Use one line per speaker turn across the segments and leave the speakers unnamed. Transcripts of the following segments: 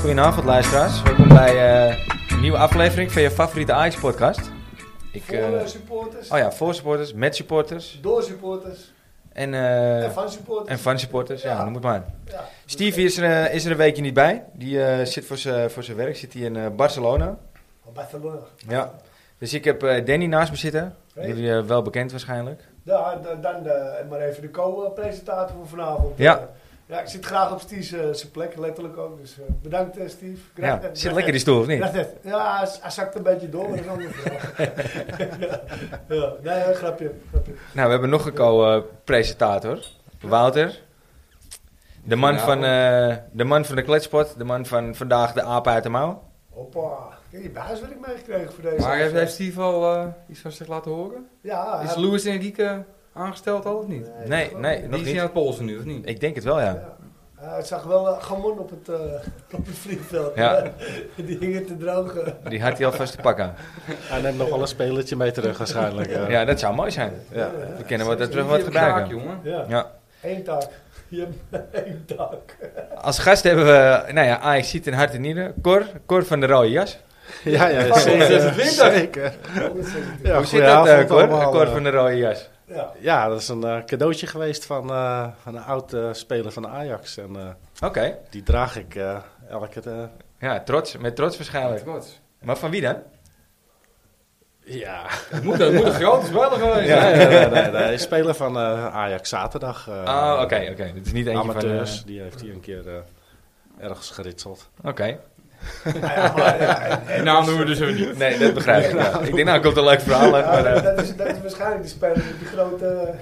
Goedenavond luisteraars, welkom bij eh, een nieuwe aflevering van je favoriete Ajax podcast. Ik,
Voor
eh,
eh, supporters,
oh ja, voor supporters, met supporters
door supporters
en, eh,
en van supporters.
en van supporters, ja,
Ja.
noem het maar.
Ja.
Stevie is er, eh, is er een weekje niet bij, die eh, zit voor zijn voor zijn werk, zit hij in eh, Barcelona.
Van Barcelona.
Ja. Dus ik heb eh, Danny naast me zitten,
Hey.
jullie eh, wel bekend waarschijnlijk.
Ja, da- dan eh, maar even de co-presentator voor vanavond.
Ja.
Eh, ja, ik zit graag op Steve's eh, zijn plek, letterlijk ook. Dus eh, bedankt eh, Steve. Graag
Ja,
gedaan.
zit lekker die stoel of niet?
Graag gedaan. Ja, hij, hij zakt een beetje door, maar dat is anders. ja, nee, een grapje. grapje.
Nou, we hebben nog een co-presentator. Wouter. De man, van, eh, de man van de kletspot. De man van vandaag de aap uit de mouw.
Hoppa. Kijk, Je hebt huiswerk meegekregen voor deze.
Maar heeft, heeft Steve al eh, iets van zich laten horen?
Ja,
Is
Ah, hij-
Louis Enrique aangesteld al of niet?
Nee,
dat-
nee.
Die
nog
is
niet.
niet aan het polsen nu, of niet?
Ik denk het wel, ja.
Ja. Eh, het zag wel eh, gamon op het, eh, op het vliegveld.
Ja.
Die hingen te drogen.
Die had hij alvast te pakken.
Hij neemt nog wel een spelertje mee terug waarschijnlijk. eh.
Ja, dat zou mooi zijn.
Ja.
We kennen wat, dat
Jullie
we wat
hebben taak,
gebruiken.
jongen.
Ja.
Ja.
Eén taak. Je hebt één taak.
Als gast hebben we, nou ja, Ajax ziet in hart en nieren. Cor, Cor van de rode jas.
ja, ja,
Pak
zeker.
26.
Zeker. Ja,
Hoe zit dat, eh,
goedenavond
Cor?
allemaal,
Cor
eh.
van de rode jas.
Ja.
Ja, dat is een eh, cadeautje geweest van, eh, van een oud eh, speler van Ajax. En eh,
Oké.
die draag ik eh, elke... eh,
Ja, trots. Met trots waarschijnlijk.
Trots.
Maar van wie dan?
ja,
Het moet, het moet een grote speler geweest
nee,
zijn.
nee, nee, nee, nee. Speler van eh, Ajax zaterdag. eh,
Oh, oké, oké. Dit is niet eentje
Amateurs,
van... eh,
die heeft hij een keer eh, ergens geritseld.
eh, Oké.
Ja, maar, ja,
Die naam doen we dus even niet.
Nee, dat begrijp ik. ja. Ik denk, nou, komt een leuk verhaal uit. Maar,
ja,
eh,
dat, is, dat is waarschijnlijk die speler met die grote...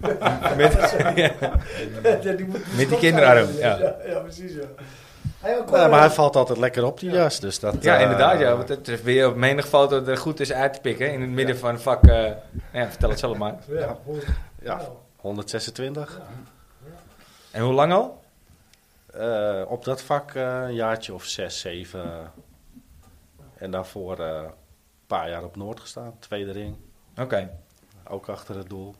met- ja.
Ja, die moet
die
stop
kinderarm,
zijn.
ja.
ja. ja, precies. Ja. Hij ook
Nee,
wel-
maar hij valt altijd lekker op, die jas. Dus dat,
ja,
eh,
inderdaad. Ja, want het is weer op menig foto er goed is uit te pikken. In het midden van vak... eh, nou ja, vertel het zelf maar.
Ja, hoe-
ja,
nou,
126.
En hoe lang al?
Eh, op dat vak eh, een jaartje of zes, zeven. En daarvoor eh, een paar jaar op Noord gestaan. Tweede ring.
Oké.
Ook achter het doel.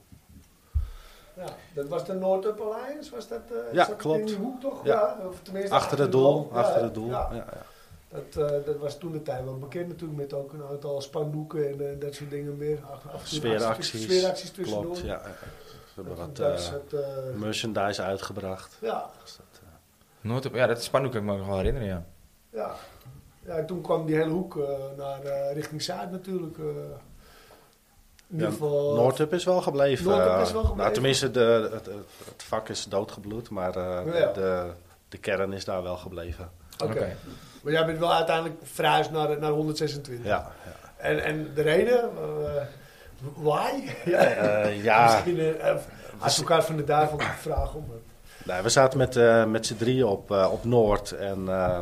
ja, dat was de Noord-Up Alliance, was dat? eh,
Ja,
zat het
klopt.
In die hoek toch?
Ja.
Ja. of tenminste
Achter het doel.
Ja,
Achter het doel.
ja.
Ja, ja.
Dat, eh, dat was toen de tijd wel bekend natuurlijk met ook een aantal spandoeken en eh, dat soort dingen meer. Af- af-
Sfeeracties.
Sfeeracties tussendoor.
Klopt, ja. Ze hebben wat
Daar
eh,
zat, eh,
merchandise uitgebracht.
ja,
Dus dat, eh,
Nooit op, ja, dat spandoek kan ik me nog wel herinneren, ja.
ja. ja, en toen kwam die hele hoek eh, naar eh, richting Zuid natuurlijk. eh. in ieder
Ja,
geval.
Noordhub is wel gebleven.
Noordhub is wel
eh,
gebleven.
Nou, tenminste, de, het, het- het vak is doodgebloed, maar eh,
Ja.
de, de kern is daar wel gebleven.
Oké. Maar jij bent wel uiteindelijk verhuisd naar, naar 126.
Ja,
En, en de reden? eh, why?
ja. Eh, ja.
Misschien eh, eh, als we elkaar van de duivel vragen om. het.
Nou, we zaten met, eh, met z'n drieën op, eh, op Noord. En eh,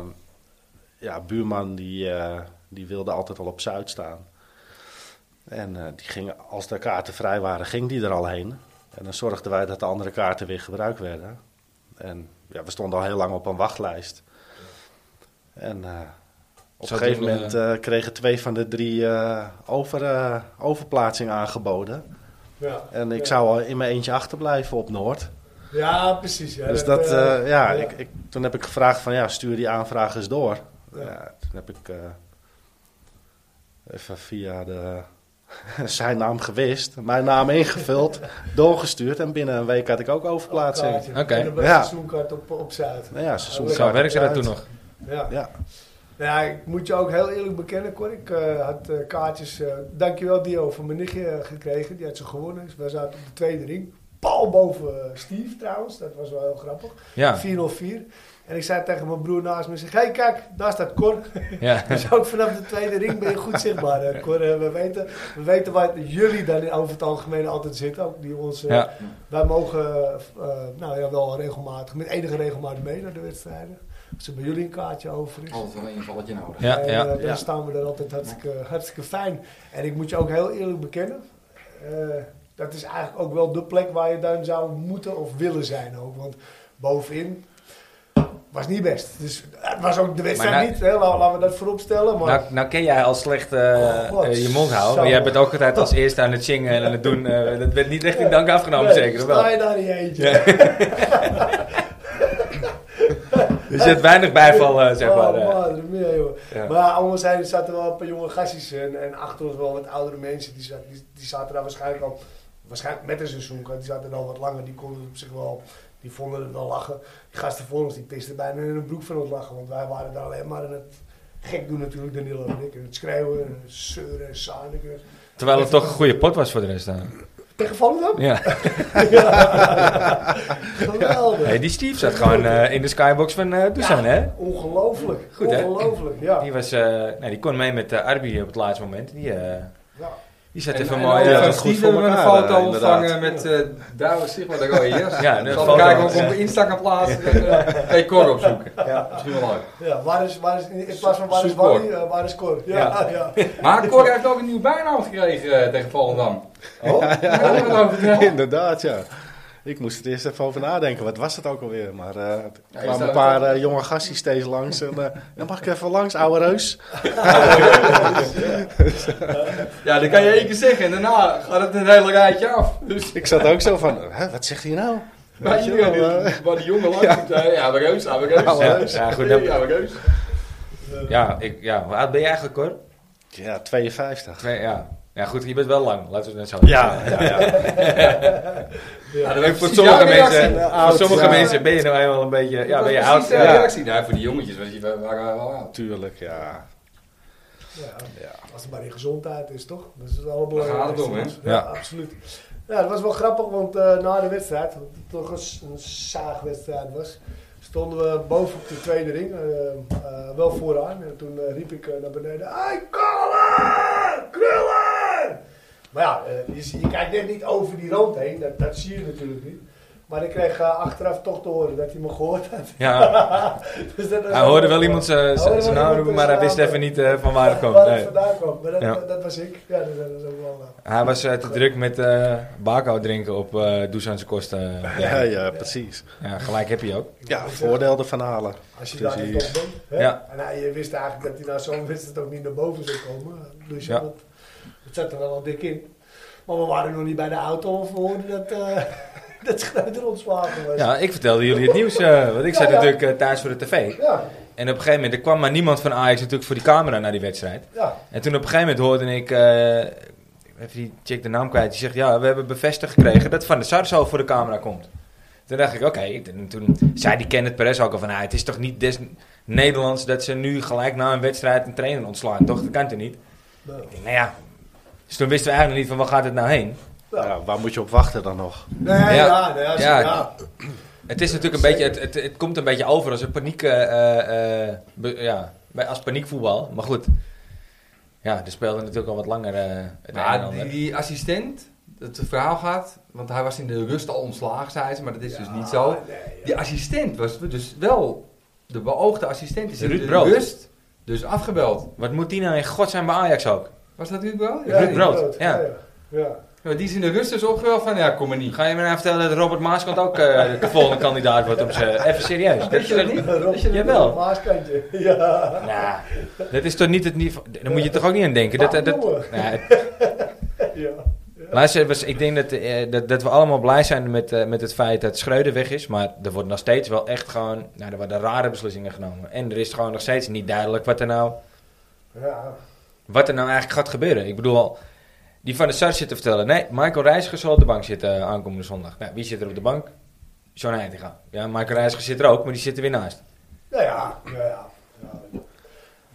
ja, buurman die, eh, die wilde altijd wel op Zuid staan. En eh, die ging, als de kaarten vrij waren, ging die er al heen. En dan zorgden wij dat de andere kaarten weer gebruikt werden. En ja, we stonden al heel lang op een wachtlijst. En eh, op
Zo
een gegeven
doen we-
moment eh, kregen twee van de drie eh, over, eh, overplaatsing aangeboden.
Ja.
En ik
Ja.
zou al in mijn eentje achterblijven op Noord.
Ja, precies. Ja,
Dus dat,
eh,
eh, ja, Ik, ik, toen heb ik gevraagd van, ja, stuur die aanvraag eens door.
Ja.
Ja. toen heb ik eh, even via de, zijn naam gewist, mijn naam ingevuld, doorgestuurd. En binnen een week had ik ook overplaatsing.
Kaartje.
Oké.
En dan was
Ja.
de seizoenkaart op, op Zuid.
Nou ja, seizoen
Zo
Zo
gaat
werkte dat
uit.
toen nog.
Ja.
Ja,
Nou ja, ik moet je ook heel eerlijk bekennen, Cor. Ik eh, had eh, kaartjes, eh, dankjewel Dio, van mijn nichtje eh, gekregen. Die had ze gewonnen. Dus we zaten op de tweede ring. Paal boven eh, Steve trouwens. Dat was wel heel grappig.
Ja,
404. En ik zei tegen mijn broer naast me, zeg, hey kijk, daar staat Cor.
ja.
dus ook vanaf de tweede ring ben je goed zichtbaar, eh, Cor. Eh, we, weten, we weten waar jullie dan over het algemeen altijd zitten. Ook die ons, eh,
Ja.
Wij mogen eh, nou ja, wel regelmatig, met enige regelmaat mee naar de wedstrijden. Als er bij jullie een kaartje over is.
Altijd wel een invalletje nodig.
Ja,
En,
ja.
eh, dan
Ja.
staan we er altijd hartstikke, hartstikke fijn. En ik moet je ook heel eerlijk bekennen. eh, dat is eigenlijk ook wel de plek waar je dan zou moeten of willen zijn ook. Want bovenin was niet best. Dus het was ook de wedstrijd
Maar nou-
niet. Hè? La- Laten we dat voorop stellen. Maar
Nou, nou ken jij al slecht eh,
Oh, God,
eh, je mond houden. Maar
zo.
jij bent ook altijd als eerste aan het zingen en aan het doen. eh, dat werd niet echt in dank afgenomen,
Nee,
zeker of
Sta
wel?
je daar niet eentje.
Ja. Er zit weinig bijval, eh, zeg maar. eh.
Oh, man, er meer, joh.
Ja.
Maar ja, allemaal zijn, er zaten wel een paar jonge gastjes en, en achter ons wel wat oudere mensen. Die, zaten- die, die zaten daar waarschijnlijk al, waarschijnlijk met een seizoenkaart, die zaten er al wat langer. Die konden op zich wel, die vonden het wel lachen. Die gasten voor ons, die pisten bijna in hun broek van het lachen. Want wij waren daar alleen maar aan het gek doen natuurlijk, Danilo en ik. En het schreeuwen, en het zeuren en zaniken.
Terwijl het toch een goede pot was voor de rest. hè.
Tegenvallen dan?
Ja.
Ja. Geweldig.
Hey, die Steve zat gewoon eh, in de skybox van eh Dusan,
Ja,
hè?
Ongelooflijk.
Goed, hè?
Ongelooflijk, ja.
Die, was, eh, nee, die kon mee met eh Arby op het laatste moment. Die, eh,
ja.
die zat
En-
even
en
mooi...
ook
ja,
eh,
dat
van
is goed
Steve
voor
hebben we een
elkaar,
foto
eh,
ontvangen met eh Douwe Sigma. Daar ga je eerst.
Ja, de
Zal
foto.
kijken of we op Insta kan plaatsen. Ga je Cor opzoeken.
Ja.
Misschien wel leuk.
Ja, waar is, waar is, in plaats van waar is
Zoek Cor.
Wally, eh, waar is Cor? Ja,
Ja.
ja.
Maar Cor heeft ook een nieuwe bijnaam gekregen eh, tegen Volendam.
Oh,
Ja, dat hebben we het over verteld.
Inderdaad, ja. Ik moest er eerst even over nadenken. Wat was het ook alweer? Maar eh, er
Ja,
kwamen
is dat-
een paar eh, jonge gasties steeds langs. En, eh, dan mag ik even langs, ouwe reus.
Ja, dat kan je één keer zeggen en daarna gaat het een hele rijtje af. Dus
Ik zat ook zo van, hè, wat zegt hij nou?
waar
Weet je wel, eh.
die- waar die jongen langs moet, eh, ja, we reus, ja, we reus.
Ja,
ja, ja, goed. dat-
Ja, we reus.
ja, ik, ja, hoe oud ben je eigenlijk, hoor?
Ja, 52.
Twee, ja. ja, goed, je bent wel lang. Laten we het net zo
Ja, ja, ja.
Ja, dan
En
weet
voor
ik
sommige,
precies jouw
mensen,
reactie.
voor
Oud,
sommige
ja.
mensen ben je nou eenmaal een beetje... Ja,
Dat
ben je
was
oud.
precies jouw
ja.
reactie. Nou, voor die jongetjes was je waren we wel aan.
Tuurlijk, ja.
ja.
Ja.
Als het maar in gezondheid is, toch? Dat is het allerbelangrijkste.
Daar gaat het om, hè?
Ja.
Ja, absoluut. Ja, dat was wel grappig, want eh, na de wedstrijd, wat toch een, s- een zaagwedstrijd was, stonden we boven op de tweede ring, eh, eh, wel vooraan. En toen eh, riep ik eh, naar beneden, hey Kallen! Krullen! Maar ja, eh, je, zie- je kijkt net niet over die rand heen, dat, dat zie je natuurlijk niet. Maar ik kreeg eh, achteraf toch te horen dat hij me gehoord had.
Ja,
Dus dat was
hij hoorde wel
grappig.
iemand zijn
Hij hoorde
zijn naam
wel iemand
roepen, maar hij
zijn
wist
naam.
even niet eh, van waar het komt.
Waar
Nee.
het vandaan kwam. Maar dat,
Ja.
dat was ik. Ja, dat, dat was ook wel... eh,
Hij was eh, te druk met eh bako drinken op eh Dusan's kosten.
Ja, ja, precies.
Ja, gelijk heb je ook.
Ja, voordeel ervan halen.
Als je
Dus
daar
je-
niet op bent. Hè?
Ja.
En hij- je wist eigenlijk dat hij na zo'n wedstrijd ook niet naar boven zou komen. Dus ja,
Ja.
dat, dat zat er wel al dik in. Maar we waren nog niet bij de auto of we hoorden dat, eh dat Schreuder ontslagen was.
Ja, ik vertelde jullie het nieuws, eh, want ik zat
Ja, ja.
natuurlijk eh, thuis voor de tv.
ja.
En op een gegeven moment, er kwam maar niemand van Ajax natuurlijk voor die camera naar die wedstrijd.
ja.
En toen op een gegeven moment hoorde ik, eh, even die chick de naam kwijt, die zegt, ja, we hebben bevestigd gekregen dat Van der Sar zo voor de camera komt. Toen dacht ik, oké, en toen zei die Kenneth Perez ook al van, ah, het is toch niet des Nederlands dat ze nu gelijk na een wedstrijd een trainer ontslaan, toch? Dat kan toch niet?
Nou,
Ik denk, Nou ja, dus toen wisten we eigenlijk niet van, waar gaat het nou heen?
nou.
Ja, waar moet je op wachten dan nog?
Nee, ja,
Ja.
ja, nee, als je-
Ja.
ja.
Het is natuurlijk een beetje, het, het, het komt een beetje over als een paniek, eh, eh, eh, be- ja, bij- als paniekvoetbal. Maar goed, ja, er speelde natuurlijk al wat langer eh, het een en
Maar
ander.
die, die assistent, het verhaal gaat, want hij was in de rust al ontslagen, zei ze, maar dat is dus niet zo.
Nee,
Die assistent was dus wel, de beoogde assistent is in
Ruud
de
Brood.
rust dus afgebeld.
Wat moet die nou in god zijn bij Ajax ook?
Was dat Ruud Brood?
Ja. Ruud Brood, ja.
ja. ja.
Ja, die is in de rust dus opgebeld van, ja, kom maar niet.
Ga je me nou vertellen dat Robert Maaskant ook eh, de volgende kandidaat wordt op zijn... Even serieus.
Weet je dat niet?
Rob-
Weet je dat
Jawel.
Rob Maaskantje. Ja.
Nou, dat is toch niet het niveau... Daar moet je toch ook niet aan denken. Dat, dat, dat,
Jongen.
Nou, het-
ja.
Luister, was, ik denk dat, eh, dat, dat we allemaal blij zijn met, eh, met het feit dat Schreuder weg is. Maar er wordt nog steeds wel echt gewoon... Nou, er worden rare beslissingen genomen. En er is gewoon nog steeds niet duidelijk wat er nou,
Ja.
wat er nou eigenlijk gaat gebeuren. Ik bedoel, al, die van de Sar zit te vertellen... Nee, Michael Reiziger zal op de bank zitten eh, aankomende zondag. Nou, wie zit er op de bank? John Heitinga. Ja, Michael Reiziger zit er ook, maar die zit er weer naast.
Nou ja, ja, ja. ja.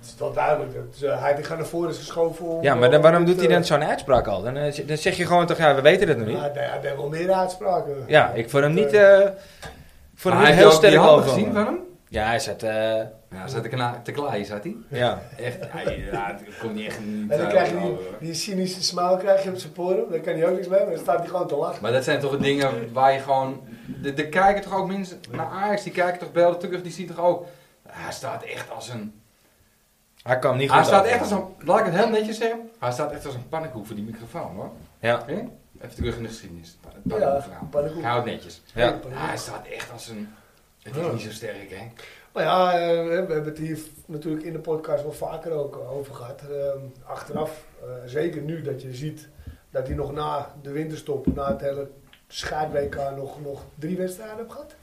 Het is wel duidelijk. Dat, eh, hij die gaat naar voren is geschoven. om-
Ja, maar dan, waarom
om
doet
dit,
hij dan
eh,
zo'n uitspraak al? Dan, eh, z- dan zeg je gewoon toch, ja, we weten dat nog
ja,
niet.
nee, Hij deed wel meer uitspraken.
Ja, ik vond hem
Dat,
niet,
eh,
eh voor hem niet
Maar heb je
heel
ook die
sterk
handen
overkomen.
gezien van hem?
Ja, hij zat, eh,
Ja, zat ik erna- te klaaien, zat hij.
ja.
Echt, hij, ja, het kon niet echt niet
En dan
uit,
krijg je
ouwe.
die, die cynische smile krijg je op zijn poren. Daar kan hij ook niks mee, maar dan staat hij gewoon te lachen.
Maar dat zijn toch de dingen waar je gewoon... De, de kijken toch ook mensen naar Ajax, die kijken toch beelden terug, die zien toch ook... Hij staat echt als een...
Hij kwam niet goed
Hij staat
over.
echt als een... Laat ik het heel netjes zeggen. Hij staat echt als een pannenkoek voor die microfoon, hoor.
Ja,
Hè? Even terug in de geschiedenis. Het
Ja,
pannenkoekverhaal.
pannenkoek.
Ik hou het netjes.
ja.
Hij staat echt als een... Het is
Ja.
niet zo sterk, hè?
Maar ja, eh, we hebben het hier natuurlijk in de podcast wel vaker ook over gehad. Eh, achteraf, eh, zeker nu dat je ziet dat hij nog na de winterstop, na het hele schaatwk nog, nog drie wedstrijden heeft gehad.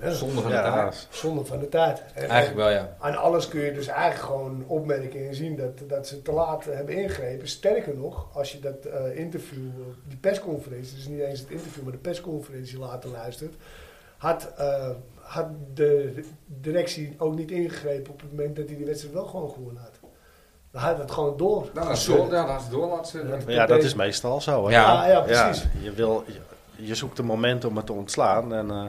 Ja,
Zonde van de
Ja,
taart.
dat is-
zonde van de tijd. En-
Eigenlijk wel, ja.
Aan alles kun je dus eigenlijk gewoon opmerken en zien dat, dat ze te laat hebben ingegrepen. Sterker nog, als je dat eh, interview, eh, die persconferentie, dus niet eens het interview, maar de persconferentie later luistert, had, eh, had de directie ook niet ingegrepen op het moment dat hij die wedstrijd wel gewoon gewonnen had. Dan had het gewoon door.
Nou, dat is door, ja, dat is door laten ze.
Ja, dat is meestal zo. Hè?
Ja.
Ja, ja,
Ja,
precies.
je, wil, je, je zoekt een moment om het te ontslaan. En eh,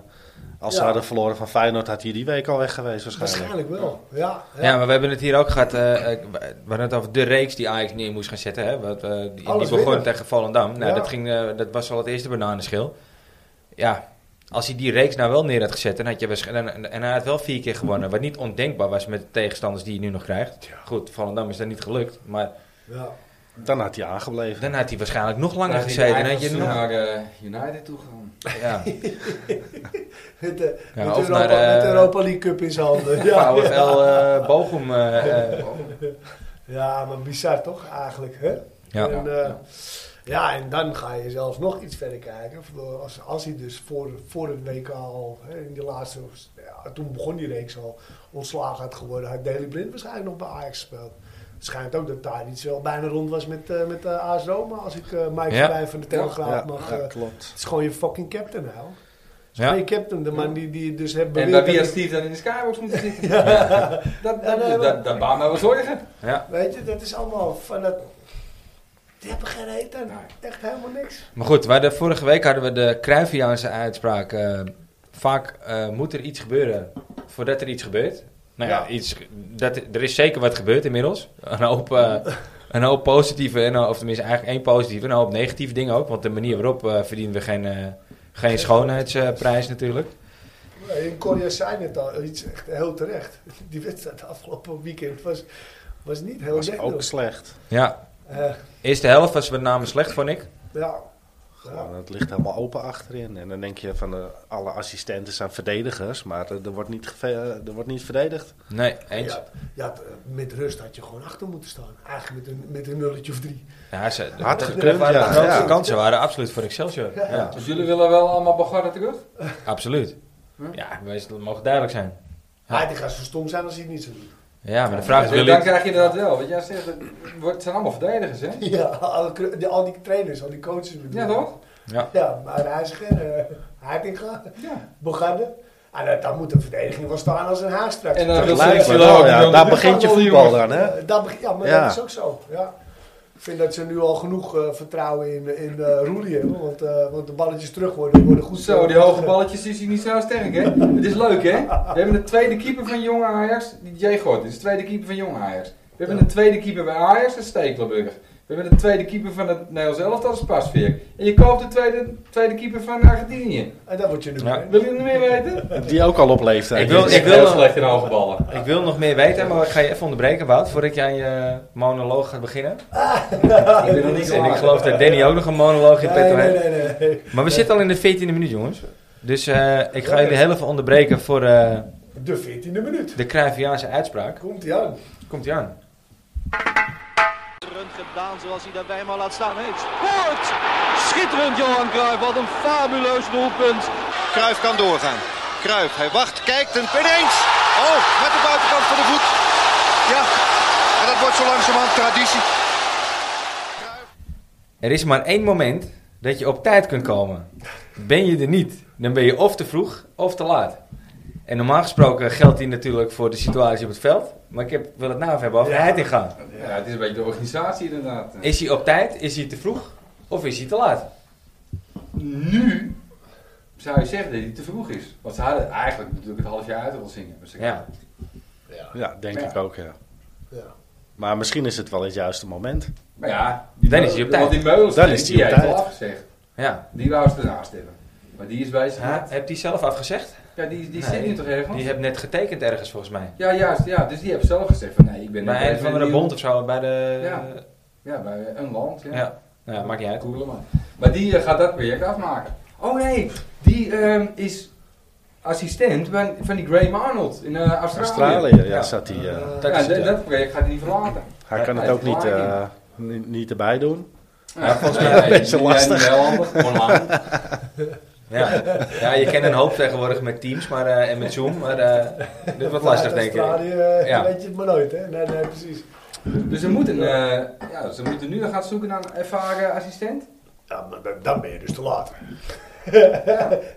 als ze
Ja.
hadden verloren van Feyenoord, had hij die week al weg geweest waarschijnlijk.
Waarschijnlijk wel. Ja, ja.
Ja, maar we hebben het hier ook gehad. eh, eh, we hadden het over de reeks die Ajax neer moest gaan zetten. Hè? Wat, eh, die, die
Alles
begon
winnen.
tegen Volendam. Nou,
Ja.
dat, ging, eh, dat was al het eerste bananenschil. Ja, als hij die reeks nou wel neer had gezet, dan had je waarsch- en, en- en hij had wel vier keer gewonnen. Wat niet ondenkbaar was met de tegenstanders die hij nu nog krijgt. Goed, Volendam is dat niet gelukt. Maar
Ja.
Dan had hij aangebleven.
dan had hij waarschijnlijk nog langer
Dat is
gezeten. En
eigenlijk
had je nog,
naar eh, United toe gaan.
ja.
Met de,
Ja,
met
of
Europa,
naar, eh,
met de Europa League Cup in zijn handen. ja,
VfL eh, Bochum. eh, eh,
ja, maar bizar toch eigenlijk, hè?
ja.
En, eh,
Ja.
ja. en dan ga je zelfs nog iets verder kijken. Voor- Als, als hij dus voor, voor het WK al, hè, in de laatste, ja, toen begon die reeks al, ontslagen had geworden, had Daley Blind waarschijnlijk nog bij Ajax gespeeld. Het schijnt ook dat daar iets wel bijna rond was met, eh met eh, AS Roma, als ik eh Mike
Ja.
Verwijn van de Telegraaf
ja,
mag...
ja,
eh,
klopt.
het is gewoon je fucking captain, nou.
Ja.
Ja. Je captain, de man die, die dus hebt
En
beweerd...
bij wie had
dat-
Steve dan in de skybox moeten zitten?
Ja.
Dat,
Ja,
dat,
nee,
dat,
maar-
dat, baart mij wel zorgen.
ja.
Weet je, dat is allemaal van dat. Die hebben geen reet aan.
Nee.
Echt helemaal niks.
Maar goed, waar de, vorige week hadden we de Cruyffiaanse uitspraak. eh, vaak eh, moet er iets gebeuren voordat er iets gebeurt. Nou ja,
Ja.
Iets, dat, er is zeker wat gebeurd inmiddels. Een hoop, eh, een hoop positieve, en, of tenminste eigenlijk één positieve, en een hoop negatieve dingen ook. Want de manier waarop eh, verdienen we geen, eh, geen schoonheidsprijs natuurlijk.
In Korea zijn het al iets echt heel terecht. Die wedstrijd afgelopen weekend was, was niet heel
was
slecht.
ook
hoor.
slecht.
Ja,
Eh,
eerste helft was met name slecht, vond ik.
ja.
Gewoon, het ligt helemaal open achterin. En dan denk je van eh, alle assistenten zijn verdedigers, maar eh, er, wordt niet geve- eh, er wordt niet verdedigd.
Nee,
Je
eens.
had- je had, eh, met rust had je gewoon achter moeten staan. Eigenlijk met een, met een nulletje of drie.
Ja, ze, de,
Had
de-
gekund,
waren de
ja.
grootste
Ja.
kansen waren absoluut voor Excelsior.
Ja.
ja.
Dus jullie willen wel allemaal Bogarde terug?
Absoluut.
Hm?
Ja, wees, dat mag duidelijk zijn. Ja.
Maar die gaat zo stom zijn als hij het niet zo doet.
Ja, maar de vraag is
dan,
wil
Dus dan
je...
krijg je dat wel. Want jij zegt, het wordt- het zijn allemaal verdedigers, hè?
Ja, al die, die- al die trainers, al die coaches bedoel
Ja,
ik.
toch?
Ja.
Ja, maar hij is geen uh, Heitinga,
Ja.
Bogarde. Ah, dat, daar moet de verdediging wel staan als een haar straks.
En dan wil
Dat
ze
lijkt me
wel
wel,
ook
ja.
doen.
Daar
Nu
begint je
gaan we
voetbal
jongens.
dan, hè?
Eh, dat beg- ja, maar
Ja.
dat is ook zo. Ja. Ik vind dat ze nu al genoeg eh, vertrouwen in, in eh, Roelie hebben. Want, eh, want de balletjes terug worden, worden goed.
Zo, die hoge balletjes is hij niet zo sterk, hè? Het is leuk, hè? We hebben de tweede keeper van Jong Ajax, die J. Gort, is de tweede keeper van Jong Ajax. We hebben
Ja.
de tweede keeper bij Ajax, dat is Stekelenburg. We hebben de tweede keeper van het Nederlands elftal, dat is Pasveer. En je koopt de tweede, tweede keeper van Argentinië.
En dat wordt je nu.
Ja.
weer.
Wil je nog meer weten?
Die ook al op leeftijd
Ik wil-
is.
ik wil-
heel slecht in hoge ballen.
Ik wil nog meer weten, maar ik ga je even onderbreken, Wout, voordat jij je monoloog gaat beginnen.
Ik ben nog niet
En ik
klaar.
geloof dat Danny ook nog een monoloog in petto
Nee,
heeft.
nee, nee, nee.
Maar we zitten al in de 14e minuut, jongens. Dus eh, ik ga jullie heel even onderbreken voor eh,
De 14e minuut.
de Cruyffiaanse uitspraak.
Komt hij aan.
Komt ie aan.
schitterend gedaan zoals hij dat bij hem al laat staan heeft. Scoort! Schitterend Johan Cruijff, wat een fabuleus doelpunt.
Kruif kan doorgaan. Kruif, hij wacht, kijkt en ineens. Oh, met de buitenkant van de voet. Ja, en dat wordt zo langzamerhand traditie.
Er is maar één moment dat je op tijd kunt komen. Ben je er niet, dan ben je of te vroeg of te laat. En normaal gesproken geldt die natuurlijk voor de situatie op het veld. Maar ik heb, wil het nou even hebben over de heitinga.
Ja, het is een beetje de organisatie inderdaad.
Is hij op tijd? Is hij te vroeg? Of is hij te laat?
Nu zou je zeggen dat hij te vroeg is. Want ze hadden eigenlijk natuurlijk het half jaar uit willen zingen. Dus ik-
Ja.
Ja, denk
Ja.
ik ook, ja.
Ja.
Maar misschien is het wel het juiste moment.
Maar ja, die
Dan
Meul-
is hij op tijd.
Want die Meulens,
Dan
die,
is hij
die
op
heeft al
tijd.
afgezegd.
ja.
Die wou ze ernaast hebben. Maar die is bezig
Ha,
met...
Hebt hij zelf afgezegd?
Ja, die, die
Nee.
zit nu toch ergens?
Die heeft net getekend ergens volgens mij.
Ja, juist. Ja, dus die heeft zelf gezegd van nee, ik ben... ik
Bij
ben
een van de
nieuw-
bond of zo. Bij de...
Ja. Ja, bij een land. Ja,
ja. Nou ja, maakt niet uit.
Koele man. Maar die eh, gaat dat project afmaken. Oh nee, die ehm, is assistent van, van die Graham Arnold in eh, Australië.
Australië, ja,
Ja.
zat hij. eh,
Eh,
Dat
Ja,
is het,
dat,
ja.
dat project gaat hij niet verlaten.
hij kan het
hij
ook niet,
heeft
eh, ni- niet erbij doen.
Ja, volgens
mij een beetje lastig.
Wel handig, online.
Ja. ja, je kent een hoop tegenwoordig met Teams maar, eh, en met Zoom, maar eh, dit wordt lastig, denk ik. Ja.
ja. weet je het maar nooit, hè? Nee, nee, precies.
Dus ze moeten, eh, ja, ze moeten nu dan gaan zoeken naar een ervaren assistent.
Ja, maar dan- dan ben je dus te laat.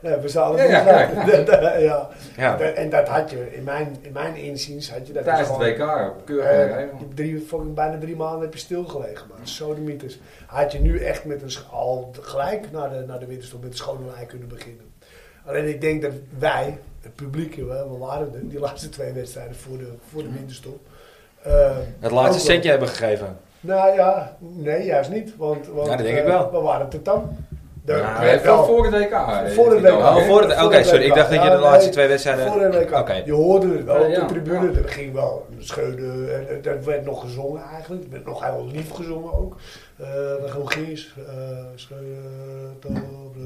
nee, we zouden
Ja, ja,
moeten-
kijk,
ja.
Ja.
Dat- En dat had je, in mijn, in mijn inziens had je dat dus
Tijdens het
gewoon-
WK, keurig
Eh,
geregeld.
je hebt drie, fucking bijna drie maanden heb je stilgelegen, man. Sodemieters. Had je nu echt met een sch- al gelijk naar de, naar de winterstop met een schone lijn kunnen beginnen. Alleen ik denk dat wij, het publiek, joh, hè, we waren er, die laatste twee wedstrijden voor de, voor de winterstop. eh,
Het
ook
laatste
wel-
setje hebben gegeven.
Nou ja, nee, juist niet. Want, want
Ja, Nou, dat denk ik
eh,
wel.
we waren te tam. De,
Ja,
we-
Nee,
eh, wel-
voor, voor het WK. eh,
Voor het
zit
WK.
ook,
Oh,
hè?
voor het- Oké,
Voor de
sorry, ik dacht dat je de
WK.
laatste twee
Voor
wedstrijden...
een week
Oké.
Je hoorde het wel
Ja,
op
ja.
de tribune.
Ja.
Er ging wel een scheuden. En, en, er werd nog gezongen eigenlijk. Er werd nog heel lief gezongen ook. Eh we gaan gees. eh, scheuden, tobbe,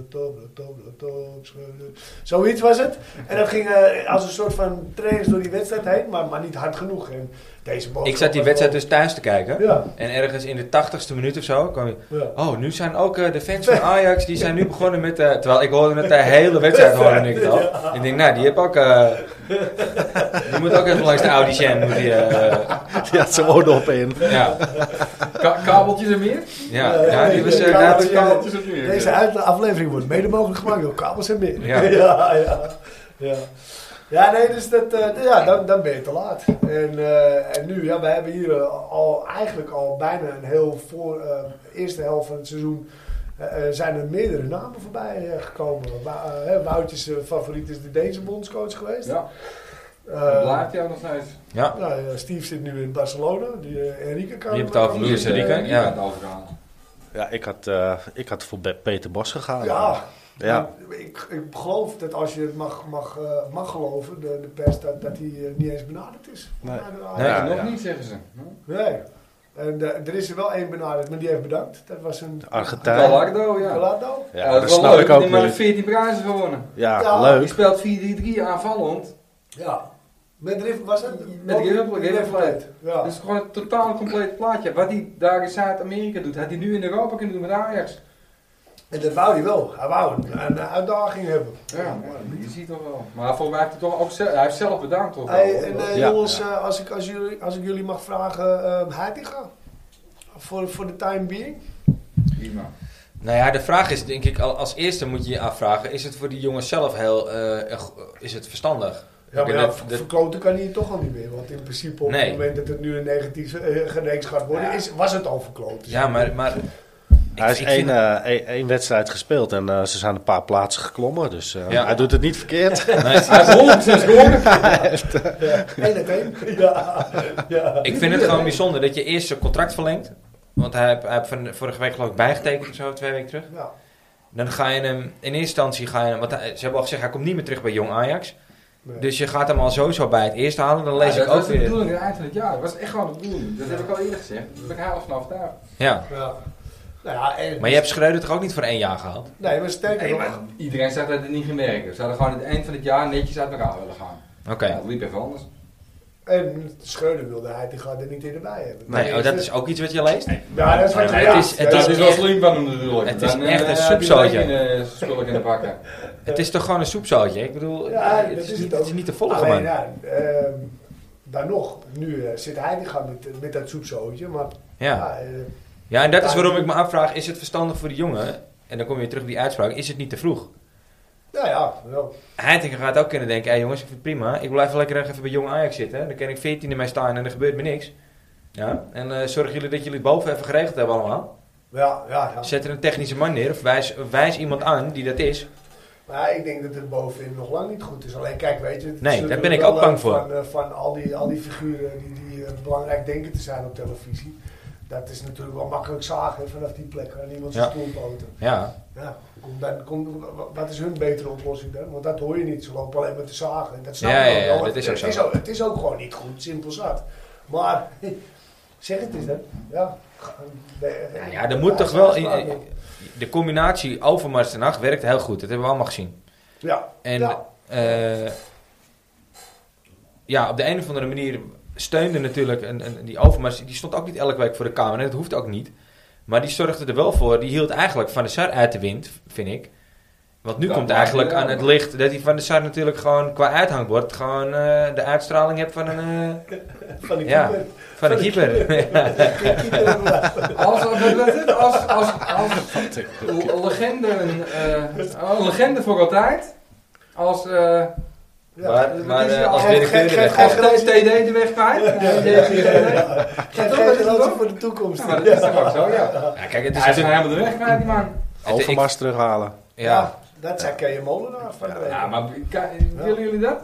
tobbe, tobbe, tobbe, scheuden. Zoiets was het. En dat ging eh, als een soort van trainers door die wedstrijd heen. Maar, maar niet hard genoeg. En deze boodschap
Ik zat die
was wel-
wedstrijd dus thuis te kijken.
Ja,
En ergens in de tachtigste minuut of zo kwam je...
ja.
Oh, nu zijn ook eh, de fans van Ajax, die zijn nu begonnen met... eh, terwijl ik hoorde het de hele wedstrijd, hoorde ik het al. Ik denk, nou, die heb ook... eh, die moet ook even langs de Audi moet die, eh,
Ja, ze wonen op in.
ja,
Ka- kabeltjes en meer?
ja, ja, die was... eh,
Ja,
daar-
dat-
kabeltjes en meer.
Deze uit- aflevering wordt mede mogelijk gemaakt door kabels en meer.
Ja.
ja, ja. ja. Ja, nee, dus dat, eh, ja, dan, dan ben je te laat. En, eh, en nu, ja, we hebben hier eh, al, eigenlijk al bijna een heel voor, eh, eerste helft van het seizoen eh, eh, zijn er meerdere namen voorbij eh, gekomen. Wa- eh, hè, Woutjes eh, favoriet is de Deense bondscoach geweest.
Ja,
Eh,
dat blijft jou nog steeds.
Ja,
nou, ja, Steve zit nu in Barcelona. Die eh, Enrique kan
Die hebt het over
Die
Luis
is, eh,
Enrique,
niet
ja.
aan het overgaan.
Ja, ik had, eh, ik had voor Be- Peter Bos gegaan.
Ja,
Ja.
Nou, Ik, ik geloof dat als je het mag, mag, eh, mag geloven, de, de pers, dat, dat hij eh, niet eens benaderd is.
Nee.
Maar, eh,
Nee,
nog
ja.
niet, zeggen ze. Hm?
nee. En eh, er is er wel één benaderd, maar die heeft bedankt. Dat was een...
Argentijn.
Gallardo, ja.
Gallardo?
Ja,
Ja,
dat,
is wel
snap
leuk,
ik ook
Die maar
niet.
14 prijzen gewonnen.
Ja,
Ja.
Die
leuk.
speelt 4-3-3 aanvallend.
Ja. Met Riff was het?
Met Riff- Riff- Dus-
Ja.
Dat is gewoon een totaal compleet plaatje. Wat hij daar in Zuid-Amerika doet, had hij nu in Europa kunnen doen met Ajax.
En dat wou hij wel. Hij wou een, een uitdaging hebben.
Ja, je ziet toch wel. Maar volgens mij heeft hij, toch ook zelf, hij heeft zelf bedankt toch wel.
Hey, en eh,
Ja.
jongens, eh, als, ik, als, jullie, als ik jullie mag vragen, eh Heitinga? Voor, voor de time being? eh,
Prima.
Nou ja, de vraag is denk ik, al- als eerste moet je je afvragen, is het voor die jongens zelf heel, eh, eh, is het verstandig?
Ja,
Oké,
maar ja,
dat-
ver-
dat-
verkloten kan hier toch al niet meer. Want in principe op
Nee.
het moment dat het nu een negatief eh, geneeks gaat worden,
Ja.
is, was het al verkloot.
Ja, maar... maar
Hij is
ik
één,
vind-
eh, één, één wedstrijd gespeeld en eh, ze zijn een paar plaatsen geklommen. Dus eh,
Ja.
hij doet het niet verkeerd.
nee,
Hij heeft 100% gewonnen.
Eén op één. Ja. ja.
Ik vind het gewoon bijzonder dat je eerst zijn contract verlengt. Want hij heeft, hij heeft van vorige week geloof ik bijgetekend of zo, twee weken terug.
Ja.
Dan ga je hem, in eerste instantie ga je hem, want hij- ze hebben al gezegd, hij komt niet meer terug bij Jong Ajax.
Nee.
Dus je gaat hem al sowieso bij het eerste halen, dan lees
Ja,
ik
dat
ook
was de
weer.
bedoeling in het eind van het jaar. Dat was echt gewoon de bedoeling. Dat heb ik al eerder gezegd. Daar ben ik half van overtuigd.
Ja.
ja. Nou ja, en,
Maar je hebt Schreuder toch ook niet voor één jaar gehaald?
Nee, maar sterker
Nee,
nog.
maar iedereen zegt dat het niet gemerkt. Ze hadden gewoon aan het eind van het jaar netjes uit elkaar willen gaan.
Oké.
Ja, het liep even anders.
En Schreuder wilde hij, die gaat er niet in erbij hebben.
Nee, oh, dat is ook iets wat je leest?
Ja, dat is wat
Nee, maar
ja.
het is- het
Ja,
dat
is
is wel slim van hem natuurlijk.
het is
Dan,
echt een
eh, heb je
subzootje.
meteen een, eh, Spullen kunnen pakken.
Het is toch gewoon een soepzootje? Ik bedoel, eh,
Ja,
het,
dat
is
is
niet,
het ook.
het is niet te volgen,
Alleen,
man.
ja, ehm, dan nog, nu eh, zit hij die gaat met, met dat soepzootje. Maar
Ja.
ja, eh,
ja, en dat is waarom ik me afvraag, is het verstandig voor de jongen? En dan kom je weer terug op die uitspraak, is het niet te vroeg?
nou ja, wel.
Heitinga gaat ook kunnen denken, hé jongens, ik vind het prima. Ik blijf lekker nog even bij Jong Ajax zitten. Dan kan ik 14 mee staan en er gebeurt me niks. Ja, en eh, zorgen jullie dat jullie het boven even geregeld hebben allemaal.
ja, ja, ja.
Zet er een technische man neer of wijs, of wijs iemand aan die dat is.
Maar ik denk dat het bovenin nog lang niet goed is. Alleen kijk, weet je... het
Nee,
is
daar
natuurlijk
ben ik
wel
ook bang
leuk
voor.
Van, eh, van al, die, al die figuren die, die eh, belangrijk denken te zijn op televisie. Dat is natuurlijk wel makkelijk zagen vanaf die plek. Aan iemand zijn
Ja.
stoelpoten.
Ja,
Ja, kom dan, kom, wat is hun betere oplossing dan? Want dat hoor je niet. Ze lopen alleen maar te zagen. En dat snap
Ja,
ik ook
ja, ja,
wel.
dat
Het-
is ook
het,
zo.
Is ook, het is ook gewoon niet goed. Simpel zat. Maar... Zeg het eens dan. Ja.
ja, ja er moet toch wel... in- in- de combinatie Overmars en Hag werkt heel goed. Dat hebben we allemaal gezien.
Ja.
En
ja.
eh, ja, op de een of andere manier steunde natuurlijk een, een, die Overmars. Die stond ook niet elke week voor de Kamer en dat hoeft ook niet. Maar die zorgde er wel voor. Die hield eigenlijk Van de Sar uit de wind, vind ik. Want nu
Dat
komt
maakt
eigenlijk
niet
aan
uit.
het licht dat hij van de Sar natuurlijk gewoon qua uithangbord gewoon eh, de uitstraling hebt van een, eh,
Van die
Ja.
keeper.
van een keeper.
Als, als, als, als, als, als legende, een, eh, een legende voor altijd. Als, eh
Ja.
Maar, maar eh, als
Geef-
directeur
geef-
de weg
geef-
als
gaat.
geef-
TD de weg kwijt. Eh, Ja,
Geef
toch?
geen
Dat is
garantie
toch?
voor de toekomst.
maar dat is toch ook zo, ja.
Ja, kijk, het is
Hij is nou
natuurlijk...
helemaal de weg kwijt, die man.
Overmars terughalen.
Ja,
Dat zei Keijer Molenaar van de week.
Ja, maar kan- willen jullie dat?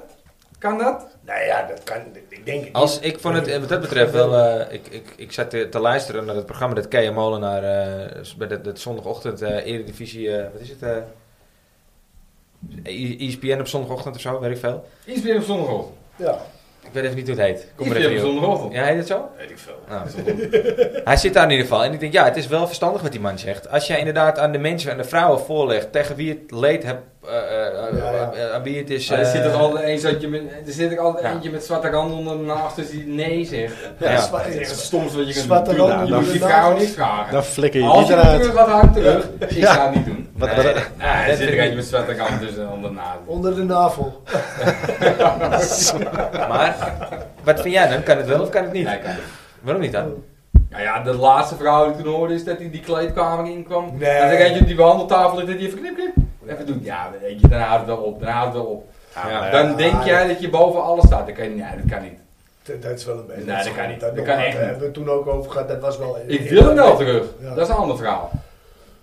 Kan dat?
Nou ja, dat kan. Ik denk het
als, ik vond het eh, wat dat betreft wel... eh, ik, ik, ik zat te, te luisteren naar het programma dat Kea Molenaar... eh, bij dat, dat zondagochtend eh Eredivisie... eh, wat is het? eh E- I- ESPN op zondagochtend of zo, weet ik veel.
Iets meer op zondagochtend.
niet. Ja.
Ik weet even niet hoe het heet. Kom
Iets
maar
meer op
even op.
zondagochtend.
Ja, heet het zo?
Weet ik veel.
Nou, hij zit daar in ieder geval. En ik denk, ja, het is wel verstandig wat die man zegt. Als jij inderdaad aan de mensen en de vrouwen voorlegt tegen wie het leed hebt, eh, eh, eh,
Ja, ja.
eh, aan wie het is.
er
eh,
zit er altijd eens dat je met, er zit er altijd
Ja.
eentje met zwarte hand onder de nagels die nee zegt.
Ja,
Ja,
Dat is echt het
zwart-
stomste wat je kunt
Zwarte
doen.
hand
Je
onder
moet
de
die vrouw
nagels.
niks vragen.
Dan flikker je
Als
niet
je de
eruit.
terug gaat hangt terug, ik zou het niet doen.
Wat-
nee,
wat-
nee,
dat
er zit
vind
er
ik-
eentje met zwarte kant tussen onder de naden.
Onder de navel.
Maar wat vind jij dan? Kan het wel of kan het niet?
Nee, kan niet.
Waarom niet dan?
Nou ja, de laatste verhaal die ik toen hoorde is dat hij die kleedkamer inkwam.
Nee.
Dat er eentje op die behandeltafel ligt en die even knip, knip. Even doen. Ja, weet je, dan houdt het wel op, dan houdt het wel op.
Ja.
dan denk jij dat je boven alles staat. Dat kan je, nee, dat kan niet.
Dat dat is wel een beetje.
Nee, dat kan niet. Dat
nog
kan
maar,
echt
Daar
niet.
hebben we toen ook over gehad. Dat was wel.
Ik wil hem wel terug.
Ja.
Dat is een ander verhaal.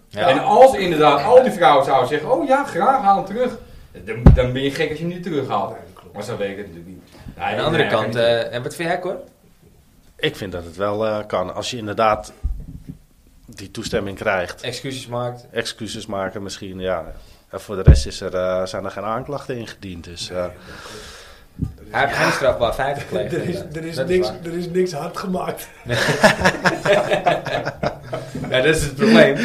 Ja.
En als inderdaad al die vrouwen zouden zeggen, oh ja, graag haal hem terug. Dan, dan ben je gek als je hem niet terughaalt.
Nee, dat klopt.
Maar zo weet ik het natuurlijk niet. Nee,
Aan de andere
nee, dat
kant,
kan niet.
eh, en wat vind jij, hoor?
Ik vind dat het wel eh, kan. Als je inderdaad die toestemming krijgt.
Excuses maakt.
Excuses maken misschien, ja. En voor de rest is er, eh, zijn er geen aanklachten ingediend. Dus eh,
Hij heeft geen strafbaar feit gepleegd.
Er is,
inderdaad.
er, is
Dat
niks,
waar.
er is niks hard gemaakt.
Ja, dat is het probleem.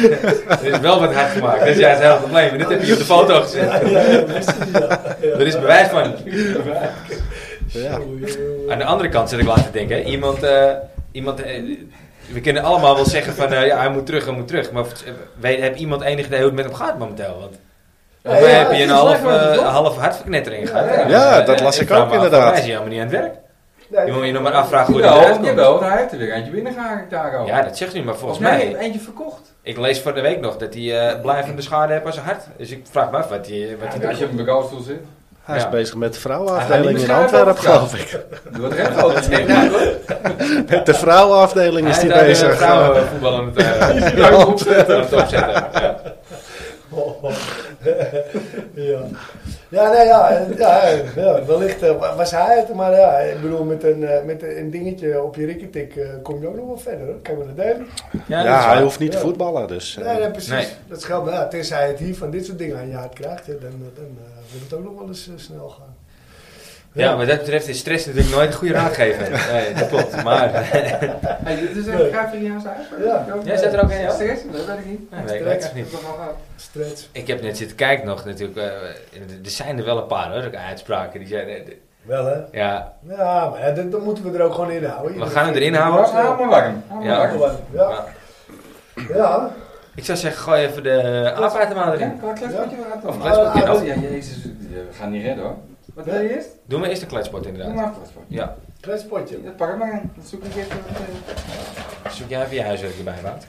er is wel wat hard gemaakt. Dat is juist het hele probleem. En dit heb je op de foto gezet.
Ja, ja, precies, ja. Ja.
Er is bewijs van.
ja.
Oei, oei, oei.
Aan
eh,
de andere kant zit ik laten denken. hè. Iemand, eh, iemand eh, we kunnen allemaal wel zeggen van eh, ja, hij moet terug, hij moet terug. Maar eh, weet, heb iemand enig idee hoe het met hem gaat momenteel? Want
Ja,
wij
ja,
hebben
het
je een
is
half,
leuk, maar het is
eh,
wel-
half hartverknettering gehad. Eh,
Ja,
ja, dat las ik ook inderdaad.
Hij is hij helemaal niet aan het werk.
Nee,
Je moet je nog maar afvragen hoe hij eruit
Jawel,
komt.
jawel, want hij heeft er weer eentje binnengehaakt daarover.
eh, Ja, dat zegt u, maar volgens
Nee,
mij...
eentje verkocht.
Ik lees van de week nog dat hij eh, blijvende schade heeft aan zijn hart. Dus ik vraag me af wat hij wat hij
als je
doet.
op een bekoostel zit,
hij is
Ja.
bezig met de
Hij gaat
vrouwenafdeling
niet
in
beschadigd
Antwerpen,
worden,
geloof ik.
doe het recht ook. Nee,
Met de vrouwenafdeling is
Hij
hij
daar, eh,
bezig.
vrouwenvoetbal aan het, eh,
leuk opzetten.
aan het opzetten. Ja.
Oh, oh. ja. Ja, nee, ja, eh, ja, eh, ja, wellicht eh, wa- was hij het, maar ja, ik bedoel, met een, eh, met een dingetje op je rikketik eh, kom je ook nog wel verder, hoor. kan je dat delen?
Ja, dat is
Ja, hij
waar.
hoeft niet te
Ja.
voetballen, dus. eh,
Nee, nee, precies,
Nee.
dat scheelt me, ja, tenzij het hier van dit soort dingen aan je hart krijgt, hè, dan, eh, dan eh, wil het ook nog wel eens eh, snel gaan.
Ja, wat dat betreft is stress natuurlijk nooit een goede raadgever. Nee, dat klopt. Maar
Hey, dit is echt graag voor jou zijn.
Ja.
Jij zit er ook in, ja?
Serieus? Dat weet ik niet.
Nee, ik weet het niet.
Dat is wel gaaf.
Stretch.
Ik heb net zitten kijken nog natuurlijk. eh, er er zijn er wel een paar hoor, uitspraken. Die zijn, eh,
Wel, hè?
ja,
Ja, maar ja, dat, dat moeten we er ook gewoon in houden.
we gaan hem erin
Nou,
houden.
hou maar warm. Hou
Ja.
maar warm.
Ja. Ja.
Ik zou zeggen, gooi even de aap uit de maan
Ja,
erin.
klaar, klaar,
Ja.
moet je maar aan het
Klaar,
af.
klaar,
Oh, Ja, jezus, we gaan niet redden hoor. Wat wil je eerst?
Doe maar eerst een kletspot
Doe
inderdaad.
maar voor.
Ja,
Klein spotje.
Ja, Pak hem maar aan. Dan zoek ik even. wat, eh,
zoek jij even je huiswerk erbij, Wout.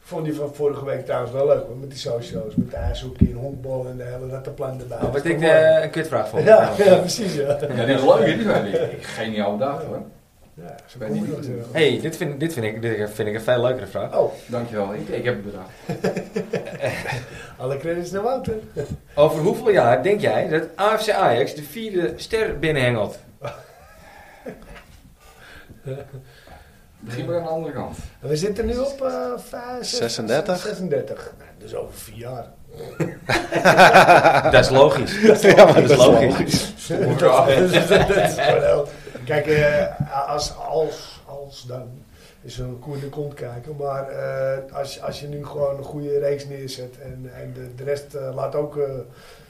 Vond die van vorige week trouwens wel leuk, hoor, met die socio's, met de ijshockey en honkbal en de hele rattenplan erbij.
Oh, wat ik
Mooi.
eh, een kutvraag vond.
ja, ja, precies, ja.
Ja, dit is leuk, hè, die weet ik. Geniaal bedacht hoor.
ja zo
Ben
kom je
niet
nog
goed.
wel.
hey, dit, vind, dit, vind ik, dit vind ik een veel leukere vraag.
Oh,
Dankjewel, ik, ik heb het bedacht.
alle credits naar Wouter.
Over hoeveel jaar denk jij dat AFC Ajax de vierde ster binnenhengelt?
Begin maar aan de andere kant.
En We zitten nu op eh, vijf-
36.
36. Nou, Dus over vier jaar.
Dat is logisch.
ja, maar
Dat is logisch.
dat, dat- dat is gewoon heel- Kijk, eh, als, als, als dan is er een koer de kont kijken. Maar eh, als, als je nu gewoon een goede reeks neerzet en, en de, de rest eh, laat ook eh,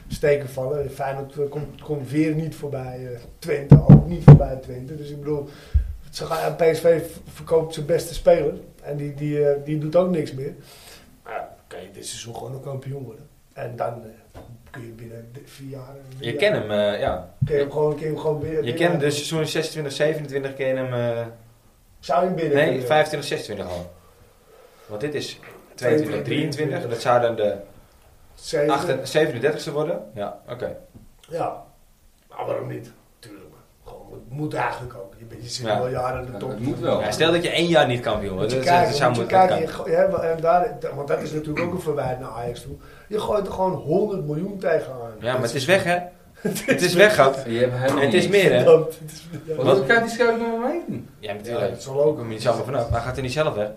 steken vallen. Feyenoord eh, komt komt weer niet voorbij eh, Twente, ook niet voorbij Twente. Dus ik bedoel, ze gaan, PSV v- verkoopt zijn beste speler en die, die, eh, die doet ook niks meer. Maar kan je dit seizoen gewoon een kampioen worden. En dan eh, kun je binnen d- vier jaar...
Je kent hem, eh, ja.
Kun je hem gewoon, kun je hem gewoon binnen...
Je
binnen-
kent de seizoen 26, 27 ken je hem. eh,
Zou je hem binnen
nee,
kunnen?
25, 26 al. Want dit is 22, 23. Dat zou dan de
Zeven?
38, 37ste worden. Ja, oké.
Ja. Maar waarom niet? Tuurlijk. man. Gewoon, het moet eigenlijk ook. Je, bent, je zit
Ja.
al jaren in de
Ja,
top.
het moet wel.
Ja, stel dat je één jaar niet kampioen wordt.
Moet
Dat,
je kijken,
dat zou
moet je
moeten dat
kijken,
kan.
je go- hè, en daar, want dat is natuurlijk ook een verwijt naar Ajax toe. Je gooit er gewoon 100 miljoen tegenaan.
Ja, maar het is weg, hè? Het is weg, gehad.
Je hebt helemaal
Het is
niks.
meer, hè?
Verdampt, het is- ja.
Wat
Wat?
doet Kati Schuil nou mee? doen?
Ja,
Ja,
natuurlijk.
dat zal ook.
Kom je niet zomaar vanaf. Maar hij gaat er niet zelf weg.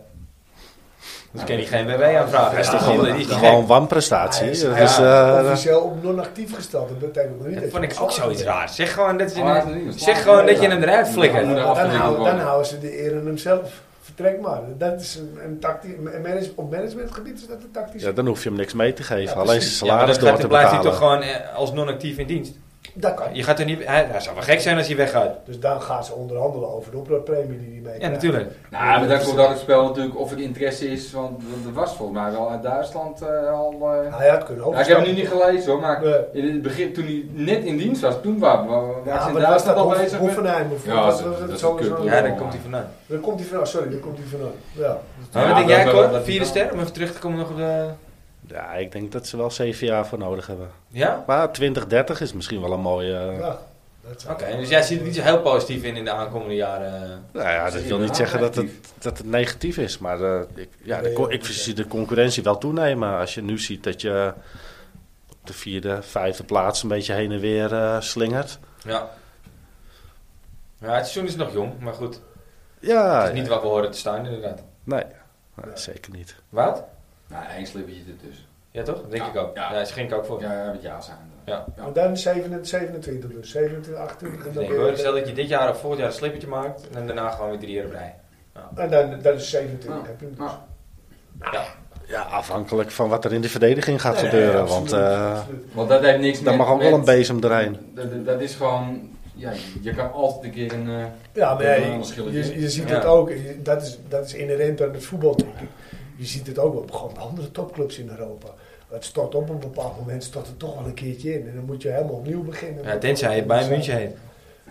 Dus kan hij geen WW aanvragen. Hij is toch gewoon, die is die
Gewoon
gek.
wanprestatie.
Hij is-
Dat
hij
is,
is
eh,
officieel op non-actief gesteld. Dat betekent nog niet
Dat
je
vond ik
hem
ook zoiets raar. Zeg gewoon dat je,
Oh, laten we niet.
zeg gewoon dat je hem eruit flikkert.
Ja.
Dan,
Af te
dan,
doen
houden,
worden.
dan houden ze de eer aan hemzelf. Vertrek maar. Dat is een, een tactiek. een manage- op managementgebied is dat een tactisch.
ja, dan hoef je hem niks mee te geven.
Ja,
Alleen zijn
precies.
Ja, maar
salaris
dan
door
gaat,
te
dan blijft hij toch
betalen.
gewoon eh, als non-actief in dienst.
Dat kan.
Je gaat er niet, hij, hij zou wel gek zijn als hij weggaat.
Dus dan gaan ze onderhandelen over de opdrachtpremie die die mee
Ja,
krijgt.
natuurlijk.
Nou, maar daar komt ook het spel natuurlijk of er interesse is, want er was volgens mij wel uit Duitsland eh, al... eh,
Hij had Nou kunnen
Ja, ik heb
overstappen.
hem nu niet gelezen hoor, maar
Nee.
in het begin, toen hij net in dienst was, toen waren we
Ja,
ja,
maar
in
was
Duitsland
dat
al
Hoff-
bezig met...
Hoffenheim of
Ja,
was-
dat-
was het
dat is
sowieso-
kut, hoor.
Ja, daar komt hij vandaan.
Daar komt hij vandaan, sorry, daar komt hij vandaan. Ja.
Maar
Ja,
wat denk
dat
jij,
wel, dat
Cor?
is
Vierde
wel.
ster? Om even terug te komen nog op de...
Ja, ik denk dat ze wel zeven jaar voor nodig hebben.
Ja?
Maar 2030 is misschien wel een mooie... eh,
ja dat
Oké,
zou-
dus jij ziet er niet zo heel positief in in de aankomende jaren. eh,
Nou ja, dat wil niet zeggen dat het, dat het negatief is. Maar eh, ik, ja, de, co- ik zie de concurrentie wel toenemen. Als je nu ziet dat je op de vierde, vijfde plaats een beetje heen en weer eh, slingert.
Ja. Ja, het seizoen is nog jong, maar goed.
Ja,
Het is niet waar we horen te staan, inderdaad.
nee, nee, zeker niet.
Wout?
Nou, één slippertje ertussen.
Ja, toch? Dat denk
Ja,
ik ook.
ja.
Ja, daar ging ik ook
Oh.
voor.
Ja, met ja zijn.
En dan 27, 27 dus, 27, 28 en
Ik
dan,
denk,
weer-
hoor, stel dat je dit jaar of volgend jaar een slippertje maakt en daarna gewoon weer drie jaar op rij.
en dan, dan is 27, heb je hem dus.
Nou,
Ah.
Ja, afhankelijk van wat er in de verdediging gaat
Nee, nee,
gebeuren.
absoluut,
want eh,
absoluut.
want dat heeft niks
daar
met...
mag ook wel een
met-
bezem erin.
Dat, dat is gewoon... Ja, je kan altijd een keer een... eh,
Ja, maar ja,
een
je,
verschilletje.
je, je ziet
Ja.
het ook, je- dat is, dat is inherent aan het voetbal, denk ik. Je ziet het ook wel op gewoon andere topclubs in Europa. Het stort op op een bepaald moment, stort het toch wel een keertje in. En dan moet je helemaal opnieuw beginnen.
Ja, tenzij je bij München heet.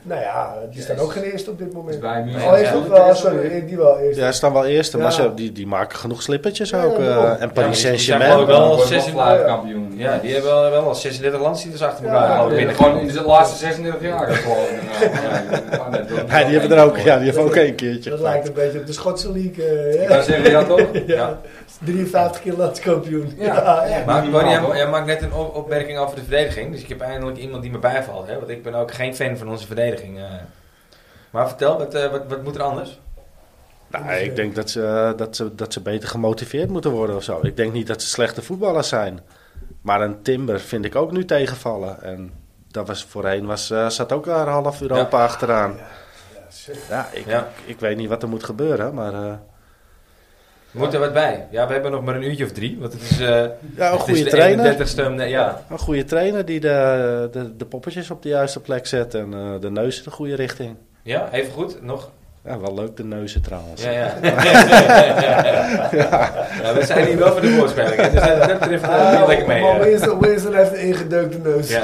Nou ja, die staan ook geen eerste op dit
dus
moment.
bij München.
Oh, eerst ook wel, sorry, die wel eerst.
Ja, ze staan wel eerste,
Ja.
maar ze, die, die maken genoeg slippertjes
Ja,
ook. eh,
daarom.
en Paris
Ja, maar die- die zijn
Saint-Germain.
wel
Wel
16
kampioen.
Ja, die hebben wel, wel al 36 landstiers achter elkaar
Ja,
ja,
die hebben gewoon in de laatste 36 jaar gevallen.
Ja, die hebben er ook, ja, die hebben ook één keertje
Dat
gepakt.
lijkt een beetje op de Schotse league. eh,
Daar zeggen we ja toch?
ja. 53 keer landskampioen.
Ja.
ja.
Maar
Ja,
Bonnie, jij,
hoor.
jij maakt net een op- opmerking over de verdediging. Dus ik heb eindelijk iemand die me bijvalt. Hè? Want ik ben ook geen fan van onze verdediging. eh. Maar vertel, wat, eh, wat, wat moet er anders?
Nou, ik denk dat ze, eh, dat, ze, dat ze beter gemotiveerd moeten worden of zo. Ik denk niet dat ze slechte voetballers zijn. Maar een Timber vind ik ook nu tegenvallen. En dat was voorheen was, eh, zat ook daar half Europa achteraan.
zeker.
Ja, ik,
Ja.
ik weet niet wat er moet gebeuren. Maar eh,
Moet er wat bij? Ja, we hebben nog maar een uurtje of drie. Want het is, eh,
ja, een
het is
goede
de
trainer.
31ste. nee, ja.
Een goede trainer die de, de, de poppetjes op de juiste plek zet. En eh, de neuzen de goede richting.
ja, even goed. Nog?
Ja, wel leuk de neuzen trouwens.
Ja, ja. ja, we zijn hier wel voor de woordspeling. hè. Dus dat dat betreft
Ah,
eh, niet lekker mee.
Maar
eh.
Winston, Winston heeft een ingedeukte neus.
Ja.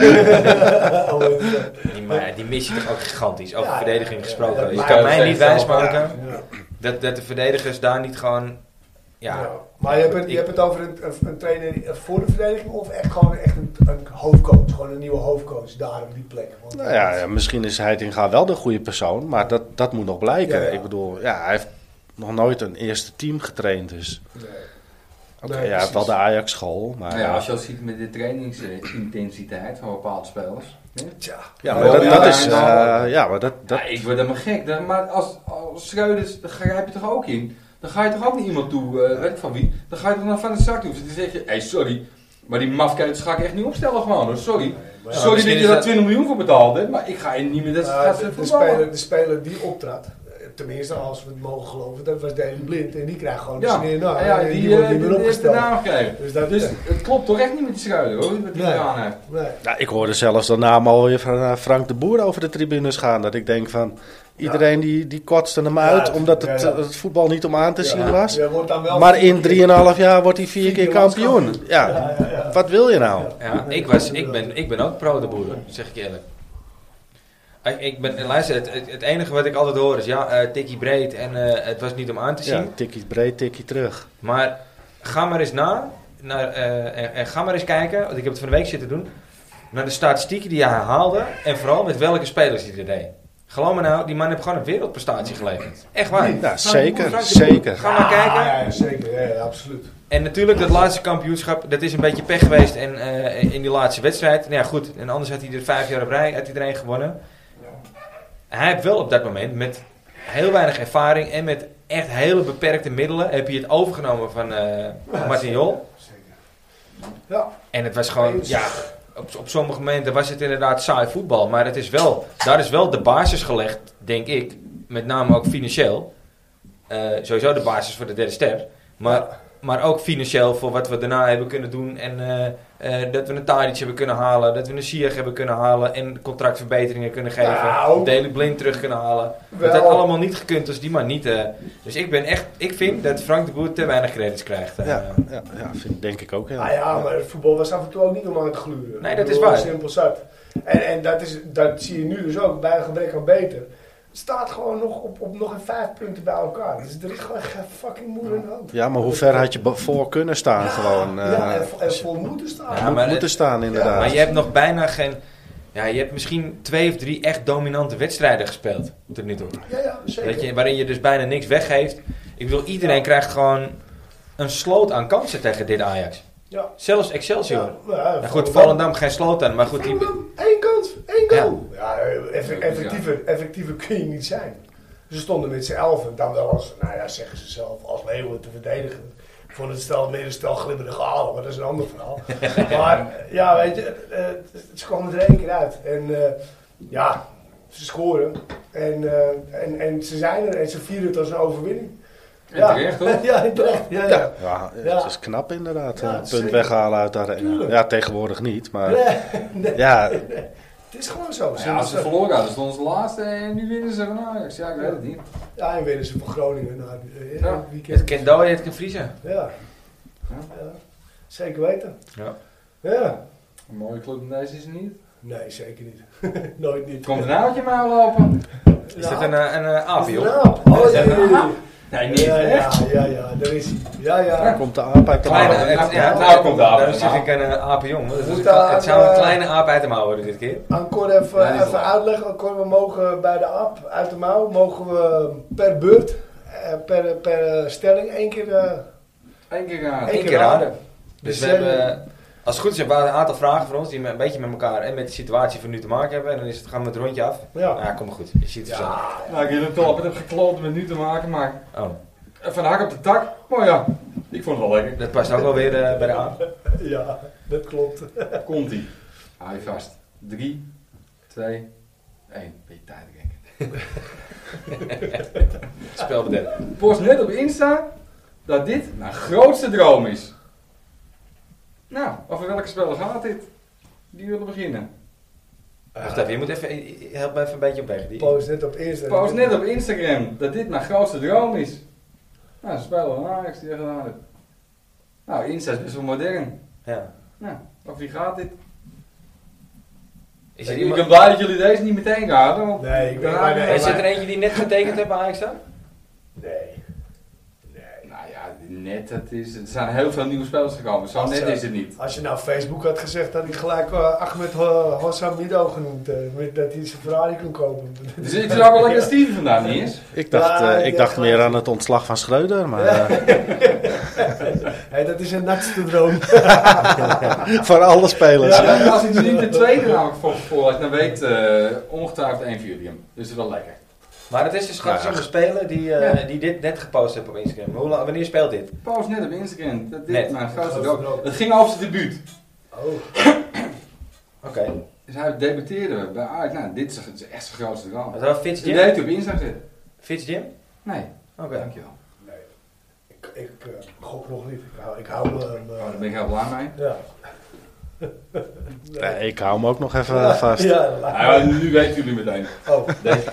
Oh, Winston.
Die, maar ja, die mis je toch ook gigantisch. Over
Ja,
verdediging
ja, ja.
gesproken.
Ja,
je
maar
kan
dat
mij
zegt
niet
zelf,
wijsmaken
Ja.
dat, dat de verdedigers daar niet gewoon... Ja,
Ja. Maar je hebt, het, je
Ik-
hebt het over een, een trainer voor de verdediging of echt gewoon echt een, een hoofdcoach? Gewoon een nieuwe hoofdcoach daar op die plek. Want-
Nou ja, ja, misschien is Heitinga wel de goede persoon, maar dat, dat moet nog blijken.
Ja, ja.
Ik bedoel, ja, hij heeft nog nooit een eerste team getraind, dus...
Nee.
Oké,
Nee,
ja, hij heeft wel de
precies.
Ajax-school, maar...
Nou ja, als je al ziet met de trainingsintensiteit van bepaalde spelers. hè?
Tja,
Ja, maar dat,
Ja,
dat
ja,
is...
ja.
eh, ja, maar dat... dat
Ja, ik word helemaal gek. Dan- Maar als, als Schreuders, daar grijp je toch ook in? Dan ga je toch ook naar iemand toe, eh, weet ik van wie? Dan ga je toch naar Van de Zak toe. Dus dan zeg je, hé, sorry, maar die mafkeuters ga ik echt niet opstellen gewoon, hoor. sorry.
maar
ja,
sorry
misschien
dat je
is
daar
dat-
20 miljoen voor betaald hebt, maar ik ga je niet meer dat
Nou,
Dus gaat
de,
ze
de
voetballen.
speler, de speler die optrad, eh, tenminste als we het mogen geloven, dat was Daley Blind. En die krijgt gewoon
Ja,
een sneer na.
ja, ja,
En
die,
die wordt
eh,
niet
die
meer
heeft de
opgesteld.
naam gekregen.
Dus dat
Dus
eh,
het klopt toch echt niet met die Schreuders, hoor, wat die
Nee.
gedaan heeft.
nee.
ja, ik hoorde zelfs de naam alweer van eh, Frank de Boer over de tribunes gaan, dat ik denk van... Iedereen die, die kotste hem uit,
Ja,
omdat het,
ja, ja.
het voetbal niet om aan te zien was.
Je wordt dan wel
Maar in 3,5 jaar wordt hij vier
Vier
keer
keer
kampioen.
landskampioen.
Ja,
Ja, ja, ja.
wat wil je nou?
Ja, ik, was, ik, ben, ik ben ook pro de boeren, zeg ik eerlijk. Ik- Ik ben, luister, het, het, het enige wat ik altijd hoor is, ja, eh tikkie breed en eh, het was niet om aan te zien.
Ja, tikkie breed, tikkie terug.
Maar ga maar eens na, naar, eh, en, en ga maar eens kijken, want ik heb het van de week zitten doen, naar de statistieken die hij haalde en vooral met welke spelers hij er deed. Geloof me nou, die man heeft gewoon een wereldprestatie geleverd. Echt waar.
Ja,
Frank de Boer,
zeker,
Frank de Boer.
zeker.
Ga maar kijken.
Ja, ja, zeker. Ja, ja, absoluut.
En natuurlijk, dat laatste kampioenschap, dat is een beetje pech geweest en, eh, in die laatste wedstrijd. Nou ja, goed. En anders had hij er vijf jaar op rij, had iedereen gewonnen. Hij heeft wel op dat moment, met heel weinig ervaring en met echt hele beperkte middelen, heb hij het overgenomen van eh Martin Jol.
Zeker. Ja,
En het was gewoon, ja, op, op sommige momenten was het inderdaad saai voetbal. Maar het is wel, daar is wel de basis gelegd, denk ik. Met name ook financieel. Eh, sowieso de basis voor de derde ster. Maar, maar ook financieel voor wat we daarna hebben kunnen doen. En eh, eh, dat we een Tadic hebben kunnen halen. Dat we een Sieg hebben kunnen halen. En contractverbeteringen kunnen geven.
Nou.
Delen blind terug kunnen halen.
Wel.
Dat had allemaal niet gekund als die maar niet... eh, dus ik ben echt... Ik vind dat Frank de Boer te weinig credits krijgt. eh.
Ja, ja, ja vind, denk ik ook.
ah, ja, maar het voetbal was af en toe ook niet om aan te gluren.
Nee, dat
Ik
is
bedoel,
waar.
Simpel zat. En, en dat, is, dat zie je nu dus ook, bij een gebrek aan beter. Het staat gewoon nog op, op nog een vijf punten bij elkaar. Dus er is gewoon geen fucking moer in de hand.
Ja, maar hoe ver had je be- voor kunnen staan gewoon? eh,
ja, en, vo- en
als je
vol moeten staan.
Ja,
moet-
maar
moeten
het-
staan inderdaad.
Maar je hebt nog bijna geen. Ja, je hebt misschien twee of drie echt dominante wedstrijden gespeeld. Tot nu toe.
Ja, ja, zeker.
Weet je, waarin je dus bijna niks weggeeft. Ik bedoel, iedereen krijgt gewoon een sloot aan kansen tegen dit Ajax.
ja.
Zelfs Excelsior. Ja,
ja,
goed, Volendam geen sloot aan, maar goed. Die,
Volendam, één kans, één goal. Ja, eh, eff-
Ja.
effectiever, effectiever kun je niet zijn. Ze stonden met z'n elfen, dan wel als, nou ja, zeggen ze zelf, als leeuwen te verdedigen. Ik vond het stel meer een stel glibberige halen, maar dat is een ander verhaal. maar eh, ja, weet je, eh, het- ze kwamen er één keer uit. En eh, ja, ze scoren. En, eh, en, en ze zijn er en ze vieren het als een overwinning.
En terecht, hoor.
Ja, terecht. Ja, ja.
Ja,
Ja.
het is knap inderdaad.
Ja,
een punt
zeker.
weghalen uit de arena.
Tuurlijk.
Ja, tegenwoordig niet, maar
Nee,
ja,
het is gewoon zo.
Oh Ja, als ze verloren hadden, stonden ze laatste en nu winnen ze van Ajax. Ja, ik weet het niet.
Ja, en winnen ze van Groningen na het eh,
Ja.
het
weekend.
kan dooien, het kan vriezen.
Ja. Ja, zeker weten.
Ja.
Ja.
Een mooie club in deze is het niet.
Nee, zeker niet. Nooit niet.
Komt een naaldje mij lopen?
Is dat een, eh, een, eh, aap,
Is het
joh?
een aap? Oh, ja, ja, ja.
Nee, niet.
Ja,
echt.
ja, ja, ja, daar is hij. Ja,
daar
ja.
komt de aap uit de
Kleine,
mouw.
het- ja,
Nou, nou komt de aap.
Daarom zeg ik een eh, apenjong. Het,
Moet
is-
daar,
het zou een
eh,
kleine aap uit de mouw worden dit keer.
Aan Cor even,
Ja, die is
even
wel.
uitleggen. Cor, we mogen bij de app uit de mouw, mogen we per beurt, eh, per, per eh, stelling één keer... eh,
Eén keer raden.
Eén
Eén
keer
keer
raden.
raden. Dus
Dus
we
jij-
hebben, als het goed is, hebben we een aantal vragen voor ons die een beetje met elkaar en met de situatie van nu te maken hebben. En dan is het, gaan we het rondje af.
ja.
Ja, kom maar goed. Je ziet het zo.
Ja,
Nou, ik heb het wel. Ik heb gekloot met nu te maken, maar
Oh,
van hak op de tak. Maar ja, ik vond het wel lekker.
dat past ook wel weer eh, bij de aap.
ja, dat klopt.
Komt ie. Hou je vast. 3, 2, 1. Beetje tijd, denk ik.
Spelbedel.
Post net op Insta dat dit mijn grootste droom is. Nou, over welke speler gaat dit? Die willen beginnen.
Wacht even, je moet even, help me even een beetje op weg. Die,
Post net op eerste.
Post net op Instagram dat dit mijn grootste droom is. Nou, ze spelen van Ajax die er gedaan heeft. Nou, Insta is best wel modern.
ja.
Nou, over wie gaat dit?
Is er
ik ben
iemand...
blij dat jullie deze niet meteen raden. Want
Nee, ik ben
Ja,
maar-
nee.
Is er eentje die net getekend heeft bij Ajax dan?
Nee.
Nou ja, net, het is, er zijn heel veel nieuwe spelers gekomen. Zo
Als,
net
eh,
is het niet.
Als je nou Facebook had gezegd, had ik gelijk eh, Ahmed uh, Hossamido genoemd. eh, met dat hij zijn Ferrari kon kopen.
Dus ik zou wel lekker Steven vandaan niet eens.
Ik dacht,
Ja,
eh, ik
ja,
dacht
gelijk.
meer aan het ontslag van Schreuder, maar eh,
Hé, dat is een nachtste droom.
voor alle spelers.
Ja, maar als ik er niet de tweede namelijk voor voorlees, dan weet eh ongetwijfeld één van jullie hem. Dus dat is wel lekker.
Maar het is dus gewoon
Ja.
zo'n speler die, eh,
Ja.
die dit net gepost heeft op Instagram. Hoe lang, wanneer speelt dit?
Post net op Instagram. Dat dit
Net.
mijn grootste
Grootste
droom.
droom.
Het ging over zijn debuut.
Oh,
Oké.
Dus hij debuteerde bij Ajax. Nou, dit is, het is echt zijn grootste droom.
Was dat Fitz
Dus die deed
Jim?
hij op Insta zitten.
Fitz Jim?
Nee,
Oké.
dankjewel.
nee. Ik, ik eh, gok nog niet. Ik hou, ik hou me...
Oh, daar ben ik heel blij mee.
ja.
Nee, ik hou hem ook nog even eh, vast.
Ja, laat-
Ja, nu weten jullie meteen.
Oh,
Nee.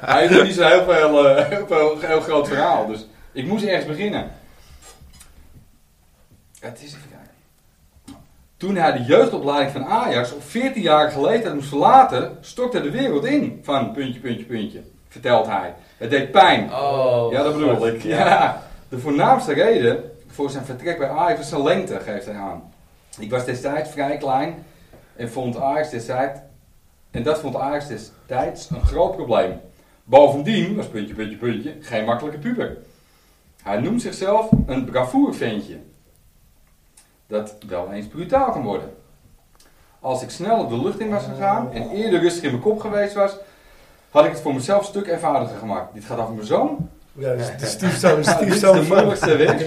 Hij heeft nog niet zo heel, veel, eh, heel, veel- heel groot verhaal. Dus ik moest ergens beginnen. Het is even kijken. Toen hij de jeugdopleiding van Ajax op 14 jaar geleden moest verlaten, stortte de wereld in. Van puntje, puntje, puntje. Vertelt hij. Het deed pijn.
Oh,
ja, dat bedoel
God.
ik. Ja. De voornaamste reden voor zijn vertrek bij Ajax was zijn lengte, geeft hij aan. Ik was destijds vrij klein en vond Ajax destijds en dat vond Ajax destijds een groot probleem. Bovendien was puntje, puntje, puntje geen makkelijke puber. Hij noemt zichzelf een bravoerventje. Dat wel eens brutaal kan worden. Als ik snel de lucht in was gegaan en eerder rustig in mijn kop geweest was, had ik het voor mezelf een stuk ervariger gemaakt. Dit gaat over mijn zoon,
ja, dat is de stiefzoon, de
ja, dit is
stiefzoon
de
van.
moeilijkste weg.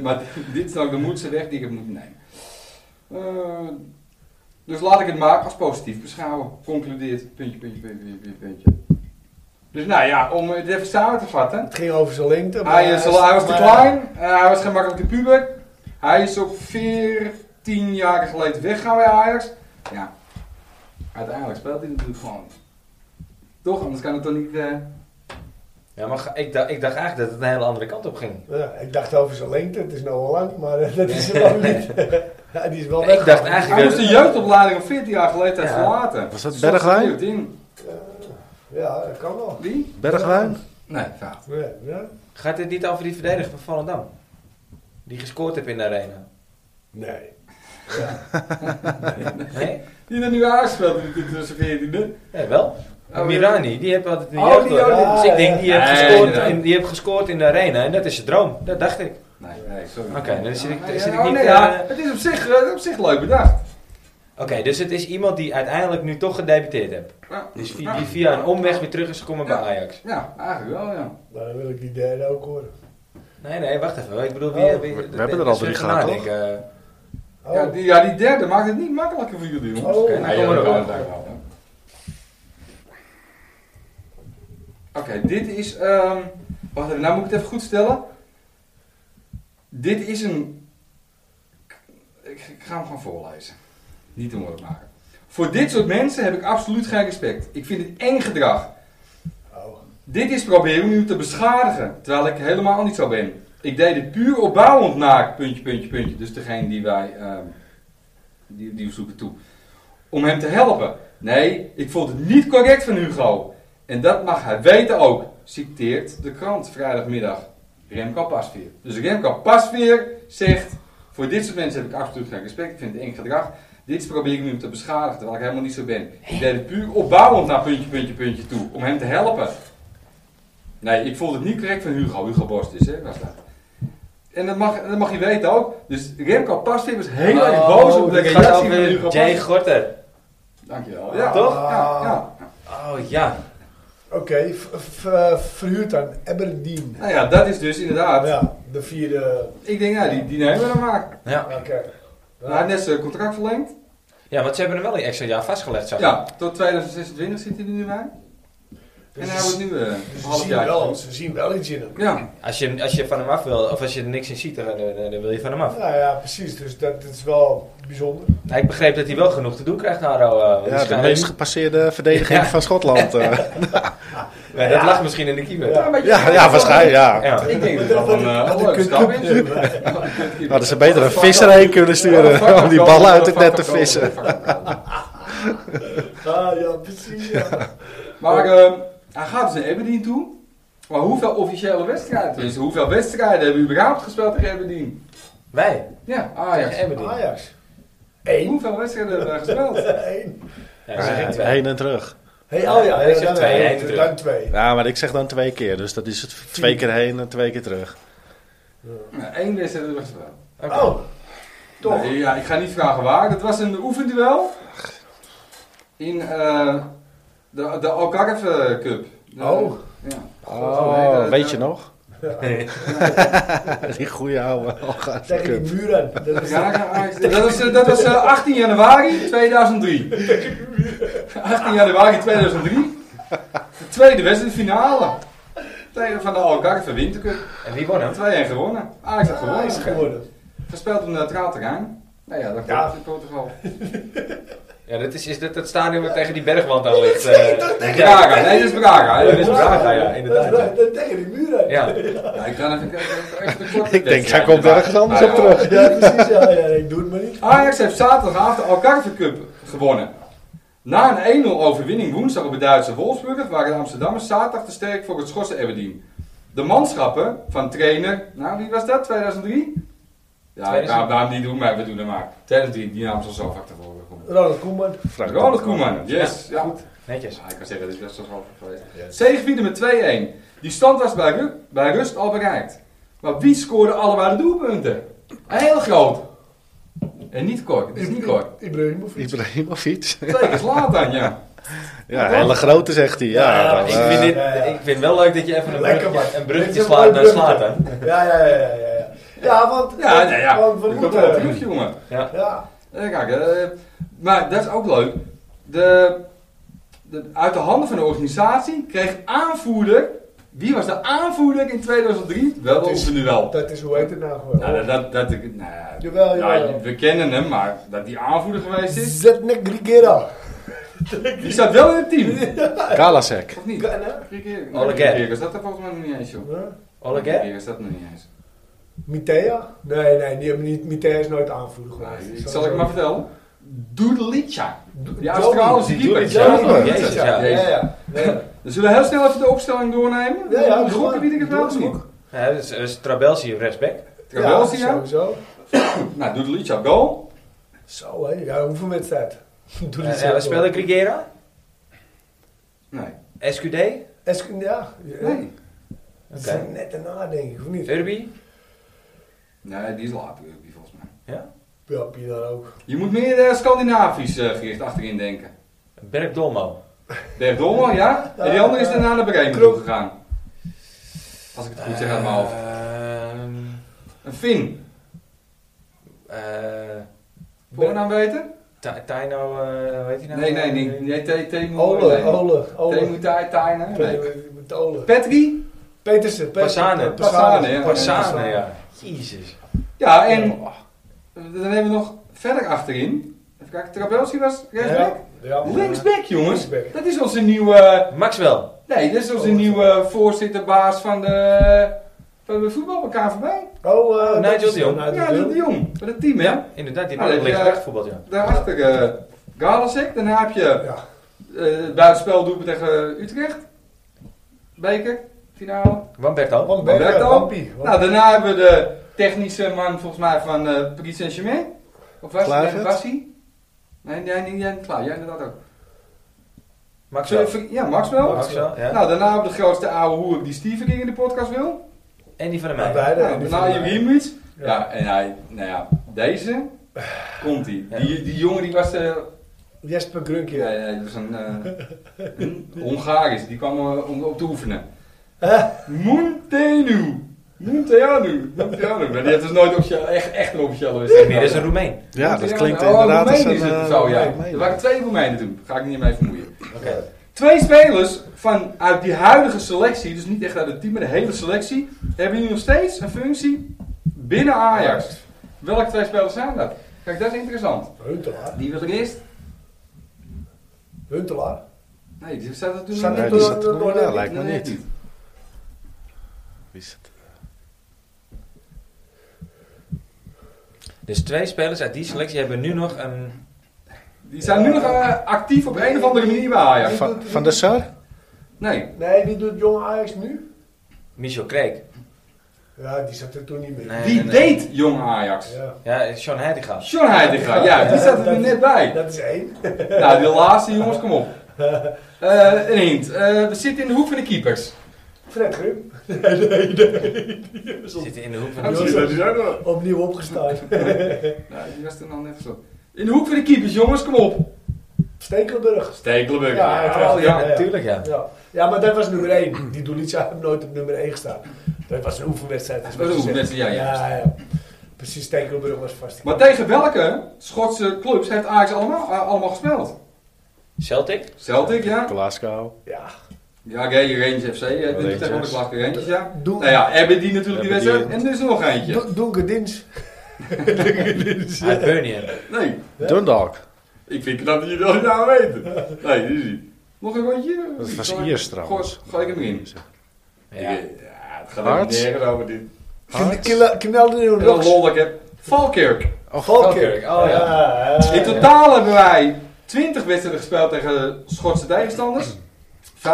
maar dit is ook de moeilijkste weg die ik heb moeten nemen. Eh, dus laat ik het maar als positief beschouwen. Concludeert. Puntje, puntje, puntje, puntje, puntje. Dus nou ja, om het even samen te vatten.
Het ging over zijn lengte. maar
Hij, is, al- Ah, hij was te
maar-
klein, eh, hij was geen makkelijke puber. Hij is op 14 jaar geleden weggegaan bij Ajax. Ja, uiteindelijk speelt hij natuurlijk gewoon. Toch, anders kan het toch niet... eh,
Ja, maar ga- ik, dacht, ik dacht eigenlijk dat het een hele andere kant op ging.
Ja, ik dacht over zijn lengte, het is nou al lang, maar eh, dat is hem ook niet. ja, die is wel weg.
ik dacht eigenlijk...
Hij moest de jeugdopleiding op 14 jaar geleden
Ja.
verlaten.
Was dat
Stond
Bergwijn?
verkeerd in.
Ja, dat kan wel.
Wie?
Bergwijn?
Nee, fout.
Ja, ja.
Gaat dit niet over die verdediger van Volendam? Die gescoord heeft in de arena.
Nee.
Nee?
Die dat nu aanspeelt in de tussen 14e.
Ja, wel.
Oh,
Mirani, die heeft altijd een
Oh,
jeugd
die
door.
ook.
Dus ik denk, die heeft,
Nee,
gescoord
nee.
in, die heeft gescoord in de arena en dat is zijn droom. Dat dacht ik.
Nee, nee, sorry.
Oké, dan zit ik, dan
Ah,
zit ik
oh,
niet...
nee,
eh,
ja, het is op zich, eh, op zich leuk bedacht.
Oké, dus het is iemand die uiteindelijk nu toch gedebuteerd heeft.
Ja,
Dus die, die via een omweg weer terug is gekomen bij
Ja.
Ajax.
ja, eigenlijk wel, ja.
Maar dan wil ik die derde ook horen.
Nee, nee, wacht even. Ik bedoel, wie...
Oh.
eh, wie-
We- we
dat-
hebben er
dat
al
is
drie
weer
gehad,
nadenken. Eh,
Oh,
Ja, die, ja, die derde maakt het niet makkelijker voor jullie, jongens.
Oh.
Oké,
nou,
ja,
kom maar door.
dat kan het eigenlijk wel, hè. Oké, dit is... ehm, wacht even, nou moet ik het even goed stellen. Dit is een... Ik, ik ga hem gewoon voorlezen. Niet te moeilijk maken. Voor dit soort mensen heb ik absoluut geen respect. Ik vind het eng gedrag.
oh.
Dit is proberen om u te beschadigen, terwijl ik helemaal niet zo ben. Ik deed het puur opbouwend naar, puntje, puntje, puntje. Dus degene die wij, ehm, die, die we zoeken toe. Om hem te helpen. Nee, ik vond het niet correct van Hugo. En dat mag hij weten ook, citeert de krant vrijdagmiddag. Remco Pasveer. Dus Remco Pasveer zegt, voor dit soort mensen heb ik absoluut geen respect. Ik vind het eng gedrag. Dit probeer ik nu te beschadigen, terwijl ik helemaal niet zo ben. Ik deed het puur opbouwend naar puntje, puntje, puntje toe. Om hem te helpen. Nee, ik vond het niet correct van Hugo. Hugo Borst is, hè, was dat. En dat mag, dat mag je weten ook. Dus Remco Pasveer was heel erg
oh,
boos op de
dit gaat
reactie van
over
Hugo
Jay
Borst.
Gorter.
Dankjewel. Ja,
Toch?
Ja, ja.
Oh ja.
Oké, v- v- eh, verhuurd aan Aberdeen.
Nou ja, dat is dus inderdaad.
Ja, de vierde.
Ik denk, nou, die, die nemen we dan maar.
ja.
Oké.
Hij heeft net zijn contract verlengd.
Ja, want ze hebben hem wel een extra jaar vastgelegd, zag ik.
Ja, tot 2026 zit hij er nu bij. En hij wordt nu eh, een
Dus we,
half
zien
jaar.
wel, we zien wel iets in hem.
Ja,
Als je, als je van hem af wil, of als je er niks in ziet, dan, eh, dan, dan wil je van hem af.
Nou ja, precies. Dus dat, dat is wel bijzonder.
Nou, ik begreep dat hij wel genoeg te doen krijgt, Haro. eh, want die
Ja, dus de
schade-
meest gepasseerde verdediger
Ja.
van Schotland. eh.
Nee, dat lag misschien in de keeper.
Ja.
maar je-
ja, ja, waarschijnlijk, ja.
Ja.
Ik denk dat dat wel een eh, een leuke stap is.
Nou, dat ze beter een visser heen kunnen sturen om die ballen uit het net te vissen.
Ah ja, precies. Ja.
Maar ehm, hij gaat dus naar Aberdeen toe. Maar hoeveel officiële wedstrijden? Dus hoeveel wedstrijden hebben we überhaupt gespeeld tegen Aberdeen?
Wij,
Ja,
tegen
Ajax.
Aberdeen.
Ajax. Eén.
Hoeveel wedstrijden hebben we gespeeld?
Eén.
Ja, dat zeg ik twee.
Heen en terug.
Hey, oh ja,
Ja, ik zeg
dan-
twee,
dan-
één terug.
Dan twee.
Ja, maar ik zeg dan twee keer. Dus dat is het twee keer heen en twee keer terug.
Nou, Eén wedstrijd hebben we gespeeld.
Oké.
Oh, toch?
Nee, ja, ik ga niet vragen waar. Dat was een oefenduel. In eh de, de Algarve Cup. De-
Oh.
Ja. Nee,
Oh,
dat-
weet je
dat-
nog? Die goede oude Algarve
Tegen
Cup.
die muur aan. Dat is
Ja, ja, Ajax. dat was, eh, dat was eh, 18 januari 2003. 18 januari 2003. De tweede wedstrijd, de finale. Tegen van de Algarve Wintercup.
En wie won hem?
2-1 gewonnen. Ajax had
Ah, is
gewonnen.
geworden.
Gespeeld op neutraal terrein. Nou ja, dan
Ja.
komt het in Portugal.
Ja, dat is, is dat, dat stadion wat tegen die bergwand aan ligt. eh,
tegen-
ja,
Braga, nee, dit is Braga.
Ja,
hè.
dit is Braga, ja, inderdaad.
Dat- dat- Tegen die muur aan.
ja.
Ja, ik kan even kijken. even de korte
Ik denk, hij
wedstrijd
komt
erbij.
ergens anders
Ah,
op
ja.
terug.
Ja, precies. Ja, ja, ik doe het maar niet.
Ajax heeft zaterdagavond de Algarve Cup gewonnen. Na een 1-0 overwinning woensdag op het Duitse Wolfsburg waren de Amsterdammers zaterdag te sterk voor het Schosse Aberdeen. De manschappen van trainer, nou wie was dat, 2003? Ja, ik ga
2000.
het naam niet doen, maar we doen hem maar. 2003, die naam zal zo vaak tevoren komen.
Ronald Koeman.
Frank
Ronald Koeman, yes. Ja, goed.
Netjes.
Ja, ik kan zeggen, dit is best wel half geweest. Zegevierde met 2-1. Die stand was bij, ru- bij rust al bereikt. Maar wie scoorde allebei de doelpunten? Heel groot. En niet kort, het is niet kort.
Ibrahimovic.
Ibrahimovic.
Twee keer Zlatan, ja.
Ja, hele grote zegt hij. Ja,
Ja,
dan,
Ik
eh,
vind, dit,
ja, ja.
ik vind het wel leuk dat je even een
Lekker man.
bruggetje, een bruggetje
Dit is
slaat
een
naar
mooi
Slaten.
bruggetje. Ja, ja, ja, ja, ja. ja. Ja, want...
Ja, ja, ja.
Want we
Dat komt wel
moeten...
terug, jongen.
Ja.
Ja,
Eh, Kijk, eh, maar dat is ook leuk. De, de, uit de handen van de organisatie kreeg aanvoerder... Wie was de aanvoerder in 2003? Wel,
Dat
we
is-
nu wel.
dat is hoe heet het nou gewoon.
Nou, dat, dat, dat, ik- nou, ja,
Jawel,
ja,
jawel.
we kennen hem, maar dat hij aanvoerder geweest is...
Zetnek Grigera.
Die staat wel in het team.
Kalasek.
Of niet?
Ghana?
Grieken.
Alle
Nee,
keer.
Grieken is dat er volgens mij nog niet eens, joh.
Huh?
Oleg,
Grieken is dat nog niet eens.
Mitea? Nee, nee, die hebben niet, Mitea is nooit aanvoerder geweest.
Ik zal ik maar vertellen. Doodelica. Die Australische
Australische
keeper.
Doodelica.
Ja,
Jezus,
Ja,
ja.
ja, ja. Ja,
Dan zullen we heel snel even de opstelling doornemen.
Ja, ja,
Om te
doe
gokken
maar.
wie ik het
Doe
wel
maar,
zie.
gok.
Ja, dat is, dat is Trabelsi, respect.
ja,
Trabelsi, ja.
sowieso.
Nou, Doodelica op goal.
Zo, hè. Ja, hoeveel wedstrijd? Doe
Eh, ja, we spelen Grigera,
Nee.
SQD,
Eskin, ja. ja.
Nee.
Dat is net daarna, denk ik, of niet?
Urbi.
Nee, die is later, die volgens mij.
Ja?
Ja, Pieter ook.
Je moet meer eh, Scandinavisch eh, gericht achterin denken.
Berk Dolmo.
Dirk Dolman, ja? En die andere is daarna naar Bremen toe gegaan. Als ik het goed zeg
Ah.
uit mijn hoofd.
Ehm,
Een Finn.
eh,
Voornaam weten?
Ta- Taino, eh, weet je nou?
Nee, nee, nee. nee te, te,
Ole, Ole,
Temu
Ole.
Tai Taina. Nee.
Pe- Met Ole.
Petri?
Petersen. Pe-
Passane.
Passane, ja.
Passane, ja. Jezus.
Ja, en dan hebben we nog verder achterin. Even kijken, Trabelsi was rechtsback?
Ja, maar-
Linksback, jongens.
Linksback. Oh,
Dat is onze nieuwe...
Maxwell.
Nee, dat is onze nieuwe voorzitterbaas van de, van de voetbal, KVB.
Oh, eh,
Nigel
dat is-
de Jong.
Nigel
Ja,
de
dat de
Jong.
Jong. Van het team, hè?
Inderdaad, die
Nou,
heeft
dat
ligt
je-
recht voetbal, ja.
Daarachter eh Galasek. Daarna heb je
Ja.
eh het buitenspel doelpunt tegen Utrecht. Beker, finale.
Wamberto.
Van
Van
Bergen,
Bergkamp.
Wampie.
Nou, daarna hebben we de technische man volgens mij van eh Paris Saint-Germain. Of was,
Kluivert?
nee, was hij? Nee, jij niet, jij niet klaar. Jij inderdaad ook.
Maxwell.
Sorry, Ja, Maxwell.
Maxwell, ja.
Nou, daarna hebben we de grootste oude hoer die Steven King in de podcast wil.
En die van de
Ja,
mij.
beide.
nou, daarna Juriemuts. Ja.
Ja.
ja, en hij, nou ja, deze komt hij. Die, die jongen die was, eh
Jesper Grunkje.
ja, ja, die was een, eh een Hongaris, die kwam eh, om op te oefenen. Montenu. Monteanu. Monteanu. Maar die heeft dus nooit officieel, echt, echt een officiële wedstrijd.
Nee, dat is een Roemeen.
Ja, dat klinkt
Oh,
inderdaad als
Roemenië
een...
is het
eh,
zo, ja.
Roemenië.
Er waren twee Roemenen toen. Ga ik niet mee vermoeien.
Oké.
Twee spelers van, uit die huidige selectie, dus niet echt uit het team, maar de hele selectie, hebben nu nog steeds een functie binnen Ajax. Welke twee spelers zijn dat? Kijk, dat is interessant.
Huntelaar.
Die wil ik eerst.
Huntelaar.
Nee, die staat er toen
Staat
nog
Nee,
niet
niet.
door-
die staat er
door-
nog niet aan,
door-
lijkt me
Nee,
niet.
niet.
Wie is het?
Dus twee spelers uit die selectie hebben nu nog een...
Die zijn nu nog eh, actief op een of andere manier bij Ajax.
Van, van der Sar?
Nee.
Nee, die doet Jong Ajax nu.
Michel Kreek.
Ja, die zat er toen niet meer.
Nee.
Die deed jong Ajax.
Ja.
Ja, Sean Heitinga.
Sean Heitinga, ja, die zat er nu net bij.
Dat is één.
Nou, die laatste jongens, kom op. Eh een hint. Eh, we zitten in de hoek van de keepers.
Fred Grim. Nee, nee, nee. Die is op-
Zit in de hoek van
Ja,
de...
die is
opnieuw opgestaan.
Nou, die was toen al net zo. In de hoek van de keepers, jongens, kom op.
Stekelenburg.
Stekelenburg.
Ja,
Ja,
uiteraard.
ja.
Natuurlijk, ja.
Ja. ja, maar dat was nummer 1. Die Doelica heeft nooit op nummer 1 gestaan. Dat was een oefenwedstrijd. is
Dat was een
wat je zegt.
oefenwedstrijd, ja,
ja,
ja.
ja. Precies, Stekelenburg was vast.
Maar tegen welke Schotse clubs heeft Ajax allemaal, eh, allemaal gespeeld?
Celtic.
Celtic, ja.
Glasgow.
Ja.
Ja, Gay Range FC. eh,
Rangers.
Die tegenwoordig lag de Rangers, ja.
Doe-
Nou ja, hebben die natuurlijk die wedstrijd.
Aberdeen.
En er is er nog eentje.
Do- Doelke Dins.
Uit Birmingham.
Nee,
Dundalk.
ik vind dat je dat niet aan weten. Nee, dit is niet. Nog een rondje?
Dat was
Zal ik-
Iers trouwens.
Gooi- Gooi ik hem in. eh, Ja,
Ja.
het gaat helemaal
Arts?
nergens over dit.
Knelde in
En dan
de
lol dat ik heb. Valkerk.
Oh,
Valkerk.
oh ja.
In totaal hebben wij 20 wedstrijden gespeeld tegen de Schotse tegenstanders. 50%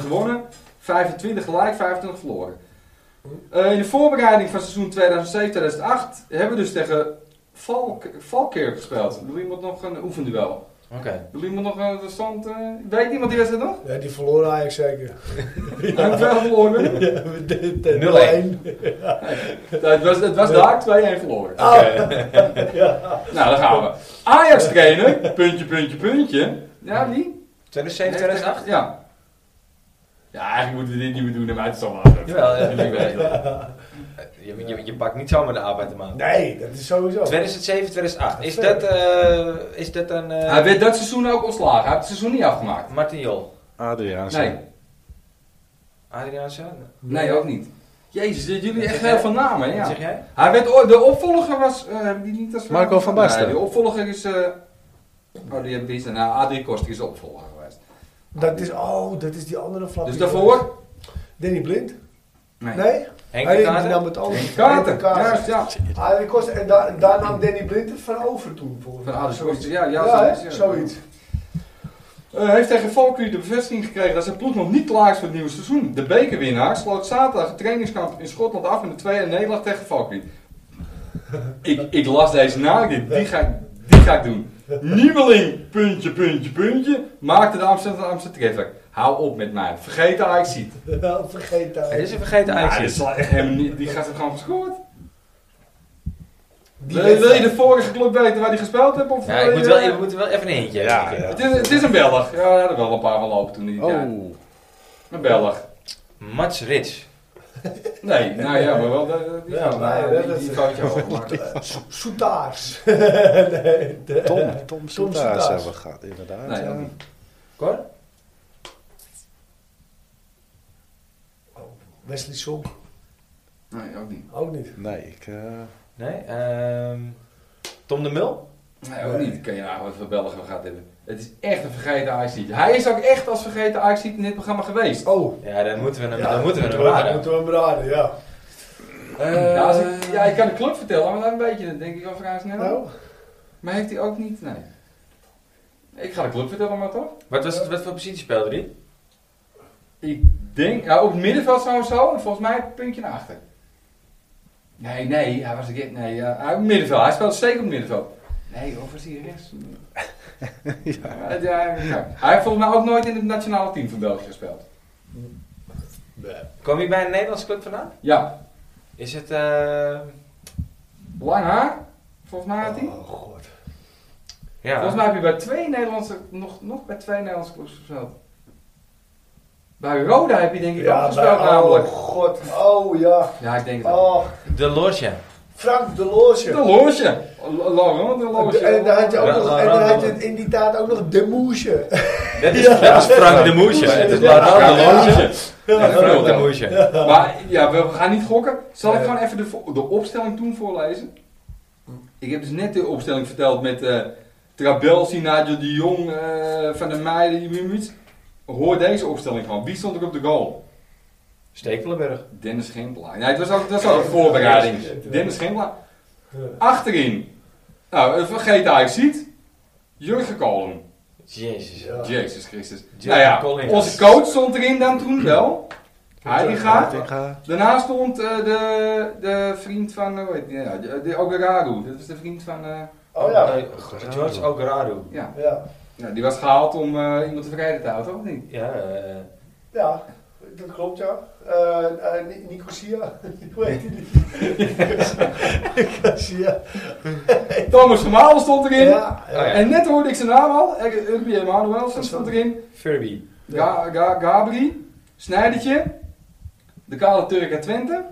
gewonnen, 25 gelijk, 25 verloren. Eh, in de voorbereiding van seizoen 2007-2008 hebben we dus tegen Valk Valkeer gespeeld. Wil iemand nog een oefenduel?
Oké.
Wil iemand nog een de stand? eh, weet iemand die wedstrijd nog?
Ja, die verloren Ajax zeker.
Heb ik wel verloren?
Ja, we deden het
0-1.
0-1.
Nou, het was, het was daar 2-1 verloren.
Ja.
Nou, daar gaan we. Ajax trainen, puntje, puntje, puntje. Ja, wie?
2007, 2008?
Ja. Ja, eigenlijk moeten we dit niet meer doen en uitstand laten.
Jawel, ja.
Jullie weten dat.
Eh, Je, je, je pakt niet zomaar de arbeid te maken.
Nee, dat is sowieso.
2007, 2008. Is dat, eh is dat een... eh
Hij werd dat seizoen ook ontslagen. Hij heeft het seizoen niet afgemaakt.
Martin Jol.
Adriaanse.
Nee,
Adriaanse?
nee ook niet. Jezus, dit- jullie echt heel veel namen,
Wat
ja.
zeg jij?
Hij werd, o- de opvolger was... eh, heb ik die niet als
Marco van Basten.
Nee, de opvolger is... eh, oh, die heb ik niet. Nou, Adrie Koster is de opvolger geweest.
Dat is, oh, dat is die andere flap.
Dus daarvoor...
Danny Blind?
Nee.
Nee?
Henk
Hij
de
die nam
Kaarten?
het anders.
Henk Kaarten.
Henk Kaarten.
Juist, ja.
Ah, die kost, en daar, daar nam Danny Blind het van over toen, volgens
Van
mij.
Adrie
Zoiets.
Koster, ja. Ja,
hè?
ja.
zoiets.
Eh, heeft tegen Valkyrie de bevestiging gekregen dat zijn ploeg nog niet klaar is voor het nieuwe seizoen. De bekerwinnaar sloot zaterdag het trainingskamp in Schotland af met een 2-1 nederlaag tegen Valkyrie. ik, ik las deze na, ik dacht, die ga ik, die ga ik doen. Nieuweling, puntje, puntje, puntje, maakte de Amsterdamse treffer. Hou op met mij, vergeet de Ajax ziet.
Nou, vergeet dat.
Het is een vergeten
Ja, dit
ijsje.
sla- echt helemaal niet- die gaat hem gewoon gescoord.
Die
Wil wil je de vorige club weten waar die gespeeld heeft? Of
Ja, ik
wil
moet
je-
wel, ik moet wel even een eentje.
Ja,
hebben.
ja.
Het, is, het is een Belg. Ja, hij had er wel een paar gelopen toen hij ja,
Oh,
Een Belg.
Mats Rits.
Nee, nou ja, maar wel de, die
Ja,
ja,
maar
die,
dat
die,
is-
foutje overmaken.
Soetaars. eh, nee, de-
Tom. Tom Soetaars
Soetaars.
hebben we gehad, inderdaad.
Nee,
ja.
ook niet.
Cor?
Wesley Song,
Nee, ook niet.
ook niet.
Nee, ik... eh,
Nee? ehm, Tom de Mul?
Nee, ook niet. Kun je nou wat voor Belgen we gaat hebben. Het is echt een vergeten ajax Hij is ook echt als vergeten ajax in dit programma geweest.
Oh.
Ja, dan moeten we hem,
Ja,
dan moeten we
dat
hem raden.
moeten we hem raden, ja.
Eh,
ja, als ik, ja, ik kan de club vertellen, maar dan een beetje, dan denk ik wel vrij snel.
Nou,
Maar heeft hij ook niet? Nee. Ik ga de club vertellen, maar toch?
Wat was het, wat voor positie speelde die?
Ik denk, ja, op het middenveld sowieso, en volgens mij een puntje naar achter. Nee, nee, hij was een nee, ja, hij- op het middenveld. Hij speelt zeker op het middenveld. Nee, of was hij rechts? ja. ja, ja. Hij heeft volgens mij ook nooit in het nationale team van België gespeeld.
Kom je bij een Nederlandse club vandaan?
Ja,
Is het... eh
lang haar, volgens mij had hij.
oh god.
ja.
Volgens mij heb je bij twee Nederlandse, nog, nog bij twee Nederlandse clubs gespeeld. Bij Roda heb je denk ik ook
Ja,
gespeeld
maar- oh
namelijk.
god. Oh ja.
Ja, ik denk dat.
Oh,
De Loge.
Frank de
De
Loosje.
loge. Lo- Laurent de loge.
En daar had je ook
Ja,
nog,
La-
en daar
La-
had je in die tijd ook nog de moesje.
Dat is, dat is Frank de Moesje. Het is Laurent
Ja,
de Loge.
Ja,
En Frank de
Roda.
Moesje.
Maar ja, we gaan niet gokken. Zal ik gewoon even de, vo- de opstelling toen voorlezen? Ik heb dus net de opstelling verteld met eh Trabelsi, Nadio de Jong, eh, Van der Meijden, Jumuts. Hoor deze opstelling gewoon. Wie stond er op de goal?
Stekelenburg.
Dennis Gimpelaar. Nee, het was ook, het was ook een voorbereiding. Dennis Gimpelaar. Achterin. Nou, eh, vergeet hij ziet. Jurgen Kolen.
Jezus.
Ja.
Jezus Christus.
Jurgen
Nou ja,
Collins.
onze coach stond erin dan toen wel. Hij die gaat.
Heitinga.
Daarna stond eh, de, de vriend van, eh, hoe heet die, ja, de, de Ogararu. Dat is de vriend van, eh,
Oh ja.
Eh, George Ogaradu.
ja.
Ja.
ja. Die was gehaald om eh, iemand te verrijden te houden, toch? Of niet?
Ja, eh,
Ja, dat klopt ja. Eh eh, Ni- Nicosia, hoe heet die? Nicosia.
Thomas Vermalen stond erin.
Ja, ja.
En net hoorde ik zijn naam al. Er- Urbi Emanuelsen stond erin.
Furby.
Ga, Ga, Gabri. Snijdertje. De kale Turk uit Twente.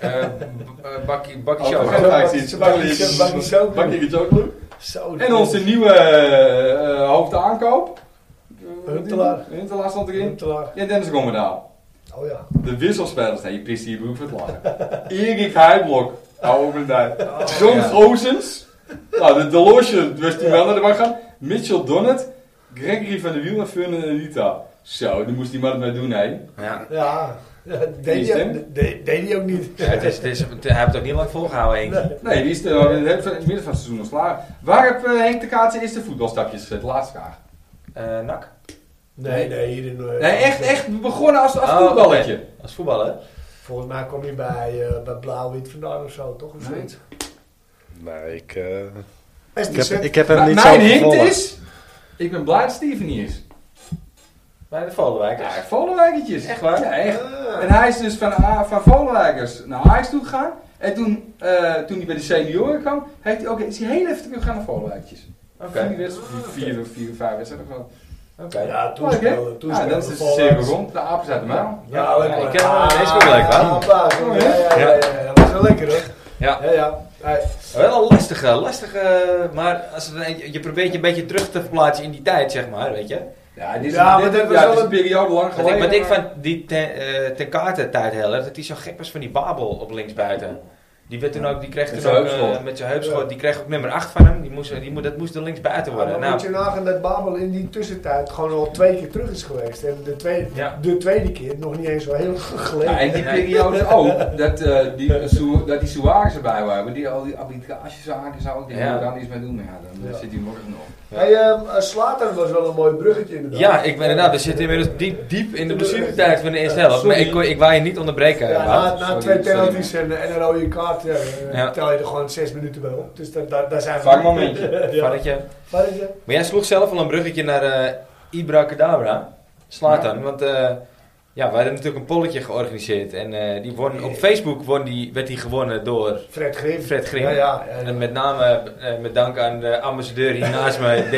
Eh, b- eh, Bakkie Bakkie
Oh,
Show.
vergeet
Ja,
hij
Bakkie-
iets.
Bakkie-
Bakkie-
Bakkie Show.
Bakkie de Joker.
Zo,
En onze nieuwe eh, eh, hoofdaankoop. Eh,
Huntelaar.
Huntelaar stond erin.
Huntelaar.
Ja, Dennis Gommedaal.
Oh ja.
De wisselspelers, nee, je pist hier broek van het lachen. Erik Heijblok, Hou op met mij. John Gozens. Nou, de Delotion, dus die wel naar de bank gaan. Mitchell Donnet. Gregory van der Wiel en Fernand Anita. Zo, daar moest die man het mee doen, hè.
Ja.
Ja, ja, deed
Wie is
hij
hem?
ook- de- deed hij ook niet.
Ja, het is, het is, het- hij heeft het ook niet lang volgehouden, Henk.
Nee, die is de, in het midden van het seizoen ontslagen. Waar heb eh, Henk de Kaat zijn eerste voetbalstapjes gezet? Laatste vraag.
Eh, Nak?
Nee, nee. hier in, eh,
Nee, echt, echt. We begonnen als, als
Oh,
voetballetje.
oké. Als voetballer?
Volgens mij kwam hij bij, eh, bij Blauw-Wit vandaan of zo, toch? Of
Nee.
zoiets.
Nee, ik, eh,
Hij is
ik,
niet
heb,
zet.
ik heb hem
Maar
niet zo
Nou, mijn hint
gevolgd.
is... Ik ben blij dat Steven niet is.
Bij de Vollenwijkers.
Ja, Volenwijkertjes.
Echt waar?
Ja, echt.
Ah.
En hij is dus van, A- van Volenwijkers naar Ajax toe gegaan. En toen, eh, toen hij bij de senioren kwam, heeft hij ook, is hij heel even teruggegaan naar Volenwijkertjes.
Oké.
Vier wedstrijden, vier, vier, vier, vijf wedstrijden. of zo.
Oké.
Ah, Ja, toen
Leuk, hè?
speelde toen
Ja,
speelde
dat is dus de
Volwaarts.
cirkel rond. De apen uit de maan.
Ja, leuk,
hoor.
ik ken hem wel. Deze is wel leuk, hoor.
Ah, applaus, hoor. Ja, ja, ja, ja, ja. Dat was wel lekker hoor.
Ja.
Ja, ja. Hey,
Wel een lastige, lastige, maar als het een- je probeert je een beetje terug te verplaatsen in die tijd, zeg maar, weet je.
Ja, dit is,
Ja, maar
dit,
dat was
ja,
wel
dit is een
een-
periode
Wat
lang
ik,
geleden.
wat ik
maar-
van die ten, eh, ten kaarten tijd heel erg, dat die zo gek was van die Babel op linksbuiten. Die, werd toen ook, die kreeg
Met
toen
zijn
ook eh,
heupschot.
met zijn heupschot,
Ja.
die kreeg ook nummer 8 van hem, die moest, die, moet- dat moest de linksbuiten
maar
worden.
dan
Nou,
moet je nagaan dat Babel in die tussentijd gewoon al twee keer terug is geweest. En de tweede,
Ja.
de tweede keer, nog niet eens zo heel geleden.
Ja, en die periode ook, dat, eh die, eh, Su- dat die Suarez erbij waren, die al die arbitragezaken zou ik
Ja.
ja. daar niets mee doen. Maar ja, dan
Ja.
zit hij morgen nog.
Hey, ehm, Slater was wel een mooi bruggetje inderdaad.
ja, ik ben inderdaad, we zitten inmiddels diep, diep in de blessuretijd van de eerste helft, maar ik, kon- ik wou je niet onderbreken, Wout.
Ja, na, na
sorry,
twee
sorry,
penalties en, en een rode kaart ja, eh,
Ja.
tel je er gewoon zes minuten bij op. Dus daar, daar, daar zijn we.
Vaak momentje.
Ja.
Varretje.
Varretje.
Maar jij sloeg zelf al een bruggetje naar eh Ibra Kadabra. Slaat dan, want eh, ja, we hadden natuurlijk een polletje georganiseerd. En eh, die won, op Facebook won die, werd die gewonnen door
Fred Grim.
Fred Grim.
Ja, ja, ja, ja.
En met name eh, met dank aan de ambassadeur hier naast mij, D.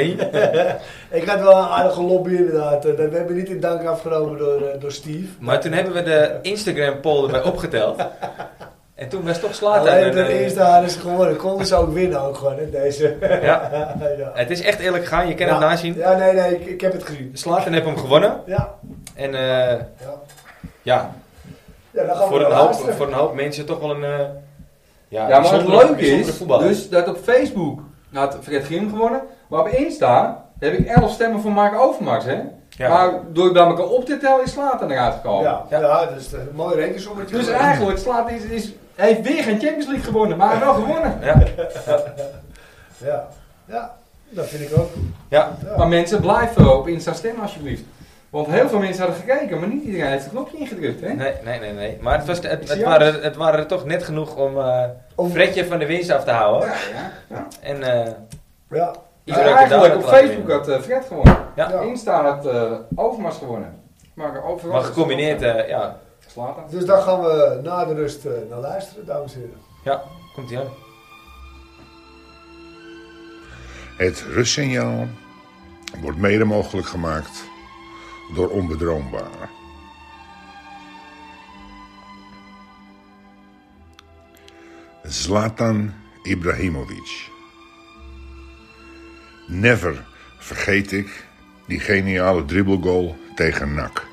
Ik had wel een aardige lobby inderdaad. Eh, dat- We hebben niet in dank afgenomen door, eh, door Steve.
Maar toen hebben we de Instagram poll erbij opgeteld. En eh, toen was toch Slaat
Alleen de eerste haar is gewonnen. Konden ze dus ook winnen ook gewoon in deze.
Ja,
ja.
het is echt eerlijk gegaan, je kan het
Ja.
nazien.
Ja, nee, nee, ik, ik heb het gezien.
Slaat heeft hem gewonnen.
Ja,
En eh,
ja.
ja,
ja dan gaan
voor
we
een,
naar
hoop,
luisteren.
voor een hoop mensen toch wel een. eh, ja,
Ja, maar het
bijzondere-
leuke
bijzondere
is,
voetballer.
dus dat op Facebook had Fred Grim gewonnen, maar op Insta heb ik 11 stemmen voor Mark Overmars, hè?
Ja.
Maar door bij elkaar op te tellen is Slater eruit gekomen.
Ja,
Ja.
ja. dus eh, een mooi rekensommetje.
Dus eigenlijk, Slater is, is, hij heeft weer geen Champions League gewonnen, maar hij heeft wel gewonnen.
Ja,
Ja, ja. Dat vind ik ook.
ja,
Ja.
Maar mensen, blijven op Insta stemmen alsjeblieft. Want heel veel mensen hadden gekeken, maar niet iedereen heeft het knopje ingedrukt, hè?
nee, nee, nee, nee. Maar het, was, het,
Ik
het,
zie
waren, er- het waren er toch net genoeg om eh
Om-
Fredje van de winst af te houden.
Ja, ja, ja.
En eh
Ja.
Ja,
Iedereen
eigenlijk
kan
op
daar ook
Facebook
laten
had eh, Fred gewonnen.
Ja.
Ja.
Insta had eh, Overmars gewonnen. Maar, overal
maar gecombineerd, eh, ja,
Slater.
Dus daar gaan we na de rust eh, naar luisteren, dames en heren.
ja, komt ie aan.
Het rustsignaal wordt mede mogelijk gemaakt door onbedroombare. Zlatan Ibrahimovic. Never vergeet ik die geniale dribbelgoal tegen NAC.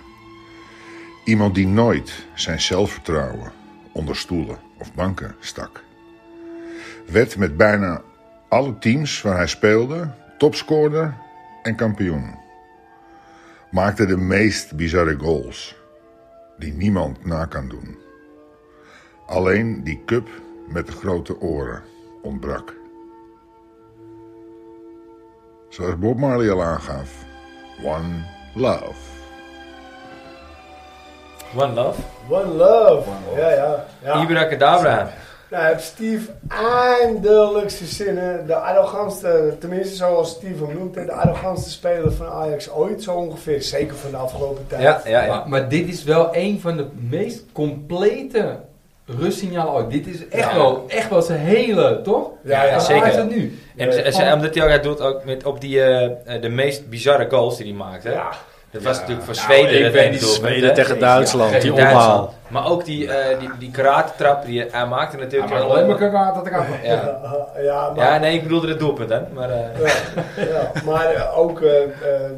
Iemand die nooit zijn zelfvertrouwen onder stoelen of banken stak werd met bijna alle teams waar hij speelde topscorer en kampioen. Maakte de meest bizarre goals die niemand na kan doen. Alleen die cup met de grote oren ontbrak. Zoals Bob Marley al aangaf, one love.
One Love.
One love. Ja, ja. ja.
Ibra Kadabra.
Nou, heeft Steve eindelijk zijn zinnen. De arrogantste, tenminste zoals Steve hem noemt, hè, de arrogantste speler van Ajax ooit, zo ongeveer. Zeker van de afgelopen tijd.
Ja, ja, ja.
Maar, maar dit is wel een van de meest complete rustsignalen ooit. Dit is echt,
Ja.
wel, echt wel zijn hele, toch?
Ja, ja,
Waar
zeker.
is het nu?
En ze- ze- omdat hij ook, hij doet ook met, op die, eh, eh, de meest bizarre goals die hij maakte.
Ja.
Dat was natuurlijk voor
Nou,
Zweden.
ik
dat
ben
ene
die
doelpunt,
Zweden
hè.
tegen Duitsland, die
Duitsland.
omhaal.
Maar ook die, eh die, die karatentrap die hij- hij maakte
Ja,
natuurlijk.
maar
wel-
alleen maar kakao dat ik af.
ja.
Ja, ja, maar,
ja, nee, ik bedoelde het doelpunt, hè. Maar, eh,
ja, ja, maar eh, ook eh, eh,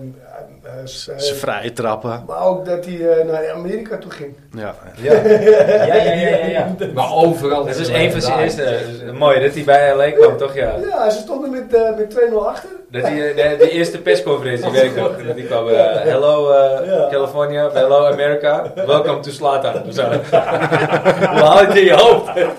Eh, s- eh,
Ze vrije trappen.
maar ook dat hij eh, naar Amerika toe ging.
Ja.
Ja, ja, ja, ja. ja, ja.
Maar overal.
Dat is
hebben
een
we
van zijn
gedaan.
eerste. Dus, eh, Mooi dat hij bij LA kwam, toch? Ja.
Ja, ze stonden met, eh, met 2-0 achter.
Dat hij, eh, de, de eerste persconferentie, weet ik nog. Dat die kwam, eh, hello eh,
Ja.
California, of hello America, welcome to Slatan. Of zo. Hoe haal je het in je hoofd?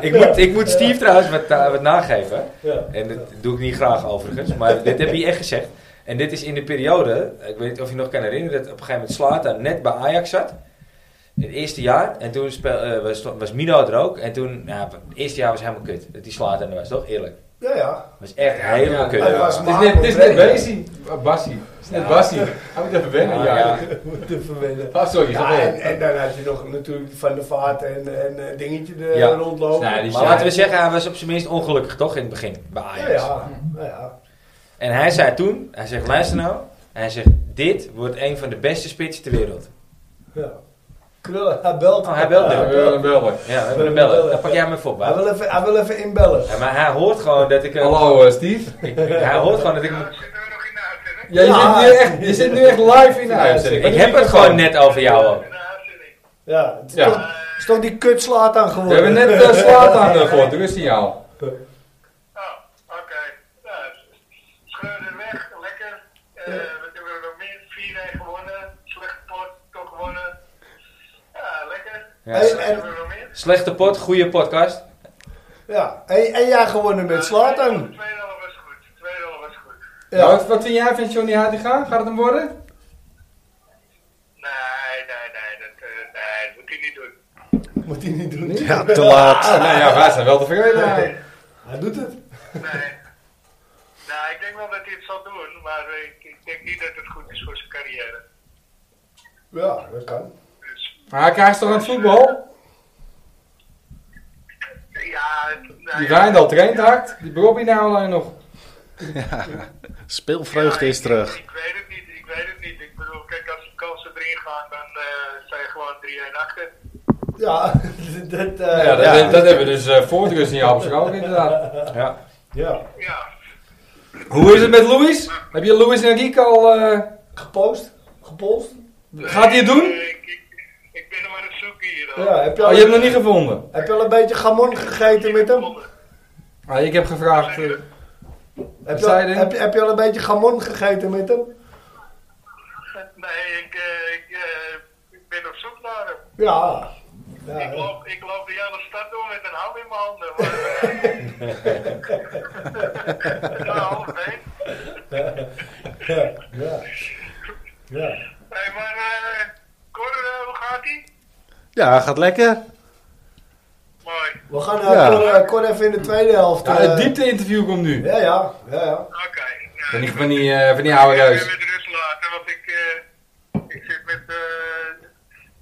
ik, moet, ik moet Steve trouwens wat, eh, wat nageven.
Ja.
En dat doe ik niet graag overigens, maar dit heb je echt gezegd. En dit is in de periode, ik weet niet of je nog kan herinneren, dat op een gegeven moment Slatan net bij Ajax zat. In het eerste jaar, en toen speel, eh, was, was Mino er ook. En toen, nou, het eerste jaar was helemaal kut. Dat die Slatan er was, toch? Eerlijk.
Ja, ja.
Dat was echt helemaal
ja.
kut.
Hij was
Het is
maar
net, het is net
ontbreken.
Basie. Ah, Bassie. Het is net Bassie. Hij moet even wennen.
Ah,
ja.
ja.
Moet even wennen.
Ah, sorry. ga
Ja, en,
verder.
en dan had je nog natuurlijk Van der Vaart en, en eh, Dingetje er
Ja.
rondlopen.
Nee, die
Maar
Ja,
laten we
ja.
zeggen, hij was op zijn minst ongelukkig toch in het begin bij Ajax.
ja, ja, ja, ja.
En hij zei toen, hij zegt luister nou, hij zegt dit wordt een van de beste spitsen ter wereld.
ja. Krullen, hij belt.
Oh, hij belt
Ja,
nu.
we willen hem wel, hoor.
Ja, we hebben een bellen. Dan pak jij me voor,
Hij
Bart.
wil even, hij wil even inbellen.
Ja, maar hij hoort gewoon dat ik... eh,
Hallo eh, Steve.
ik- ik- hij hoort gewoon dat ik...
Ja, je,
Ja.
Zit nu echt, je zit nu echt live in de uitzending.
Ik heb het gewoon net over jou ook.
Ja, het is,
Ja.
Toch, het is toch die kut slaat aan
We
geworden.
hebben net eh, slaat aan eh, gehoord. Er is signaal.
Oh, oké. Nou, scheuren weg, lekker. Eh Wat hebben we nog meer? 4-1 gewonnen. Slechte pot, toch gewonnen. Ja, lekker.
Ja.
Hey,
Wat
en-
hebben we nog meer?
Slechte pot, goede podcast.
ja. en, en jij gewonnen met slaat aan.
2-0 was goed. 2-0 was goed.
Nou,
Ja.
wat, wat vind jij van Johnny Heitinga? Gaat het hem worden?
Nee, nee, nee. Dat, eh, nee, dat moet hij niet doen.
Moet hij niet doen.
Ja, te laat.
Ah, nou ja, wij zijn wel tevreden.
Hij doet het.
Nee. nou, ik denk wel dat hij het zal doen. Maar eh, ik, ik denk niet dat het goed is voor zijn carrière.
Ja, dat kan.
Dus
Maar hij krijgt toch aan het voetbal?
ja, het- nou
Die
ja.
Wijndal traint hard. Die Bobby nou alleen nog.
Speelvreugde is terug.
Ik, ik weet het niet, ik weet het niet. Ik bedoel, kijk, als de kansen erin gaan, dan eh zijn je gewoon 3-1 achter.
Ja, dat... eh,
Ja, dat,
Ja.
dat hebben we dus eh voor de rust niet al besproken inderdaad.
Ja.
ja.
Ja,
Hoe is het met Louis? Heb je Louis en Rieke al... eh,
Gepost? Gepolst?
gaat hij het doen?
eh, ik, ik, ik ben hem aan het zoeken hier. hoor.
Ja, heb je, al,
Oh, je hebt hem nog niet gevonden?
heb je al een beetje gamon gegeten met hem?
Ah, ik heb gevraagd... eh,
Heb je,
zei
al,
je dan?
heb, je- heb je al een beetje gamon gegeten met hem?
Nee, ik, eh, ik, eh, ik ben op zoek naar hem.
Ja. Ah, Ja,
Ik, loop, ik loop de hele stad door met een hou in mijn handen. Maar, eh, ja, half één.
ja, ja. ja.
Hey, maar eh, Cor, eh, hoe gaat ie?
Ja, gaat lekker.
Mooi.
We gaan
Ja.
eh Cor, eh, Cor even in de tweede helft.
Ja, het
eh,
diepte-interview komt nu.
Ja, ja, ja, ja.
Oké. ja.
Van die, van die, eh, van die oude
Ik wil
reus.
met rust laten, want ik, eh, ik zit met eh,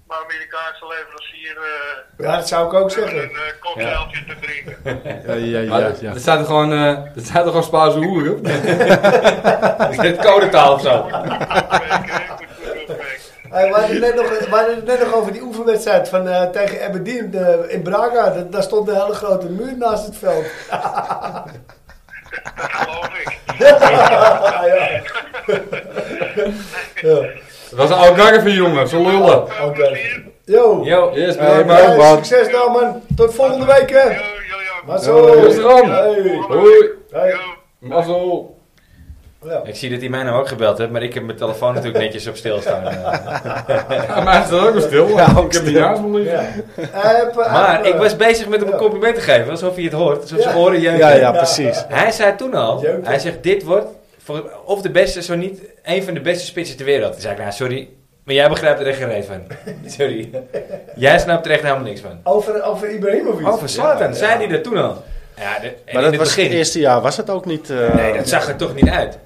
mijn Amerikaanse leverancier eh,
Ja, dat zou ik ook
met een
zeggen.
eh, cocktailtje te drinken.
Ja, ja,
Maar
ja.
dat, dat zijn toch gewoon, eh dat zijn toch gewoon Spaanse hoeren? of niet?
Is dit codetaal of zo?
Hey, we, hadden het net nog, we hadden het net nog over die oefenwedstrijd van, eh, tegen Aberdeen eh, in Braga. Dat, daar stond een hele grote muur naast het veld.
Dat geloof ik.
ja. ja.
Dat was een Algarve jongen, zo lullen.
Oké.
Oké. Yo.
Yo.
Yes,
Eh,
man,
ja,
man, man.
succes daar, man. Tot volgende week, hè.
Yo, yo, yo.
Maar zo.
Rustig aan.
Hey.
Hoi.
Hey.
Yo.
Mazzel.
Ja.
Ik zie dat hij mij nou ook gebeld heeft, maar ik heb mijn telefoon natuurlijk netjes op stilstaan. eh.
Ja, maar hij staat ook wel stil. ik heb die naast me
Ja.
liggen.
Hij heeft, eh,
Maar
eh,
ik was bezig met hem
Ja.
een compliment te geven, alsof hij het hoort. Alsof zijn
Ja.
oren jeuken.
Ja, ja, precies.
Hij zei toen al,
Jeugd.
hij zegt dit wordt voor, of de beste, zo niet, een van de beste spitsen ter wereld. Toen zei ik, nou sorry, maar jij begrijpt er echt geen reet van. Sorry. Jij snapt er echt helemaal niks van.
Over, over Ibrahimovic.
Oh, van Slatan, zei hij dat toen al? Ja, de- en in
Maar dat
het
was
begin,
het eerste jaar was het ook niet. eh,
nee, dat zag er toch niet uit.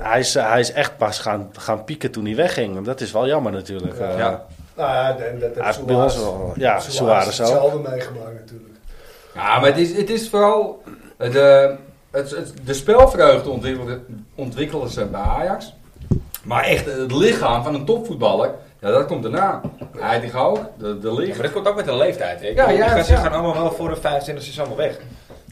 hij, is, hij is echt pas gaan, gaan pieken toen hij wegging. Dat is wel jammer natuurlijk. eh.
Ja.
Nou ja, dat, dat
Hij
heeft
heeft bij ons
Suarez-
wel. Ja,
Suarez
Suarez ook.
hetzelfde meegemaakt natuurlijk.
Ja, maar het is, het is vooral... De, het, het, de spelvreugde ontwikkelde, ontwikkelen ze bij Ajax. Maar echt het lichaam van een topvoetballer, ja, dat komt daarna. Heidig ook, de, de
Ja, maar
licht.
dat komt ook met de leeftijd. Hè?
Ja,
Ja,
ja,
ja, ze
ja.
gaan allemaal wel voor de 25 is allemaal weg.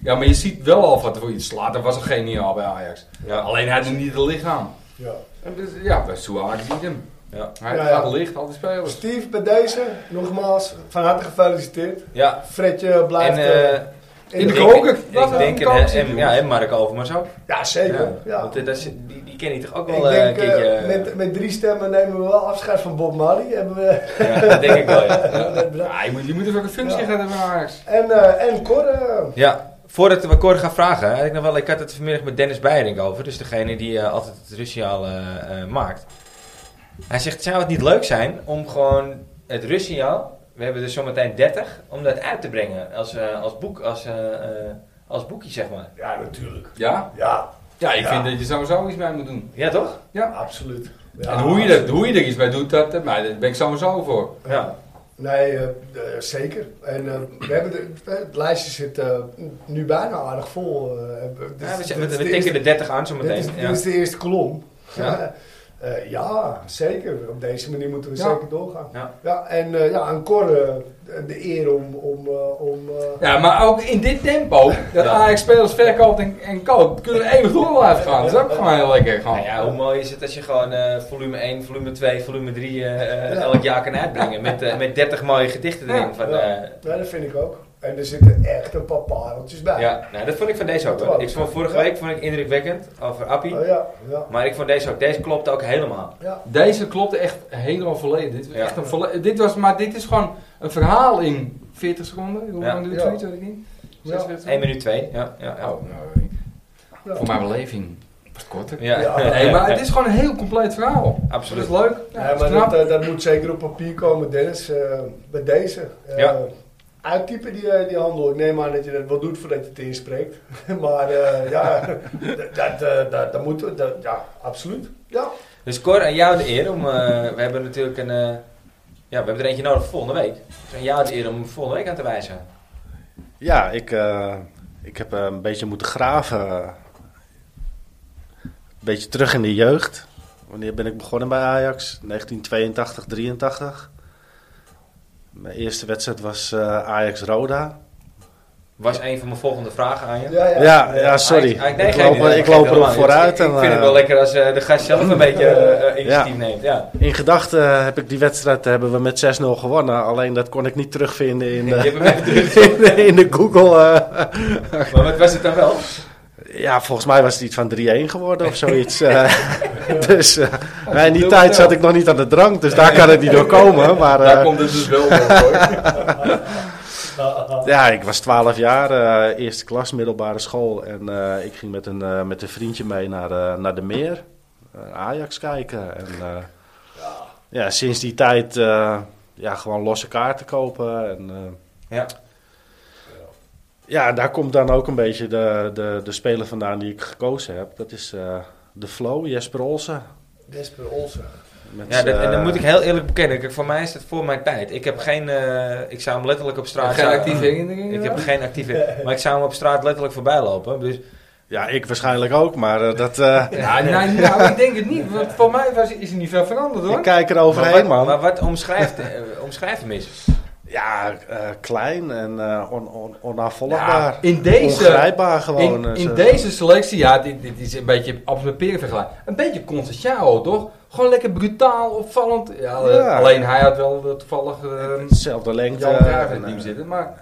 Ja, maar je ziet wel al wat er voor iets slaat. Dat was een geniaal bij Ajax.
Ja.
Alleen hij doet niet het lichaam.
Ja.
En dus, ja, bij Suarez ziet hem.
Ja.
Hij
Ja,
gaat
ja.
licht, al die spelers.
Steve, bij deze, nogmaals, van harte gefeliciteerd.
Ja,
Fredje blijft
en
eh,
eh,
in de
ik-
koker.
koker.
Ik,
Wat een
denk, en,
koker,
en, ja, en Mark Overmars ook.
Ja, zeker. Ja.
Want, eh, dat is, die, die ken je toch ook
Ik
wel eh,
denk,
een
eh,
keertje.
met, met drie stemmen nemen we wel afscheid van Bob Marley. Hebben we,
Ja, dat denk ik wel, ja. ja.
Ja, je, moet, je moet even een functie
Ja.
gaan hebben bij Ajax.
en, eh en Cor, eh,
Ja, voordat we Cor gaan vragen, had ik, nog wel, ik had het vanmiddag met Dennis Beiring over. Dus degene die eh, altijd het Russiaal eh, eh, maakt. Hij zegt, zou het niet leuk zijn om gewoon het Russiaal, we hebben er zometeen 30, om dat uit te brengen als, eh, als, boek, als, eh, eh, als boekje, zeg maar.
ja, natuurlijk.
Ja?
Ja,
Ja, ik
Ja.
vind dat je sowieso iets mee moet doen.
Ja, toch?
absoluut. Ja,
en hoe je, dat, hoe je er iets bij doet, dat, dat, maar daar ben ik sowieso voor.
Ja.
Nee, eh, eh, zeker. En eh, we hebben de, het lijstje zit eh, nu bijna aardig vol. eh, eh, dit
Ja, we,
is- dit
z-
is
we,
de
we
eerste-
tikken de 30 aan
dit is,
zometeen.
dit
Ja.
is de eerste kolom.
Ja.
Ja. ja, zeker. Op deze manier moeten we
Ja.
zeker doorgaan.
Ja.
en eh, ja, aan Cor eh, de eer om... om, eh, om eh,
Ja, maar ook in dit tempo, dat
Ja.
Ajax spelers verkoopt en, en koopt, kunnen we eeuwig door blijven gaan. Dat is ook gewoon heel lekker. Gewoon.
Nou ja, hoe mooi is het als je gewoon eh, volume 1, volume 2, volume 3 eh, eh,
Ja.
elk jaar kan uitbrengen. Met, eh, met 30 mooie gedichten erin.
Ja.
van,
ja.
eh,
Ja, dat vind ik ook. En er zitten echt een paar pareltjes bij.
Ja, nou, dat vond ik van deze ook wel. Ik vond vorige week vond ik indrukwekkend over Appie.
Oh, ja, ja.
Maar ik vond deze ook. Deze klopte ook helemaal.
ja.
Deze klopte echt helemaal volledig. Dit, was
Ja.
echt een volle- dit was, maar dit is gewoon een verhaal in 40 seconden. Hoe
Ja.
lang duurt
Ja.
zoiets, weet ik niet? 46
1
seconden?
minuut 2. Ja, ja, ja.
Oh, nou, weet ik.
Ja.
Voor mijn beleving was het korter.
Ja.
Ja.
Nee, maar het is gewoon een heel compleet verhaal.
Absoluut.
Dat is leuk. Ja,
Ja,
dat
maar
is knap.
dat, eh, dat moet zeker op papier komen, Dennis. eh, bij deze. Eh,
Ja.
Uittypen die, eh, die handel. Ik neem aan dat je dat wel doet voordat je het inspreekt. maar eh, ja, dat, dat, eh, dat, dat moeten we. dat- ja, absoluut. Ja.
Dus Cor, aan jou de eer om... eh, we hebben natuurlijk een... eh, ja, we hebben er eentje nodig voor volgende week. Dus aan jou de eer om hem volgende week aan te wijzen.
Ja, ik, eh, ik heb eh, een beetje moeten graven. Een beetje terug in de jeugd. Wanneer ben ik begonnen bij Ajax? 1982, 83. Mijn eerste wedstrijd was eh, Ajax-Roda.
Was een van mijn volgende vragen aan je.
Ja, ja.
Ja, ja, sorry.
Ah, ik- nee,
ik
geen
loop,
idee.
ik loop erop
Helemaal. Ik,
vooruit. En,
ik vind het wel
eh,
lekker als eh, de gast zelf een beetje eh, eh, initiatief neemt. Ja.
in gedachten heb ik die wedstrijd eh, hebben we met 6-0 gewonnen. Alleen dat kon ik niet terugvinden in
Je hebt
de,
hem even terug.
in de, in de Google. eh.
Maar wat was het dan wel?
ja, volgens mij was het iets van 3-1 geworden of zoiets. eh. dus eh, maar in die
dubbel
tijd
tel.
zat ik nog niet aan de drank. Dus daar kan het niet door komen. Maar, eh,
Daar komt het dus wel op hoor.
Ja, ik was 12 jaar, eh, eerste klas, middelbare school. En eh, ik ging met een, eh, met een vriendje mee naar, eh, naar de meer. eh, Ajax kijken. En, eh, ja. sinds die tijd eh, ja, gewoon losse kaarten kopen. En, eh,
Ja.
ja, daar komt dan ook een beetje de, de, de speler vandaan die ik gekozen heb. Dat is eh, de Flow, Jesper Olsen.
Jesper Olsen.
Met,
Ja, dat, en
eh,
dat moet ik heel eerlijk bekennen. Kijk, voor mij is het voor mijn tijd. Ik heb geen... eh, ik zou hem letterlijk op straat...
Geen
zou-
actieve herinneringen.
Ik heb geen actieve... Maar ik zou hem op straat letterlijk voorbij lopen. Dus
Ja, ik waarschijnlijk ook, maar eh, dat, eh,
Ja, nou, nou, ik denk het niet. Want voor mij was, is er niet veel veranderd hoor.
ik kijk er overheen,
maar, wat-
man.
maar wat omschrijft, eh, omschrijft hem eens?
Ja, eh, klein en eh on, on,
Ja,
onafvolgbaar.
in deze,
Ongrijpbaar gewoon.
in,
eh,
in
zo.
deze selectie, ja, dit, dit is een beetje appels met peren vergelijken. Een beetje Constantiao, toch? Gewoon lekker brutaal, opvallend. Ja, eh,
Ja.
Alleen hij had wel eh, toevallig eh
Hetzelfde lengte.
Jan Cruijff in
en,
het team
eh,
zitten. Maar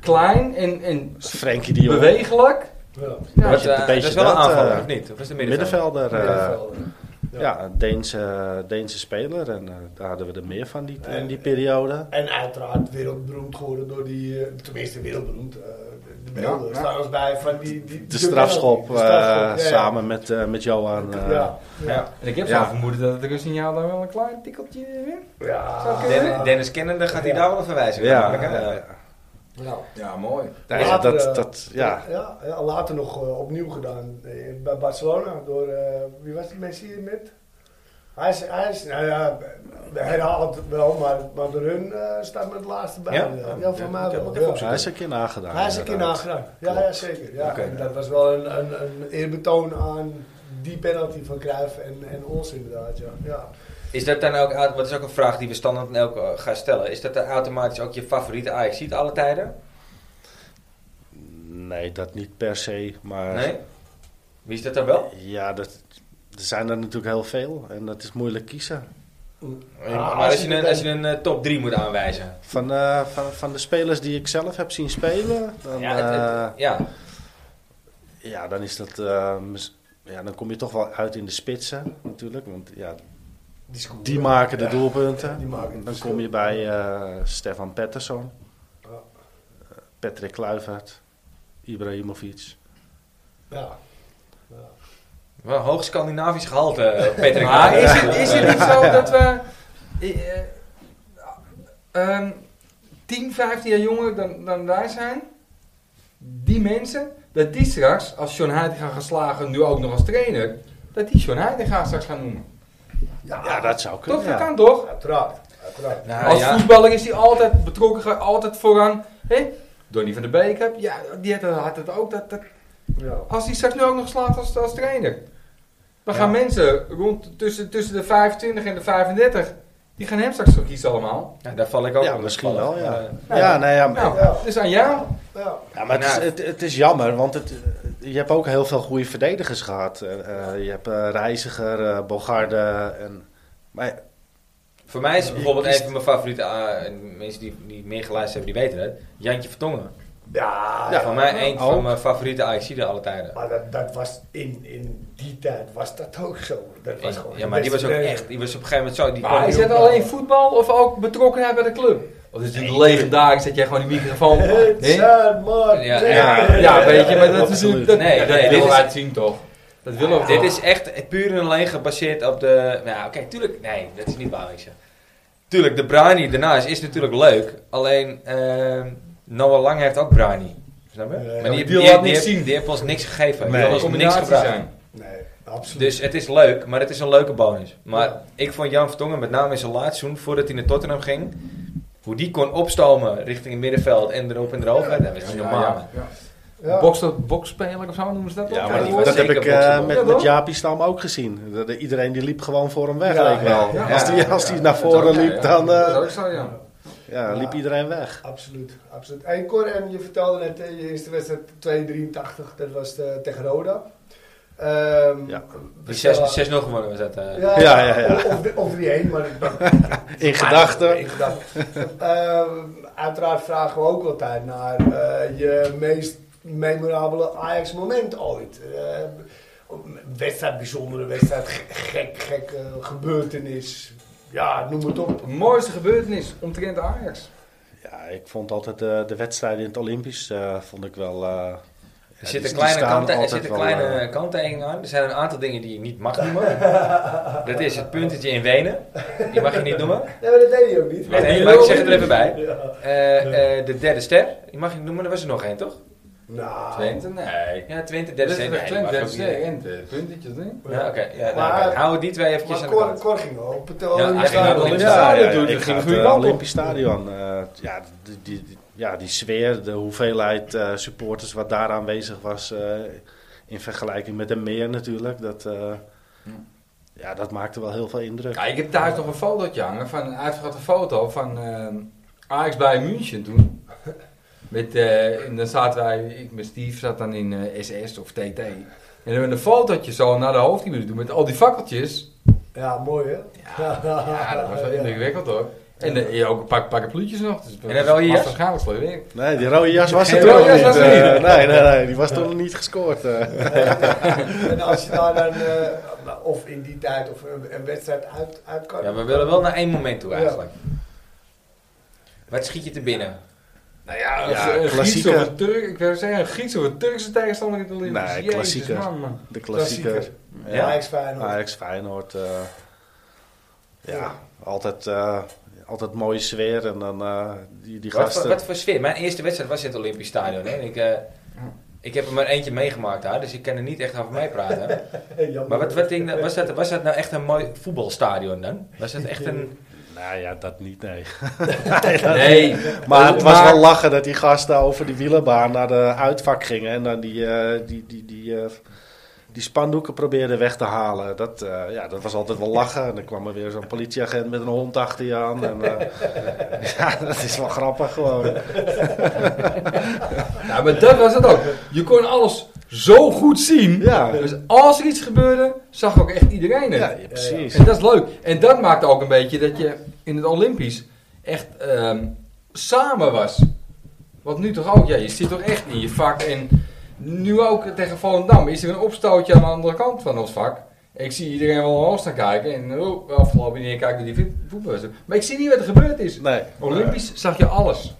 klein en, en
Frenkie de Jong.
bewegelijk.
Ja.
Ja,
Wat,
je het
eh,
een
dat
beetje
is wel een
dat,
aanvaller,
eh,
of niet? Of is het een middenveld?
Middenvelder. eh,
Middenvelder.
ja, een Deense, Deense speler. En eh, daar hadden we er meer van die, in die periode.
En uiteraard wereldberoemd geworden door die... eh, tenminste, wereldberoemd. eh, de- de beelden
Ja, ja.
staan ons bij van die... die
De strafschop,
penalty. De strafschop,
eh,
ja, ja.
samen met, eh, met Johan. eh,
Ja.
Ja.
En ik heb
Ja.
zo'n vermoeden dat het Russignaal daar wel een klein tikkeltje in.
Ja.
Den- Dennis Kennende gaat hij
Ja.
daar wel een verwijzing
Ja.
naar maken, hè?
Ja.
Ja, mooi.
Ja, ja,
Later,
dat,
eh,
dat, ja.
Ja, ja, later nog eh, opnieuw gedaan eh, bij Barcelona door, eh, wie was het, Messi hier met? Hij is, hij is nou ja, we herhalen het wel, maar, maar door hun eh, staat met de laatste bij.
Ja?
Ja, ja voor
Ja,
mij
moet ik even
wel. ja.
opzoeken.
Hij is een keer nagedaan.
Hij is een keer
inderdaad.
nagedaan. Ja, ja, zeker. Ja.
Oké.
En dat was wel een, een, een eerbetoon aan die penalty van Cruijff en, en Ols inderdaad, ja. ja.
Is dat dan ook, wat is ook een vraag die we standaard aan elke eh, gaan stellen. Is dat dan automatisch ook je favoriete Ajax ziet alle tijden?
Nee, dat niet per se. Maar
Nee? Wie is dat dan wel?
Ja, dat, er zijn er natuurlijk heel veel en dat is moeilijk kiezen.
Ah,
maar als je,
je
een, als je een eh, top 3 moet aanwijzen.
Van, eh, van, van de spelers die ik zelf heb zien spelen, dan,
Ja, het- het-
eh,
ja.
ja, dan is dat. eh, mis- ja, dan kom je toch wel uit in de spitsen natuurlijk. Want ja,
die, scoren.
die maken de
Ja,
doelpunten.
die maken het
dan
verschil.
kom je bij eh, Stefan Pettersson, Eh,
Ja.
Patrick Kluivert, Ibrahimovic.
Ja.
Wel hoog Scandinavisch gehalte, eh, Patrick.
Maar Ah, is het, is het niet zo dat we. eh, eh, ehm, 10, 15 jaar jonger dan, dan wij zijn, die mensen, dat die straks, als John Heitinga geslagen, nu ook nog als trainer, dat die John Heitinga straks gaan noemen.
Ja,
Ja, dat zou kunnen.
Toch? Dat
ja.
kan toch?
uiteraard. uiteraard.
Nou,
Als
ja.
voetballer is hij altijd betrokken, altijd vooraan. Hé, Donny van der Beek, heb, ja, die had, had het ook. Dat, dat,
Ja.
als hij straks nu ook nog slaat als, als trainer. Dan gaan mensen rond tussen, tussen de 25 en de 35, die gaan hem straks voor kiezen allemaal.
Ja, daar val ik ook
Ja,
onder,
misschien
toevallig.
wel, ja.
Maar, eh,
Nou,
ja, nee, ja, maar-
Nou,
Ja.
dus aan jou.
Ja.
Ja, maar het is,
Nou.
het, het is jammer, want het, je hebt ook heel veel goede verdedigers gehad. Eh, eh, je hebt eh, Reiziger, eh, Bogarde. En, maar
voor mij is bijvoorbeeld
Je
een
kiest-
van mijn favoriete eh, mensen die, die meer geluisterd hebben, die weten het. Jantje Vertongen.
Ja,
voor mij een
ook.
van mijn favoriete Ajaxiden alle tijden.
Maar dat, dat was in, in die tijd was dat ook zo. Dat was gewoon
Ja,
de
maar die was
beste
ook
trainer.
echt, die was op een gegeven moment zo. Die kwam
Maar is
hier
dat
op-
alleen voetbal of ook betrokkenheid bij de club? Want het is natuurlijk legendarisch dat jij gewoon die microfoon...
Het
Hé?
zijn maar
Ja,
trainers.
Ja, weet je, maar dat is
Absoluut.
natuurlijk... Dat,
Nee,
nee, dat
nee, dit
willen
is-
wij het zien toch? Dat willen we
Dit
toch?
is echt puur en alleen gebaseerd op de. Nou, oké, tuurlijk. Nee, dat is niet waar, ik zeg. Tuurlijk, de Brani daarnaast is natuurlijk leuk. Alleen, ehm, Noah Lang heeft ook Brani. Snap je?
Ja,
maar
ja,
die,
die
die, die,
laat niks
heeft-
zien.
die heeft ons niks gegeven.
Nee.
die heeft
een
ons niks
combinatie
gevraagd.
zijn.
Nee, absoluut.
Dus het is leuk, maar het is een leuke bonus. Maar
Ja.
ik vond Jan Vertongen, met name in zijn laatste seizoen, voordat hij naar Tottenham ging, hoe die kon opstomen richting het middenveld en erop en erover, dat was niet normaal. man.
ja.
Boksen- Boksspeler of zo noemen ze dat toch?
ja,
die
maar
was
dat, dat heb
zeker
ik eh,
boksenbal.
Ja,
met,
toch?
met Jaapie Stam ook gezien. Dat- dat Iedereen die liep gewoon voor hem weg,
Ja,
leek wel.
ja, ja.
als die, als die naar
Dat is ook-
voren
ja,
liep,
ja.
dan
Dat
eh,
is ook zo, ja.
ja, liep
Ja.
iedereen weg.
Absoluut, absoluut. En Cor, en je vertelde net eh, je eerste wedstrijd 283, dat was de, tegen Roda. Ehm,
Ja.
Die
we
zes- 6-0
stellen-
gewonnen was dat. eh.
Ja,
Ja, ja, ja.
Of, of, of 3-1, maar dat-
In gedachten.
Ik dacht, ehm, uiteraard vragen we ook altijd naar eh, je meest memorabele Ajax-moment ooit. Eh, wedstrijd, bijzondere wedstrijd, ge- gek, gek eh, gebeurtenis. Ja, noem het op.
De mooiste gebeurtenis omtrent Ajax.
Ja, ik vond altijd eh, de wedstrijden in het Olympisch eh, vond ik wel. eh,
Er
ja,
zit
die-
een
die
kleine,
staan
kant, er
altijd
zit een
wel,
kleine
eh,
kanttekening aan. Er zijn een aantal dingen die je niet mag noemen. dat is het puntetje in Wenen. Die mag je niet noemen.
Nee, maar dat deed hij ook niet.
Nee, nee, maar ik zeg het er even bij.
Ja.
Eh, eh, de derde ster. Die mag je niet noemen. Er was er nog één, toch?
Nou,
Twente, nee.
Ja, Twente,
Dat
derde
is
ster.
een
Nee, die
Twente,
mag
dat is
ook niet.
een puntetje, nee.
Ja, oké. Ja, nou,
eh, Maar-
oké. Houden we die twee eventjes
maar
aan de
Cor,
kant.
Cor ging wel op het eh,
hij
Olympisch
ging naar het
Stadion.
Olympisch
Ja,
Stadion.
ja,
dat doet-
ik
dat
ga
ging
het,
de goede
eh,
kant op.
Olympisch Stadion. eh, ja, die, die, die- ja, die sfeer, de hoeveelheid eh, supporters wat daar aanwezig was... eh, in vergelijking met de meer natuurlijk. Dat, eh, ja, dat maakte wel heel veel indruk.
Ja, ik heb thuis nog een fotootje hangen van een uitvergrote foto van eh, Ajax bij München toen. Met, eh, en dan zaten wij, ik met Steve zat dan in eh, SS of TT. En dan hebben we een fotootje zo naar de hoofdtribune doen met al die fakkeltjes.
Ja, mooi hè?
Ja, ja dat was wel indrukwekkend hoor. En eh, ja, ook een paar parapluutjes nog. Dus
En dan wel je jas?
Waarschijnlijk slecht weer.
Nee, die rode jas was er
Die
toen
rode
nog
jas
niet.
was er
eh,
niet.
nee, nee, nee, die was toen nog niet gescoord. eh.
En als je daar dan, eh, of in die tijd, of een, een wedstrijd uit, uit kan.
Ja, we willen wel naar één moment toe
Ja.
eigenlijk. Wat schiet je te binnen?
Nou ja, een,
Ja,
een Grieks
klassieke.
of een Turk, ik wil zeggen, een Grieks of een Turkse tegenstander in de Olympisch.
Nee,
Jezus,
klassieke.
man, man.
De klassieker.
Ja,
Ja.
Ajax Feyenoord.
Ajax, Feyenoord. eh,
Ja.
ja, altijd, eh, altijd mooie sfeer. En dan eh, die, die
Wat, voor-
gasten...
wat voor sfeer? Mijn eerste wedstrijd was in het Olympisch Stadion. Hè? En ik, eh, ik heb er maar eentje meegemaakt daar, dus ik kan er niet echt over mij praten.
Hey, jammer.
Maar wat, wat denk, je- was, dat, was dat nou echt een mooi voetbalstadion dan? Was dat echt een...
Nou ja, dat niet, nee.
Nee,
Maar het was wel lachen dat die gasten over die wielenbaan naar de uitvak gingen. En dan die, eh, die, die, die, eh, die spandoeken probeerden weg te halen. Dat, eh, ja, dat was altijd wel lachen. En dan kwam er weer zo'n politieagent met een hond achter je aan. En, eh, ja, dat is wel grappig gewoon.
Ja, maar dat was het ook. Je kon alles zo goed zien.
Ja.
Dus als er iets gebeurde, zag ook echt iedereen het.
Ja, ja, precies.
En dat is leuk. En dat maakt ook een beetje dat je in het Olympisch echt ehm, samen was. Want nu toch ook, ja, je zit toch echt in je vak. En nu ook tegen Volendam is er een opstootje aan de andere kant van ons vak. Ik zie iedereen wel omhoog staan kijken. En oh, afgelopen keer kijken we die voetballers. Maar ik zie niet wat er gebeurd is.
Nee.
Olympisch zag je alles.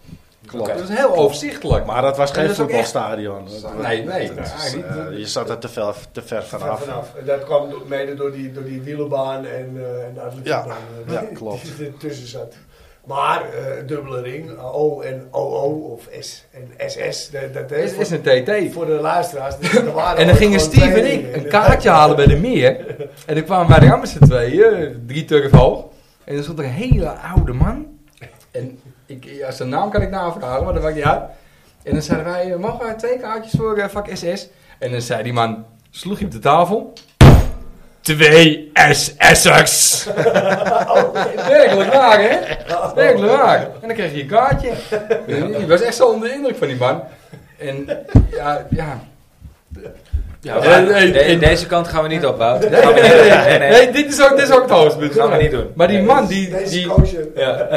Klopt.
Dat is heel overzichtelijk.
Maar dat was
En
geen
dat is ook echt-
voetbalstadion. Dat-
Nee, nee,
dat is,
eigenlijk
eh,
niet.
je zat er te ver, te ver
Ver
vanaf.
vanaf. En dat kwam do- mede door die, door die wielenbaan en, eh, en de atletiekbaan. eh,
ja,
die-
klopt.
Die ertussen zat. Maar eh, dubbele ring, O en OO of S en SS. Dat, dat
Het is, is een TT.
Voor de luisteraars. dat- dat waren
En dan
ook
gingen
gewoon
Steve en
twee
ik
ringen.
een kaartje halen bij de meer. En dan kwamen wij er met z'n tweeën, eh, drie turf hoog. En dan stond er een hele oude man. En ik, ja, zijn naam kan ik navragen, maar dat maakt niet uit. En dan zeiden wij, eh, mogen wij twee kaartjes voor eh, vak SS? En dan zei die man, sloeg hij op de tafel. Twee SS'ers! Werkelijk waar, hè?
Oh.
Werkelijk waar. En dan kreeg je een kaartje. Ik was echt zo onder de indruk van die man. En ja, ja,
Ja,
Ja,
maar
nee,
de-
nee.
Deze kant gaan we niet op, Wout. Dat
Nee,
gaan we niet
nee,
doen.
nee, nee, dit is ook, dit is ook het hoogtepunt.
Dat gaan we niet doen.
Maar die man, die...
Deze eh,
die
coachen.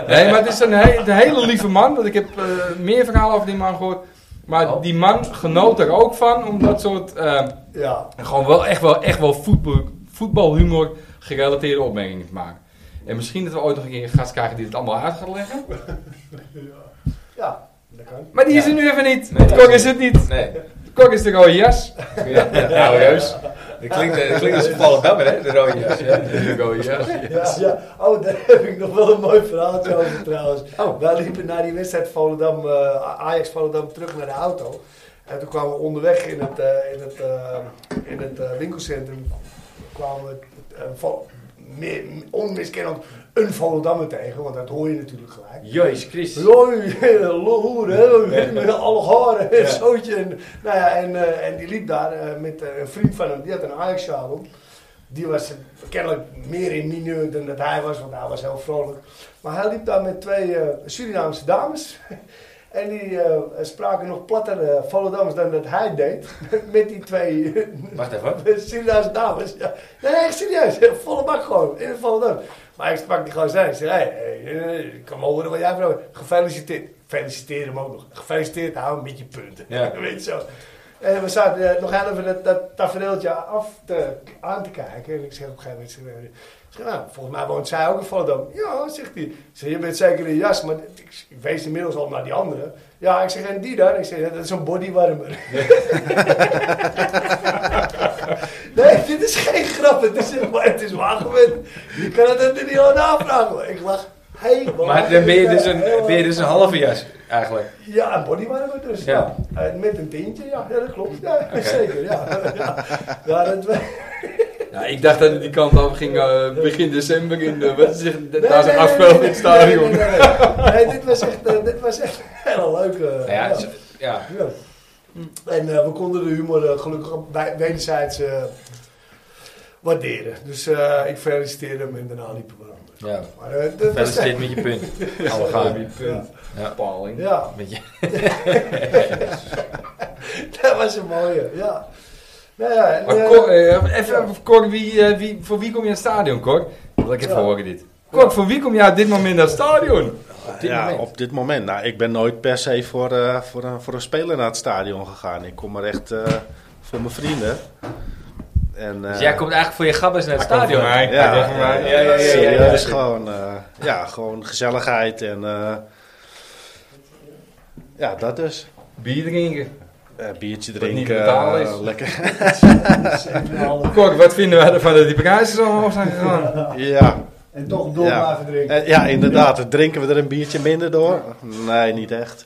nee, maar het is een, he- een hele lieve man. Want ik heb eh, meer verhalen over die man gehoord. Maar
Oh.
die man genoot er ook van. Om dat soort... eh,
Ja.
gewoon wel echt wel, echt wel voetbal, voetbalhumor gerelateerde opmerkingen te maken. En misschien dat we ooit nog een keer een gast krijgen die het allemaal uit gaat leggen.
ja, dat kan.
Maar die is
Ja.
er nu even niet.
Nee.
de kok is het niet.
Nee.
De kok is de rode jas.
Ja, ja, serieus. Dat klinkt, eh, dat klinkt als een vallen dammer, hè? De rode jas. Ja.
De rode jas.
Ja, ja. Oh, daar heb ik nog wel een mooi verhaaltje over trouwens. Wij liepen na die wedstrijd Volendam, eh, Ajax Volendam terug naar de auto. En toen kwamen we onderweg in het, eh, in het, eh, in het eh, winkelcentrum. kwamen we eh, vo- meer- onmiskenbaar een Volendammer tegen, want dat hoor je natuurlijk gelijk.
Jezus Christus.
Loi, loer, hè, met alle haren en zootje. En, nou ja, en, eh, en die liep daar eh, met eh, een vriend van hem, die had een Ajax-sjaal om. Die was kennelijk meer in mineur dan dat hij was, want hij was heel vrolijk. Maar hij liep daar met twee eh, Surinaamse dames. En die eh, spraken nog platter uh, Volendams dan dat hij deed. Met die twee eh,
Wacht even.
Serieus, dames. Ja. Nee, echt serieus. Volle bak gewoon. In het volle dorp. Maar ik sprak die gewoon zijn. Ik zei, hey, hey, hey, ik kan wel horen wat jij vrouw. Gefeliciteerd. Feliciteer hem ook nog. Gefeliciteerd, hou hem met je punten.
Ja.
Weet je zo. En we zaten eh, nog heel even dat, dat tafereeltje af te, aan te kijken. En ik zeg op een gegeven moment... Ik zeg, nou, volgens mij woont zij ook in Volendam. Ja, zegt hij. Ik zeg, je bent zeker in jas. Maar ik, ik wees inmiddels al naar die andere. Ja, ik zeg, en die dan? Ik zeg, dat is een bodywarmer. Nee, dit is geen grap. Het is, maar het is waar gebeurd. Je kan het er niet aan aanvragen. hoor. Ik lach helemaal.
Maar dan ben je dus een,
Helemaal.
ben je dus een halve jas, eigenlijk.
Ja, een bodywarmer dus. Ja.
Ja.
Eh, Met een tintje, ja. ja dat klopt. Ja, zeker. Ja. Ja. Ja, dat we-
Ja, ik dacht dat het die kant af ging eh, begin december in de, wat is het,
Nee,
daar is
nee,
een
nee,
afspel
nee,
in het stadion.
Nee, nee, nee. Nee, dit was echt, eh, dit was echt een hele leuke... eh,
Nou ja,
ja.
zo- ja.
Ja. En eh, we konden de humor eh, gelukkig op- wij- wederzijds eh, waarderen. Dus eh, ik feliciteer hem en daarna liepen we dan.
ja.
Maar, eh, dat was echt-
Gefeliciteerd met je punt. Alle gaan. Ja.
Paling.
Ja,
Met je.
dat was een mooie, ja. Nou ja, en,
Maar
eh,
Cor, eh, even, even Cor, wie, eh, wie, voor wie kom je aan het stadion, Cor? Wil ik even
Ja.
horen dit. Cor, voor wie kom je op dit moment naar het stadion?
dit
ja,
moment?
op dit moment. Nou, ik ben nooit per se voor, eh, voor, een, voor een speler naar het stadion gegaan. Ik kom er echt eh, voor mijn vrienden. En, eh,
Dus jij komt eigenlijk voor je gabbers naar het stadion.
Voor mij.
Ja, eh,
Hij komt voor mij.
ja, ja, ja, ja, ja.
serieus gewoon, eh, ja, gewoon gezelligheid en eh, ja, dat dus.
Bier drinken.
Eh, biertje
niet
drinken,
betalen is.
eh, lekker.
Cor, wat vinden wij ervan dat die prijzen zo omhoog zijn gegaan?
ja,
En toch door
Ja.
blijven drinken.
Eh, ja, inderdaad. Dan Drinken we er een biertje minder door? Nee, niet echt.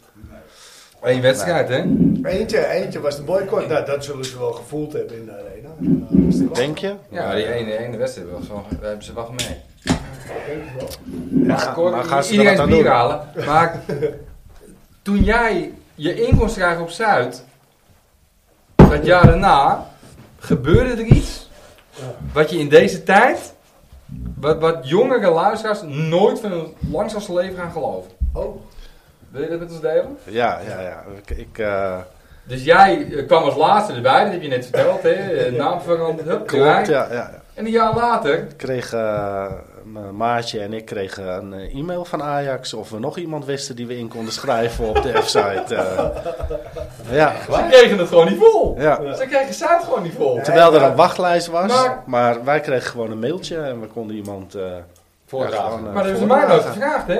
Eén wedstrijd, hè?
Eentje, eentje was de boycott. Nou, dat zullen ze wel gevoeld hebben in de arena. Nou, dat is wel-
Denk je?
Ja, die ene, ene wedstrijd was wel, daar hebben ze wat mee.
denk ik wel.
Maar Cor,
maar gaan ze er
iedereen
wat
zijn
aan
bier halen.
doen?
Maar toen jij je inkomst kreeg op Zuid, dat jaar daarna, gebeurde er iets wat je in deze tijd, wat, wat jongere luisteraars nooit van hun langzaamste leven gaan geloven.
Oh,
Wil je dat met ons delen?
Ja, ja, ja. Ik, ik, eh,
Dus jij eh, kwam als laatste erbij, dat heb je net verteld, hè? Eh, Naam veranderd, hup, erbij.
Klopt, ja. ja.
En een jaar later,
Ik kreeg, eh, mijn maatje en ik kregen een eh, e-mail van Ajax of we nog iemand wisten die we in konden schrijven op de F-site. eh. ja.
ze kregen het gewoon niet vol.
ja.
Ze kregen Zuid gewoon niet vol.
Terwijl er een wachtlijst was,
Maar-
maar, wij kregen gewoon een mailtje en we konden iemand... eh, ja, gewoon, eh,
Maar dat hebben ze mij
voordragen.
nooit gevraagd, hè?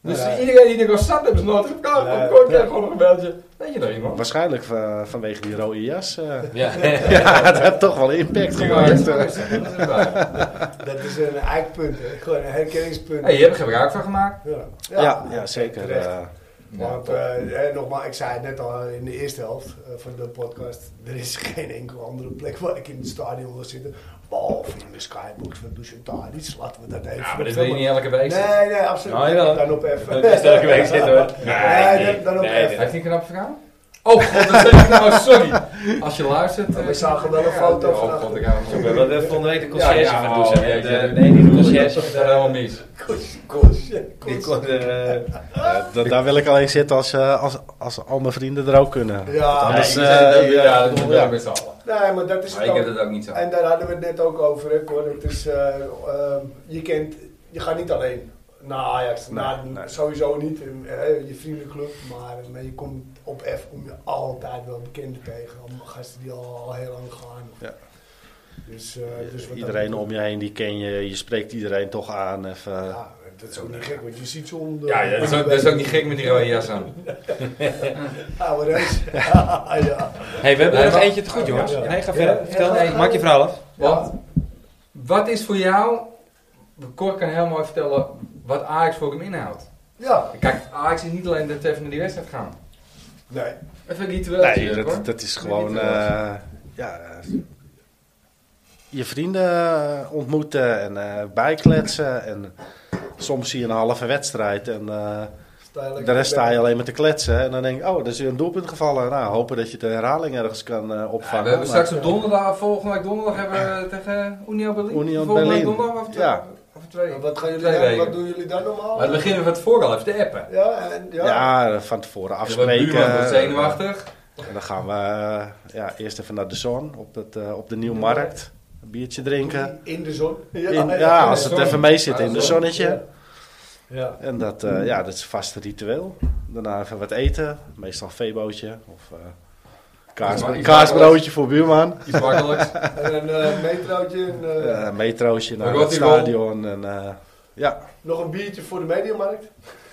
Dus
Nee.
iedereen die er was zat, hebben ze nooit gevraagd.
Nee.
Want Kort, ja, gewoon nog een beltje. Weet je nog iemand?
Waarschijnlijk eh, vanwege die rode jas. eh.
Ja.
ja, dat heeft toch wel impact
Ja, dat is
gemaakt. eh.
erbij.
Dat is een eikpunt, hè. gewoon een herkenningspunt.
Hey, je hebt er gebruik van gemaakt.
Ja.
Ja, ja, zeker.
terecht.
eh.
Want eh, eh, nogmaals, ik zei het net al in de eerste helft eh, van de podcast. Er is geen enkele andere plek waar ik in het stadion wil zitten. Behalve in de skybox van Dusan Tadic. Laten we dat even...
Ja, maar dat wil je niet elke week zeggen.
Nee, nee, absoluut
Nou,
niet.
jawel.
Dan op even.
Dat is elke week zitten hoor.
Nee, dan- dan ook echt.
dit-
Heeft hij een knap verhaal? Oh, god, dat zeg ik nou, sorry. Als je luistert...
Maar
eh,
we zagen wel een foto
ja,
van
oh, god,
achter.
ik hou hem
We
op.
hebben volgende week de conciërge
Ja, ja,
van Does.
oh,
hè.
ja,
De-
ja.
Nee, niet de
Dat
conciërge.
is helemaal mis.
Koos, koos, ja,
Die
koos.
kon eh,
Ja, dat- daar wil ik alleen zitten als, eh, als, als al mijn vrienden er ook kunnen.
Ja,
Want anders,
Ja,
eh,
dat-
ja,
ja, dat doen we
ja.
ook met z'n allen.
Nee, maar dat is
Maar
het
ik
ook.
heb dat ook niet zo.
En daar hadden we het net ook over, hè, Cor. Het is, eh, ehm, je, kent, je gaat niet alleen naar Ajax. naar, Sowieso niet, in, eh, je vriendenclub. Maar, eh, maar je komt op F kom je altijd wel bekenden tegen. Allemaal gasten die al, al heel lang gaan.
Ja.
Dus, eh, dus wat dat
Iedereen
betreft-
om je heen, die ken je. Je spreekt iedereen toch aan. eh, Even,
Ja, dat is ook niet gek, want je ziet ze onder.
Ja, dat is ook- dat is ook niet gek met die rode jas aan.
Oude reis. ja, ja.
Hey, we hebben
Nee,
er nog
maar-
eentje te goed, jongens.
Ja, ja.
Nee, ga verder.
Ja,
Vertel,
ja,
hey,
ja.
maak je verhaal af.
Wat, wat is voor jou... Cor kan heel mooi vertellen wat Ajax voor hem inhoudt.
ja.
Kijk, Ajax is niet alleen dat we even naar die wedstrijd gaan.
Nee.
Even niet wel.
Nee, dat, dat is gewoon... eh, ja, eh, je vrienden ontmoeten en eh, bijkletsen. En soms zie je een halve wedstrijd en eh
Tijdelijk-
daar sta je alleen maar te kletsen. En dan denk ik, oh, er is weer een doelpunt gevallen. Nou, hopen dat je de herhaling ergens kan eh,
Ja,
opvangen.
we hebben
Maar-
straks op donderdag, volgende week donderdag hebben we tegen Union Berlin.
Union
volgende
Berlin.
week donderdag of twee?
Ja.
Over twee.
En Wat, gaan jullie
Twee
dan,
weken.
wat doen jullie dan normaal?
Maar dan beginnen we van tevoren al even te appen.
Ja, en, ja.
Ja, van tevoren
Afspreken.
afspreken.
Buurman wordt zenuwachtig.
En dan gaan we eh, ja, eerst even naar de zon op, het, eh, op de Nieuwmarkt. Een biertje drinken.
In de zon.
In, ja, als het
zon.
even mee zit
Ja,
in de
zon.
zonnetje.
Ja.
En dat, eh, ja, dat is een vaste ritueel. Daarna even wat eten. Meestal een veebootje of eh, kaas,
Ja, maar iets
kaasbroodje voor buurman.
Iets makkelijks.
En een eh, metrootje. En, eh,
Eh metrootje naar
Een
het
rotirol.
stadion. En, eh, ja,
Nog een biertje voor de mediamarkt.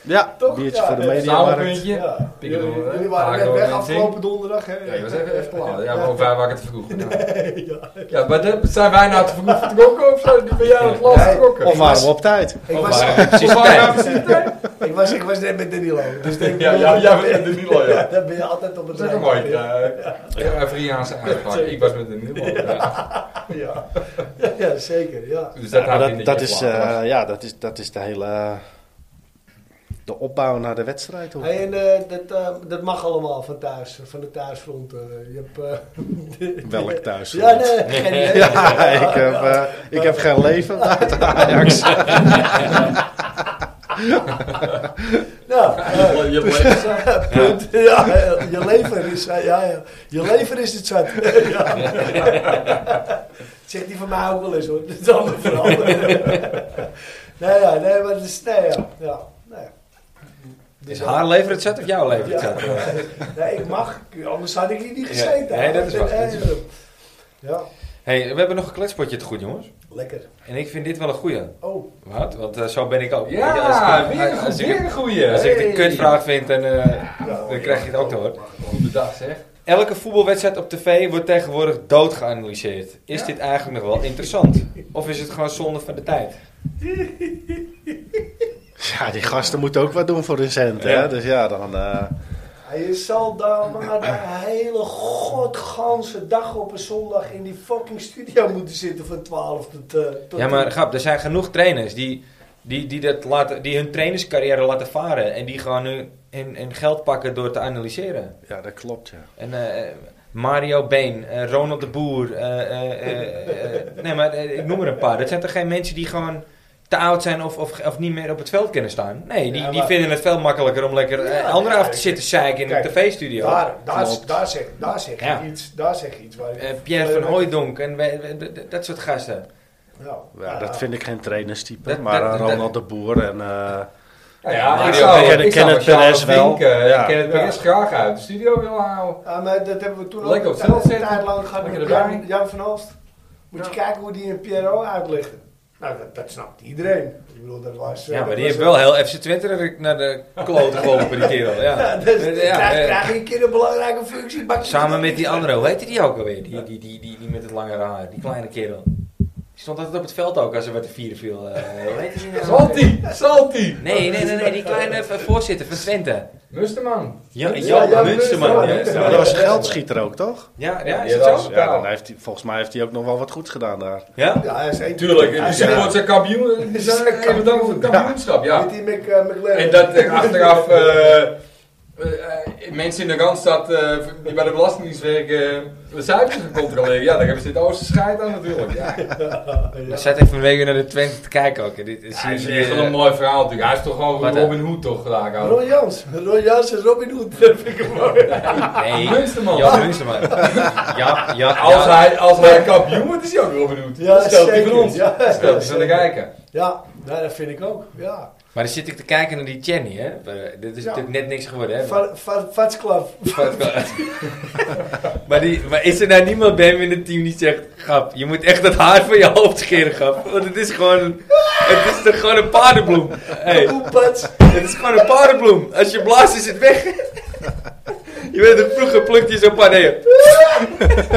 ja
Toch?
biertje
Ja,
voor de
ja.
mediamarkt.
Stapelpuntje. Pikken
Jullie,
door, hè?
jullie waren
Haken
net
door
weg
een
afgelopen
ding.
donderdag. Hè?
Ja, je was even, even klaar. Ja, maar hoe ver waren het te vroeg?
Nee, ja.
Ja, maar dat- zijn wij nou te vroeg vertrokken of zijn die bij jou het last
Nee.
vertrokken?
Of waren we op tijd?
Ik,
Of
was,
waren we precies
Of
op tijd?
waren we precies tijd?
ik, was, ik was net met Danilo. Dus denk,
Ja, ja, jij bent met Danilo, ja.
Dan ben je altijd op het
Dat is ook een
rijtje.
mooi. eh, Friaanse aanpak. Ik was met een nieuwe. Ja.
Ja. Ja, ja, zeker. Ja.
Dus
Ja, maar
houdt
dat,
in
dat,
je
is,
plaat was.
eh, ja, dat, is, dat is de hele. eh, De opbouw naar de wedstrijd. Hoe,
Hey, en eh, dat, eh, dat mag allemaal van thuis, van de thuisfront. eh. je hebt, eh,
Welk thuis?
Ja, nee, geen idee.
Ja, ik heb, eh, ik heb geen leven buiten Ajax.
Nou, eh,
Je hebt-
punt. Ja, eh, je lever is, eh, ja, ja. je lever is het zat. Ja. Zegt die van mij ook wel eens hoor. Dat is allemaal vooral. Nee, ja, nee, maar het is, nee, ja. ja nee.
Is haar lever het zet of jouw lever het zet?
Nee, ik mag, anders had ik hier niet gezeten.
Ja, nee, dat is waar, dat is waar.
Ja,
Hey, we hebben nog een kletspotje te goed, jongens.
lekker.
En ik vind dit wel een goeie.
Oh,
Wat? Want eh, zo ben ik ook. Weet je,
Ja,
ik-
weer een
als
goeie.
ik-
Weer een goeie.
Als ik het
Hey.
een kutvraag vind, dan, eh,
ja,
dan krijg je het ook te horen.
Op de dag zeg.
Elke voetbalwedstrijd op tv wordt tegenwoordig dood geanalyseerd. Is
Ja.
dit eigenlijk nog wel interessant? Of is het gewoon zonde van de tijd?
Ja, die gasten moeten ook wat doen voor hun cent.
Ja.
Hè? Dus ja, dan. eh,
Je zal daar maar de hele godganse dag op een zondag in die fucking studio moeten zitten van 12 tot, eh, tot
Ja, maar
10.
grap, er zijn genoeg trainers die, die, die, dat laten, die hun trainerscarrière laten varen. En die gewoon hun, hun, hun geld pakken door te analyseren.
ja, dat klopt. Ja.
En, eh, eh, Mario Been, eh, Ronald eh, de Boer. eh, eh, eh, eh, nee, maar eh, ik noem er een paar. Dat zijn toch geen mensen die gewoon te oud zijn of, of, of niet meer op het veld kunnen staan. Nee, die,
Ja,
die
maar-
vinden het veel makkelijker om lekker eh,
Ja,
anderen
ja,
af te
ik-
zitten zeiken in
kijk,
de tv-studio.
Daar, daar,
Klopt.
daar zeg, daar zeg je
Ja.
iets. Daar zeg je iets waar
Eh, Pierre van Hooijdonk en we- we- we- we- dat soort gasten.
Nou,
Ja, dat vind ik geen trainerstype.
Dat-
maar
dat-
eh,
dat-
Ronald de Boer en... eh,
Nou ja,
Maar
ik
ik
zou,
ken-
ik zou
ken
Charles
het Perez wel.
Vink, eh,
Ja.
Ik ken het
Ja.
Perez graag uit de studio willen houden.
Ja, maar dat hebben we toen
Lekker
ook
op zelf
een
zitten.
tijd lang gehad met
Lekker erbij.
Jan, Jan van Oost. Moet je kijken hoe die een PRO uitlegde. Nou, dat, dat snapt iedereen. Ik bedoel, dat was... eh,
Ja, maar
dat
die
was
heeft wel heel FC Twente naar de- naar de klote geholpen, die kerel.
Ja,
Ja.
dus
Ja,
krijg,
eh,
krijg je een keer een belangrijke functie. bak je
Samen
dat
met
niet.
die andere, hoe heette die ook alweer? Die, die, die, die, die met het lange haar, die kleine kerel. Die stond altijd op het veld ook als er met de vieren viel. eh, hoe heette die nou?
Salty, Salty.
Nee, nee, nee, nee, die kleine v- voorzitter van Twente.
Musterman.
Ja,
Ja,
Joop
ja,
Munsterman.
Munsterman,
Ja,
ja.
maar dat was een geldschieter ook, toch?
ja, ja,
Ja,
is dat
dat
zo?
was-
Ja, dan heeft hij, volgens mij heeft hij ook nog wel wat goeds gedaan daar.
Ja?
Ja, hij is één.
Tuurlijk,
Hij
die
is
zijn
één.
wordt zijn kampioen. Die zijn eh, bedankt voor het kampioenschap, ja.
Met die Mc, eh, McLaren.
En dat er achteraf eh, eh, eh, mensen in de Randstad eh, die bij de Belastingdienst werken de cijfers gaan controleren. Ja, daar hebben ze het oosten scheid aan natuurlijk. Ja.
Hij zat even een week naar de Twente te kijken ook. en Dit is
Hij is
hier,
echt wel een
eh,
mooi verhaal natuurlijk. Hij is toch gewoon
Wat, eh?
Robin Hood toch gelijk
Ron
houden.
Jans. Ron Jans en Robin Hood. Dat vind ik mooi.
Nee,
Munsterman.
Joop Munsterman. Ja, ja,
Als
ja.
hij, als hij kampioen wordt, is hij ook Robin Hood.
Ja,
Ja, Stelt hij
zeker.
voor ons.
Ja,
Ja, Stelt hij
zeker.
voor de kijken.
Ja, nou, dat vind ik ook. Ja.
Maar dan zit ik te kijken naar die Jenny, hè. Eh, Dit is
Ja.
natuurlijk net niks geworden, hè.
Va- va- Vatsklav.
maar, die, maar is er nou niemand bij hem in het team die zegt... Grap, je moet echt dat haar van je hoofd scheren, Grap. Want het is gewoon een, het is toch gewoon een paardenbloem. Hey,
Poepats.
het is gewoon een paardenbloem. Als je blaast is het weg. je weet het, vroeger plukte je zo'n paar nee.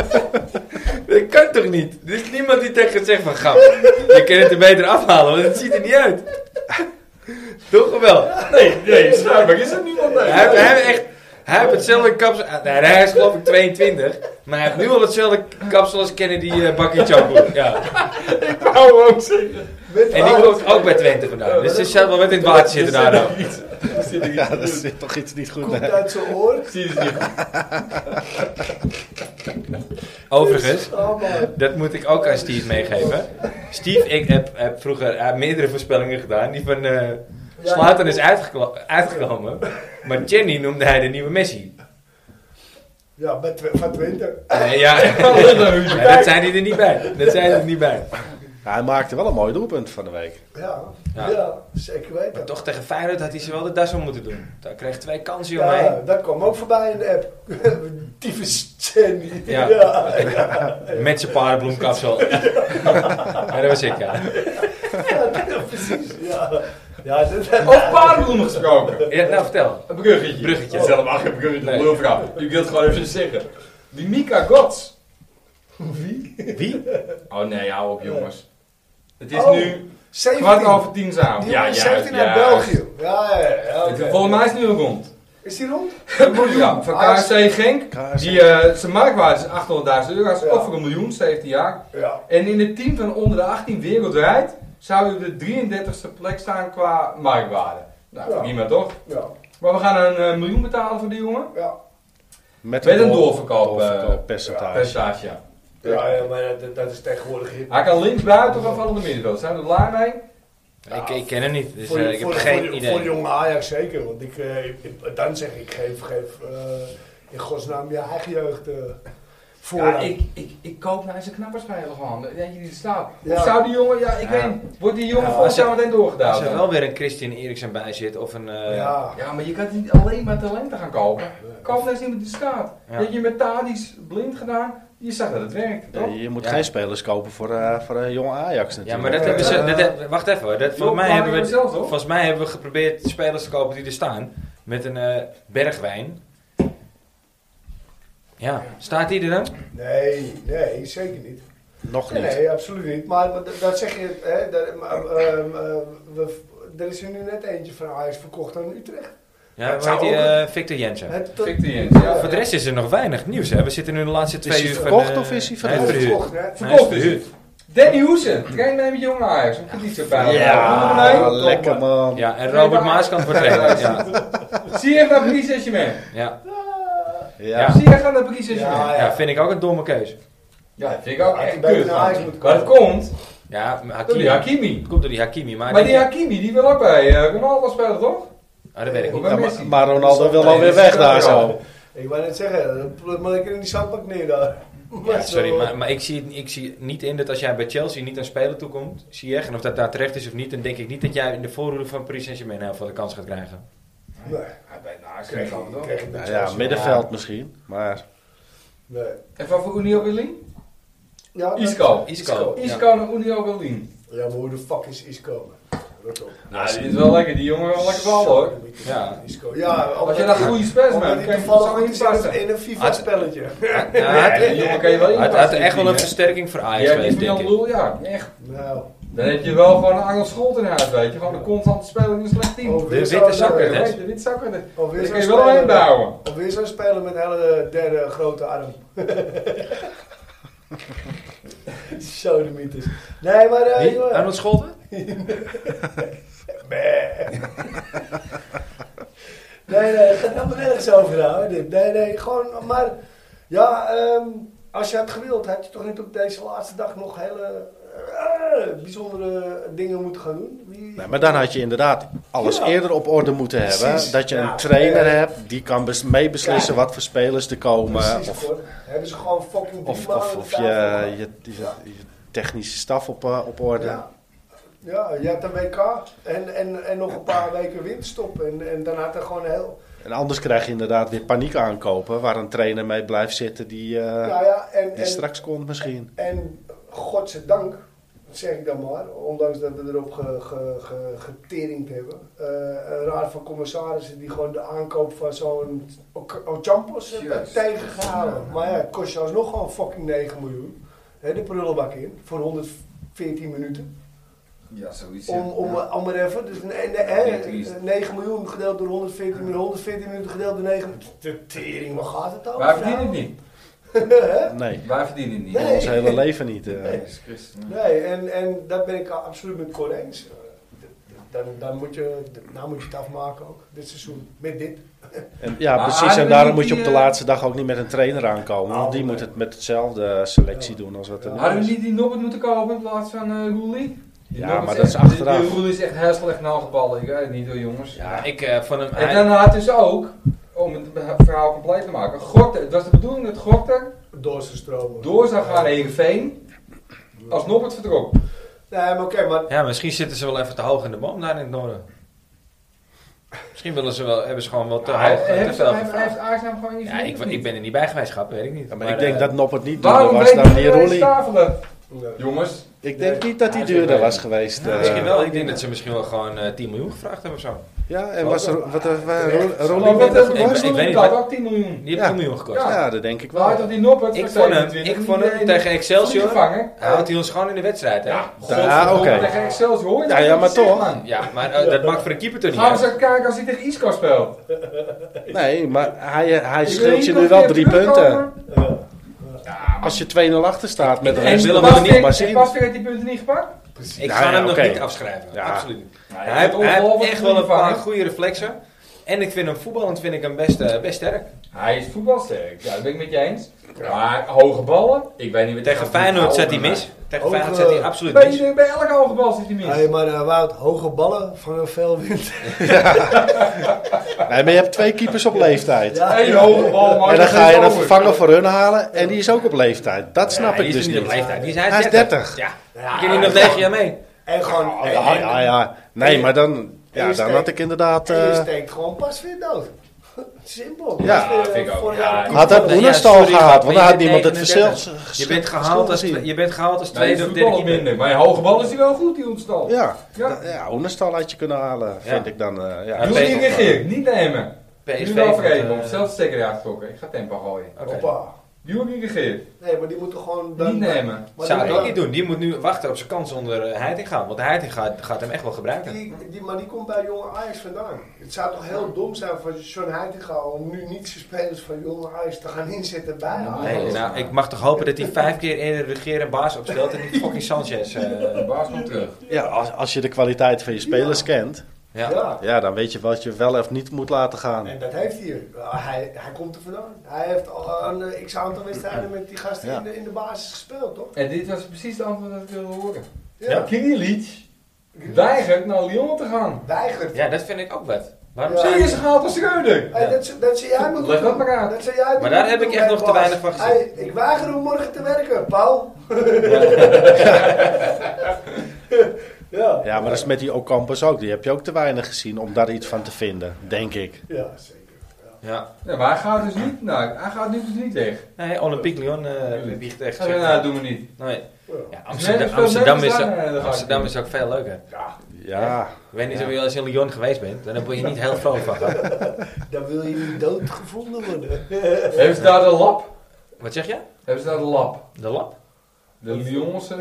Dat kan toch niet? Er is niemand die tegen het zegt van... Grap, je kunt het er beter afhalen, want het ziet er niet uit. Toch wel?
Nee, nee, schijnbaar is er niemand bij.
Hij, heeft- hij heeft echt. Hij heeft hetzelfde kapsel. ah, Nee, hij is geloof ik 22. Maar hij heeft nu al hetzelfde kapsel als Kennedy eh Bakkie Choco. Ja.
Nou, ook zeker.
Met
En die
haar.
komt ook bij 20 vandaan. Dus ze zou wel wat in het water zitten daar nou.
Zit er iets
Ja, daar
te doen?
zit toch iets niet goed
Komt
mee.
uit zijn oor.
Zie je het niet.
Overigens,
Oh man.
dat moet ik ook aan Steve meegeven. Steve, ik heb, heb vroeger eh, meerdere voorspellingen gedaan. Die van eh Slater is uitgekla- uitgekomen. Maar Jenny noemde hij de nieuwe Messi.
Ja, met tw- van Twente.
Nee, Eh, ja, Ja, dat zijn die er niet bij. Dat zijn die er niet bij.
Ja, hij maakte wel een mooi doelpunt van de week.
Ja,
Ja.
ja. zeker
Maar
weten.
toch tegen Feyenoord had hij ze wel de das om moeten doen. Daar kreeg twee kansen, jongen.
Ja, dat kwam ook voorbij in de app. Tyfus Jenny.
Ja.
Ja. Ja,
Met zijn paardenbloemkapsel. ja, dat was ik, ja.
precies. Ja, ja dat, dat-
Over paardenbloemen gesproken.
ja. Nou, vertel.
Een bruggetje.
Bruggetje.
Het is helemaal geen bruggetje,
Nee.
lulvrouw. Ik wil het gewoon even zeggen. Die Mika Gods.
Wie?
Oh nee, hou op jongens. Het is
Oh.
nu
17.
kwart over tien samen.
Die
Ja,
ja,
ja,
zegt hij
ja.
naar België. Ja, ja, ja.
Het-
oké.
Volgens mij is het nu al rond.
Is die rond?
Ja, van
Ajax-
KFC Genk.
KFC.
Die, eh, zijn marktwaarde is 800.000 euro. Hij is
Ja.
over een miljoen, 17 jaar.
Ja.
En in het team van onder de 18 wereldwijd zou je op de 33ste plek staan qua marktwaarde. Nou,
Ja.
prima toch?
Ja.
Maar we gaan een eh, miljoen betalen voor die jongen.
Ja.
Met
Met een
doel-
doorverkoop, eh,
doorverkooppercentage.
Percentage, ja.
Ja, ja, maar dat, dat is tegenwoordig hip.
Hij kan links buiten of aanvallende middenveld. Zijn we er klaar mee?
Ik, ik ken hem niet, dus
voor,
eh,
je-
ik heb
voor,
geen
voor, je-
idee.
voor jonge Ajax zeker. Want ik, eh, ik- ik- dan zeg ik, geef, geef eh, in godsnaam je eigen jeugd eh voor.
Ja, ik, ik, ik koop nou naar zijn knapperspelen gewoon. Ja, jullie staan.
Ja.
Of zou die jongen, ja, ik
Ja.
weet niet. Wordt die jongen
Ja.
volgens jou
Als
meteen
Als
doorgedaan?
er wel weer een Christian Eriksen bij zit, of een... eh,
ja.
Ja, maar je kan niet alleen maar talenten gaan kopen. Koop naar iemand die staat.
Ja.
Dat je met Tadi's blind gedaan, je zag dat het werkt,
Ja,
toch?
je moet
Ja.
geen spelers kopen voor, eh voor een jonge Ajax natuurlijk. Eh,
Ja, maar dat hebben ze... Dat, he- wacht even hoor. Dat, volgens, mij
Joh,
hebben we,
maar zelf, hoor.
volgens mij hebben we geprobeerd spelers te kopen die er staan. Met een eh, bergwijn. Ja, staat die er dan?
Nee, nee, zeker niet.
Nog
Nee,
niet.
nee, absoluut niet. Maar dat- dat zeg je, hè, dat, maar, ehm, eh, we, er is er nu net eentje van Ajax verkocht aan Utrecht.
Ja,
Het
hoe heet
zou
die?
ook
eh, Victor Jensen.
Het, dat-
Fikt hij eens. Ja.
Voor de rest is er nog weinig nieuws, hè. We zitten nu in de laatste twee
hij
uur
verkocht
van, eh,
of is hij
nee,
verhuurd?
verhuurd?
verkocht, hè?
Verkocht
Hij
is
is
het. Danny Hoesen, train mee met jonge Ajax. Een petitie bij.
Ja,
Ja, nee.
lekker man.
Ja, en Robert Maaskant wordt trainer. Ja,
Zie je naar Paris Saint-Germain.
ja.
Ja.
Zie je naar Paris Saint-Germain.
Ja,
ja, vind ik ook een domme keus.
Ja, dat vind ik ook
Had hij
echt
beter
kut.
naar
man.
Ajax moeten
Maar dat komt
Ja, maar
Door
Hakimi.
die Hakimi.
Het komt door die Hakimi, maar...
Maar
denk
die
je-
Hakimi, die wil ook bij eh Ronaldo spelen, toch?
Ah, dat weet ik
Of
niet.
bij
Ja,
Messi.
maar, maar Ronaldo wil
Nee,
alweer
dat is
weg
ook
daar
wel.
zo.
Ik wou net zeggen, eh, pluk maar lekker in die zandbak neer daar.
Ja,
Maar
Oh, sorry,
zo-
maar, maar ik, zie, het- ik zie het niet in dat als jij bij Chelsea niet aan spelen toekomt, zie je echt, en of dat daar terecht is of niet, dan denk ik niet dat jij in de voorhoede van Paris Saint-Germain heel veel de kans gaat krijgen.
Nee,
Hij bij Naast
kreeg
toch?
ik kreeg ik
Ja,
niet
ja,
zoals-
middenveld misschien. Maar
Nee.
En van voor Unio Berlin?
Ja, maar-
Isco.
Isco. Ja.
Isco naar Unio Berlin.
Ja, maar hoe de fuck is Isco? Rot op.
Nou, dit is wel lekker. Die jongen wel lekker bal, hoor.
Ja.
Isco. Ja,
Als je dat goede spelers
omdat
maakt,
hij
kan je
toevallig
zo
goed
niet
is in een-
passen.
in een FIFA-spelletje.
Ja, het-
die jongen kan je wel
het had
inpassen,
echt wel
die,
een
hè?
versterking voor Ajax
Ja, die
geweest,
van
denk
Jan
ik.
Lul, ja, echt.
Nou,
Dan heb je wel gewoon een Arnold Scholt in huis, weet je. Van de constant spelen in een slecht team.
Oh,
De witte
zo'n-
zakken, hè?
Weet je, dit zou kunnen.
Of weer
Daar
zo'n
kun je wel
speler-
heen bouwen.
Of weer zo'n speler met een hele derde grote arm. Zo de mythes. Nee, maar... eh,
Wie?
joh.
Arnold Scholten?
Nee, nee, het gaat helemaal nergens over nou, dit. Nee, nee, gewoon, maar... Ja, ehm, als je had gewild, had je toch niet op deze laatste dag nog hele eh, bijzondere dingen moeten gaan doen? Wie-
Nee, maar dan had je inderdaad alles
Ja.
eerder op orde moeten hebben.
Precies.
Dat je
Ja.
een trainer
Ja.
hebt die kan bes- meebeslissen
Ja.
wat voor spelers er komen.
Precies,
of
hoor. Hebben ze gewoon fucking drie
of,
maanden
of,
de
of je,
tijd gehad.
je, je- je technische staf op, eh, op orde.
Ja. Ja, je had een WK en, en, en nog een paar weken winterstop. En, en dan had er gewoon heel...
En anders krijg je inderdaad weer paniek aankopen. Waar een trainer mee blijft zitten die, eh,
nou ja, en,
die
en,
straks komt misschien.
en godzijdank, zeg ik dan maar, ondanks dat we erop ge, ge, ge- geteringd hebben. eh, een raad van commissarissen die gewoon de aankoop van zo'n O- Ochampos hebben
Juist.
tegengehouden. Maar ja, het kost je alsnog gewoon fucking 9 miljoen. Hè, de prullenbak in, voor 114 minuten.
Ja, zoiets.
Om, om, om maar even, dus nee, nee,
Ja,
hè,
triest.
9 miljoen gedeeld door 114 miljoen, 114 miljoen gedeeld door 9 miljoen. De tering, waar gaat het over?
Wij verdienen het niet.
Hè?
Nee,
Wij verdienen het niet.
Nee.
ons hele leven niet. eh.
Jezus Christus.
nee, en, en daar ben ik absoluut met Cor eens. Eh, Dan, dan moet je, nou moet je het afmaken ook, dit seizoen, met dit.
En, ja,
Maar
precies. En
Adrie,
daarom moet je
die,
op de
eh,
laatste dag ook niet met een trainer aankomen. Want die
Oh,
moet
nee.
het met hetzelfde selectie
Ja.
doen als wat er nu
Hadden we
is.
niet die Nobbert moeten kopen in plaats van eh Roelie? Die
Ja,
Nobbert
maar dat is
echt-
achteraf.
Die Roelie is echt heel slecht nageballen. Ik weet het niet hoor, jongens.
Ja, ik eh, van hem...
En
hij-
dan had dus ook, om het be- verhaal compleet te maken, Gorter, het was de bedoeling dat Gorter
Doorstromen.
door zou gaan naar Heerenveen als Nobbert vertrok.
Nee, maar oké, maar
Ja, misschien zitten ze wel even te hoog in de boom daar in het noorden. Misschien willen ze wel, hebben ze gewoon wel te
Hij
hoog... eh,
hij
te
heeft
veel
hij
gevraagd.
heeft Ajaxnaam gewoon niet
Ja, ik,
verdiend,
ik ben er niet bij geweest, grap, weet ik niet.
Ja, maar ik denk
eh,
dat Noppert niet duurder
Waarom
was
weet
dan
je
die
niet
Roelie.
tafelen?
nee.
Jongens,
Ik denk niet dat hij
Ja, zeker
duurder was
weten.
geweest. eh.
Misschien wel, ik denk dat ze misschien wel gewoon eh, 10 miljoen gevraagd hebben of zo.
Ja, en was er, wat er, waar,
ik-
maar wat hebben
ik weet
we
niet,
betaald?
wat-
Ook 10 miljoen.
Die heeft
Ja.
10 miljoen gekost.
Ja.
Ja, dat denk ik
We hadden
wel.
toch die Noppert
Ik
van
vond hem,
27,
ik vond
die-
hem
die-
tegen
die
Excelsior.
vervangen.
Hij houdt hij ons gewoon in de wedstrijd, hè?
Ja,
Ja,
godverdomme,
oké.
Tegen Excelsior hoor je
Ja,
dat
ja,
niet,
maar
zeg,
toch.
man.
Ja, maar eh, dat mag voor een keeper toch niet
Gaan we
uit?
eens even kijken als hij tegen Isco speelt.
Nee, maar hij, eh, hij
Ik
scheelt
weet
je
niet
nu
of
wel
hij
drie
terugkomt,
punten.
maar-
Als je 2-0 achter staat met de
En
rest,
Willem
dan
was
moet je
weer-
het maar
En
zien.
Pasveer heeft die punten niet gepakt?
Ik
Ja,
ga
ja,
hem
oké.
nog niet afschrijven.
Ja.
Absoluut niet.
Nee,
hij heeft, hij heeft
ongelooflijk
echt wel een
vervangen.
paar goede reflexen. En ik vind hem voetballend vind ik hem best, eh, best sterk.
Hij is voetbalsterk, ja, dat ben ik met je eens. Maar hoge ballen, ik weet niet wat
Tegen Feyenoord zet hij mis. Tegen
Ook,
Feyenoord zet hij
eh,
absoluut mis.
Bij, bij elke hoge bal zit hij mis.
Hey, maar eh, Wout, hoge ballen van een fel wind.
Nee, maar je hebt twee keepers op leeftijd.
Ja.
Eén hoge bal, maar
En dan
Oh, dat
ga
is
je een
over.
vervanger voor hun halen. En die is ook op leeftijd. Dat snap
Ja, die is
ik dus
er
niet.
op leeftijd. Die is, hij,
Hij is 30.
Ja.
Ja,
Ik ken die nog 9 jaar mee.
En gewoon,
Ja,
en-
ja,
en-
ja, ja. Nee, maar dan, ja,
je
dan
steekt-
had ik inderdaad...
en je
eh,
steekt gewoon pas weer dood. Simpel.
Ja,
Pasveer,
vind ik
eh,
ook.
vorig
Ja,
jaar-
had dat
Ja,
Oenestal
sorry, maar
gehad, want
je
dan had
bent
niemand het
39.
verschil.
Je bent gehaald als,
gezien.
twe- je bent gehaald als
Nee,
tweede
hij
of derde
voetbal
keeper.
minder. Maar hoge bal is hij wel goed, die ontstal.
Ja,
Ja.
ja Oenestal had je kunnen halen, vind
Ja.
ik dan. eh,
Ja,
ja.
Doe
Peter
die regeer, niet nemen.
PSV
nu wel
vond,
vergeten,
eh,
om zelf de stekker eruit te trokken. Ik ga tempo gooien.
oké.
Hoppa.
Jury regeer,
Nee, maar die moeten gewoon...
niet nemen.
maar
Zou
die
ik ook
moeten-
niet doen. Die moet nu wachten op zijn kans onder eh, Heitinga. Want Heitinga gaat, gaat hem echt wel gebruiken.
Die, die, maar die komt bij jonge Ajax vandaan. Het zou toch heel dom zijn van John Heitinga om nu niet zijn spelers van jonge Ajax te gaan inzetten bij Ajax.
Nee, nou, ik mag toch hopen dat hij vijf keer eerder regeer en baas opstelt en die fucking Sanchez. eh,
De baas komt terug.
Ja, als, als je de kwaliteit van je spelers kent,
ja.
Ja.
ja, dan weet je wat je wel of niet moet laten gaan.
En dat heeft hij. Uh, hij. Hij komt er vandaan. Hij heeft al een eh, x aantal wedstrijden met die gasten
Ja.
in, de, in de basis gespeeld, toch?
En dit was precies het antwoord dat ik wilde horen. Ja. Kirilic weigert naar Lyon te gaan.
Weigert.
Ja, dat vind ik ook wat. Waarom
Ja.
zou
Zie
je-
is gehaald als Schreuder.
Hey, dat, zou- dat zou jij moeten
Leg dat
doen.
maar aan.
Dat zou jij moeten
daar heb
doen,
ik echt nog te
Bas.
weinig van gezien.
Hey, ik weiger om morgen te werken, Paul. ja.
Ja, maar dat is met die Ocampos ook. Die heb je ook te weinig gezien om daar iets van te vinden, denk ik.
Ja, zeker. Ja.
Ja.
Ja, maar hij gaat dus niet. Nou, hij gaat nu dus niet weg.
Nee, Olympique Lyon eh wiegt echt.
Hij zegt, nou, dat doen we niet.
Nee.
Ja.
Ja, Amsterdam,
Nee, dat is veel
Amsterdam,
leuker
is,
dan, eh, dat
ook,
gaat
Amsterdam
niet.
is ook veel leuker.
Ja,
Ik weet niet of je als in Lyon geweest bent, dan word je niet heel vrolijk van. hè?
Dan wil je niet doodgevonden worden.
Hebben ze daar de lab?
Wat zeg je?
Hebben ze daar de lab?
De lab?
De Lyonse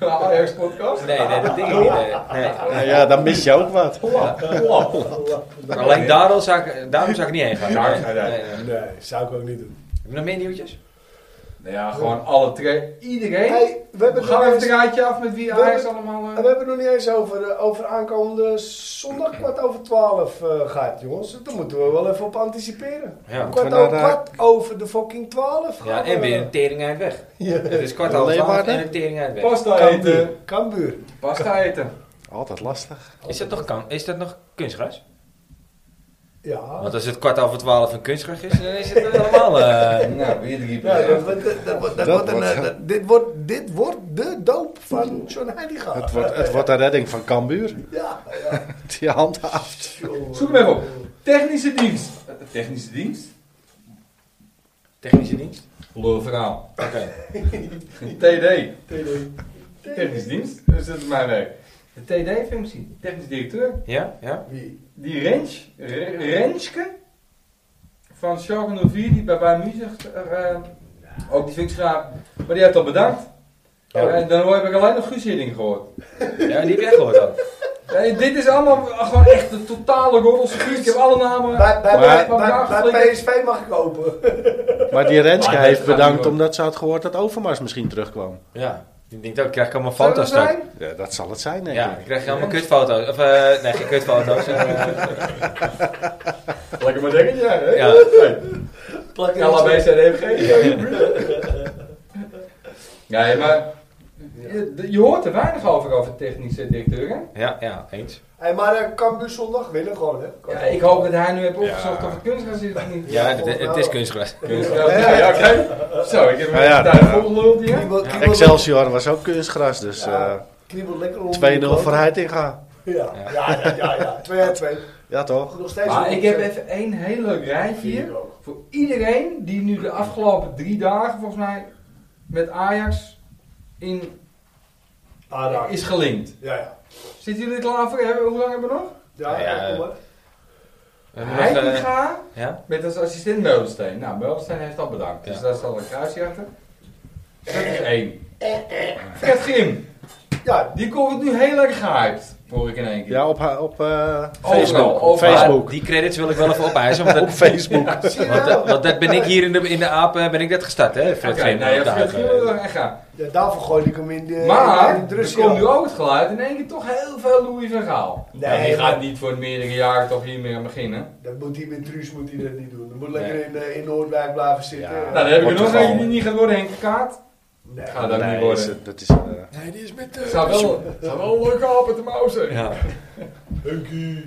Ajax podcast?
Nee, nee, dat denk ik niet. Nee. Nee.
Nou ja dan mis je ook wat.
Lab, lab.
Alleen daarom zou, ik, daarom zou ik niet heen gaan.
Ja,
Nee,
ja, ja.
nee, nee.
Nee, zou ik ook niet doen.
Heb je nog meer nieuwtjes?
Nou ja, gewoon alle twee. Iedereen.
Hey, we, hebben het
We gaan
nog
even
eens-
een raadje af met wie
We
Ajax
hebben-
allemaal... eh,
we hebben het nog niet eens over, eh, over aankomende zondag kwart over twaalf eh gaat, jongens. Daar moeten we wel even op anticiperen.
Ja.
Kwart,
we naar
over,
de-
kwart over de fucking twaalf gaan
Ja,
we-
en weer een tering uit weg.
Ja.
Het is kwart half
Leeuwarden?
twaalf en een tering uit weg.
Pasta eten.
Kambuur. Kambuur.
Pasta eten.
Altijd lastig.
Is dat nog, kan, is dat nog kunstgras?
Ja.
Want als het kwart over twaalf een kunstgras is, dan is het helemaal... eh,
Nou, weer drie
Ja, dat,
punten.
wordt- dat, dat wordt- dat
Dat
wordt een,
wordt-
eh, dat- dit, wordt, dit wordt de doop van John Heidiga.
Het wordt, het wordt de redding van Cambuur.
Ja, ja.
Die handhaaft.
Zoek hem even op. Technische dienst. Eh, Technische dienst?
Technische dienst?
Lul verhaal.
Oké.
TD.
Technisch
Technisch dienst, dus dat is mijn werk. De TD-functie, technisch directeur.
Ja? Ja?
Wie?
Die Rens, Re- Renske van Schalke 04, die bij Bayern München eh, ook die functie gaat. Maar die heeft al bedankt.
Oh.
En dan hoor- heb ik alleen nog Guus Hiddink gehoord.
Ja, die heb jij gehoord ook.
Nee, dit is allemaal gewoon echt de totale roddelse Guus. Ik heb alle namen.
Bij, bij,
Maar-
bij, bij, bij PSV mag ik open.
Maar die Renske
Maar dat
heeft
gaat niet
bedankt
worden.
omdat ze had gehoord dat Overmars misschien terugkwam.
Ja. Ik denk ook, ik krijg allemaal
Zou dat
foto's
zijn?
straks.
Ja, dat zal het zijn, denk
Ja,
ik.
ik krijg allemaal kutfoto's. Of, eh, nee, geen kutfoto's. eh,
Lekker maar denken, ja. hè?
ja.
Plak in
LAB,
de-
Nee, maar je, je hoort er weinig over over technische directeur, hè?
ja, ja, eens.
Hey, maar eh, Cambuur zondag winnen gewoon, hè?
Ja, ik hoop dat hij nu heeft opgezocht of het kunstgras is of niet.
Ja,
volgens
het, het
mij
is
wel.
kunstgras.
Kunstgras, ja, ja, oké. Zo, ik heb hem
Nou ja,
ja, daar volgeluld hier.
Kriebelt- kriebelt-
Excelsior was ook kunstgras, dus eh,
Ja, kriebelt lekker
2-0 voor Heitinga.
Ja, ja, ja, ja. ja. 2 uit 2.
Ja, toch?
Nog steeds.
Maar
een-
ik heb even één heel leuk rijtje hier. Voor iedereen die nu de afgelopen drie dagen, volgens mij, met Ajax in,
Ah, daar.
is gelinkt.
Ja, ja.
Zitten jullie er klaar voor? Hebben- Hoe lang hebben we nog?
Ja,
Ja, ja.
ja, kom maar.
We hebben nog, eh,
Heitinga
ja?
met als assistent Meulensteen. Nou, Meulensteen heeft al bedankt. Dus
Ja.
daar zal een kruisje achter. Dus Dat is één. Fred Grim,
Ja,
die komt het nu heel erg gehyped. Hoor ik in één keer.
Ja, op, ha- op eh,
Overal,
Facebook. Op
overal.
Facebook.
Die credits wil ik wel even opeisen. Want
Op
dat,
Facebook.
zie je nou?
want, dat-
wel.
want dat ben ik hier in de, in de aap, eh, ben ik dat gestart, hè? Fred
Oké,
Grim,
nou ja,
op de
Fred
aap,
Grim
eh.
wil er echt gaan.
Ja, daarvoor gooi ik hem in de.
Maar
in de
er
Russie
komt
al.
nu ook het geluid in één keer toch heel veel Louis van Gaal.
Nee,
Nou, die
maar-
gaat niet voor meerdere jaren toch hiermee aan beginnen.
Dat moet hij met Truus moet hij dat niet doen. Dan moet lekker
Nee.
in, eh, in Noordwijk blijven zitten.
Ja.
Nou, dan heb ik er
Wordt
nog
toch
eentje
al-
die niet gaat worden, Henk Kaart.
Nee.
Gaat dat niet
Nee, is
worden.
het- dat is, eh,
Nee, die is met.
Het
eh
zou wel, het zou wel een leuke apen te mousen.
Ja.
Hunky.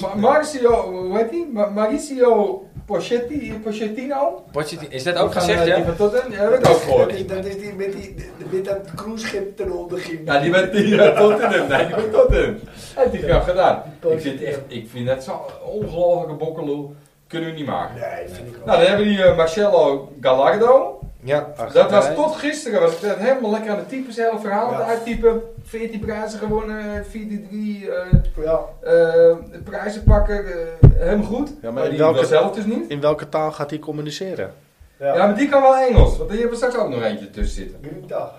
Ma- Marcio, hoe heet die? Ma- Mauricio Pochetti, Pochettino.
Pochettino- Is dat
Van,
ook gezegd,
eh,
ja?
die van Tottenham, die heb ik ook gehoord.
Dat is- Dat is die met, die, met dat cruiseschip ten onder ging.
Ja, die bent die eh, Tottenham. Nee, die bent Tottenham. Heeft hij graag gedaan. Ik vind, echt, ik vind dat zo'n ongelofelijke bokkeloel. Kunnen we niet maken.
Nee, vind ik ook.
Nou, dan hebben we die eh, Marcello Gallardo.
Ja.
Dat was
Argerijn.
tot gisteren, was ik dat helemaal lekker aan het typen zelf, verhaal aan het
Ja.
uittypen. 14 prijzen gewonnen, 4-3 eh
Ja.
eh, prijzen pakken, eh, helemaal goed. maar,
maar in
die
welke-
wil zelf dus niet.
in welke taal gaat hij communiceren?
Ja.
Ja, maar die kan wel Engels, want hier hebben we straks ook nog eentje tussen zitten.
Grinta.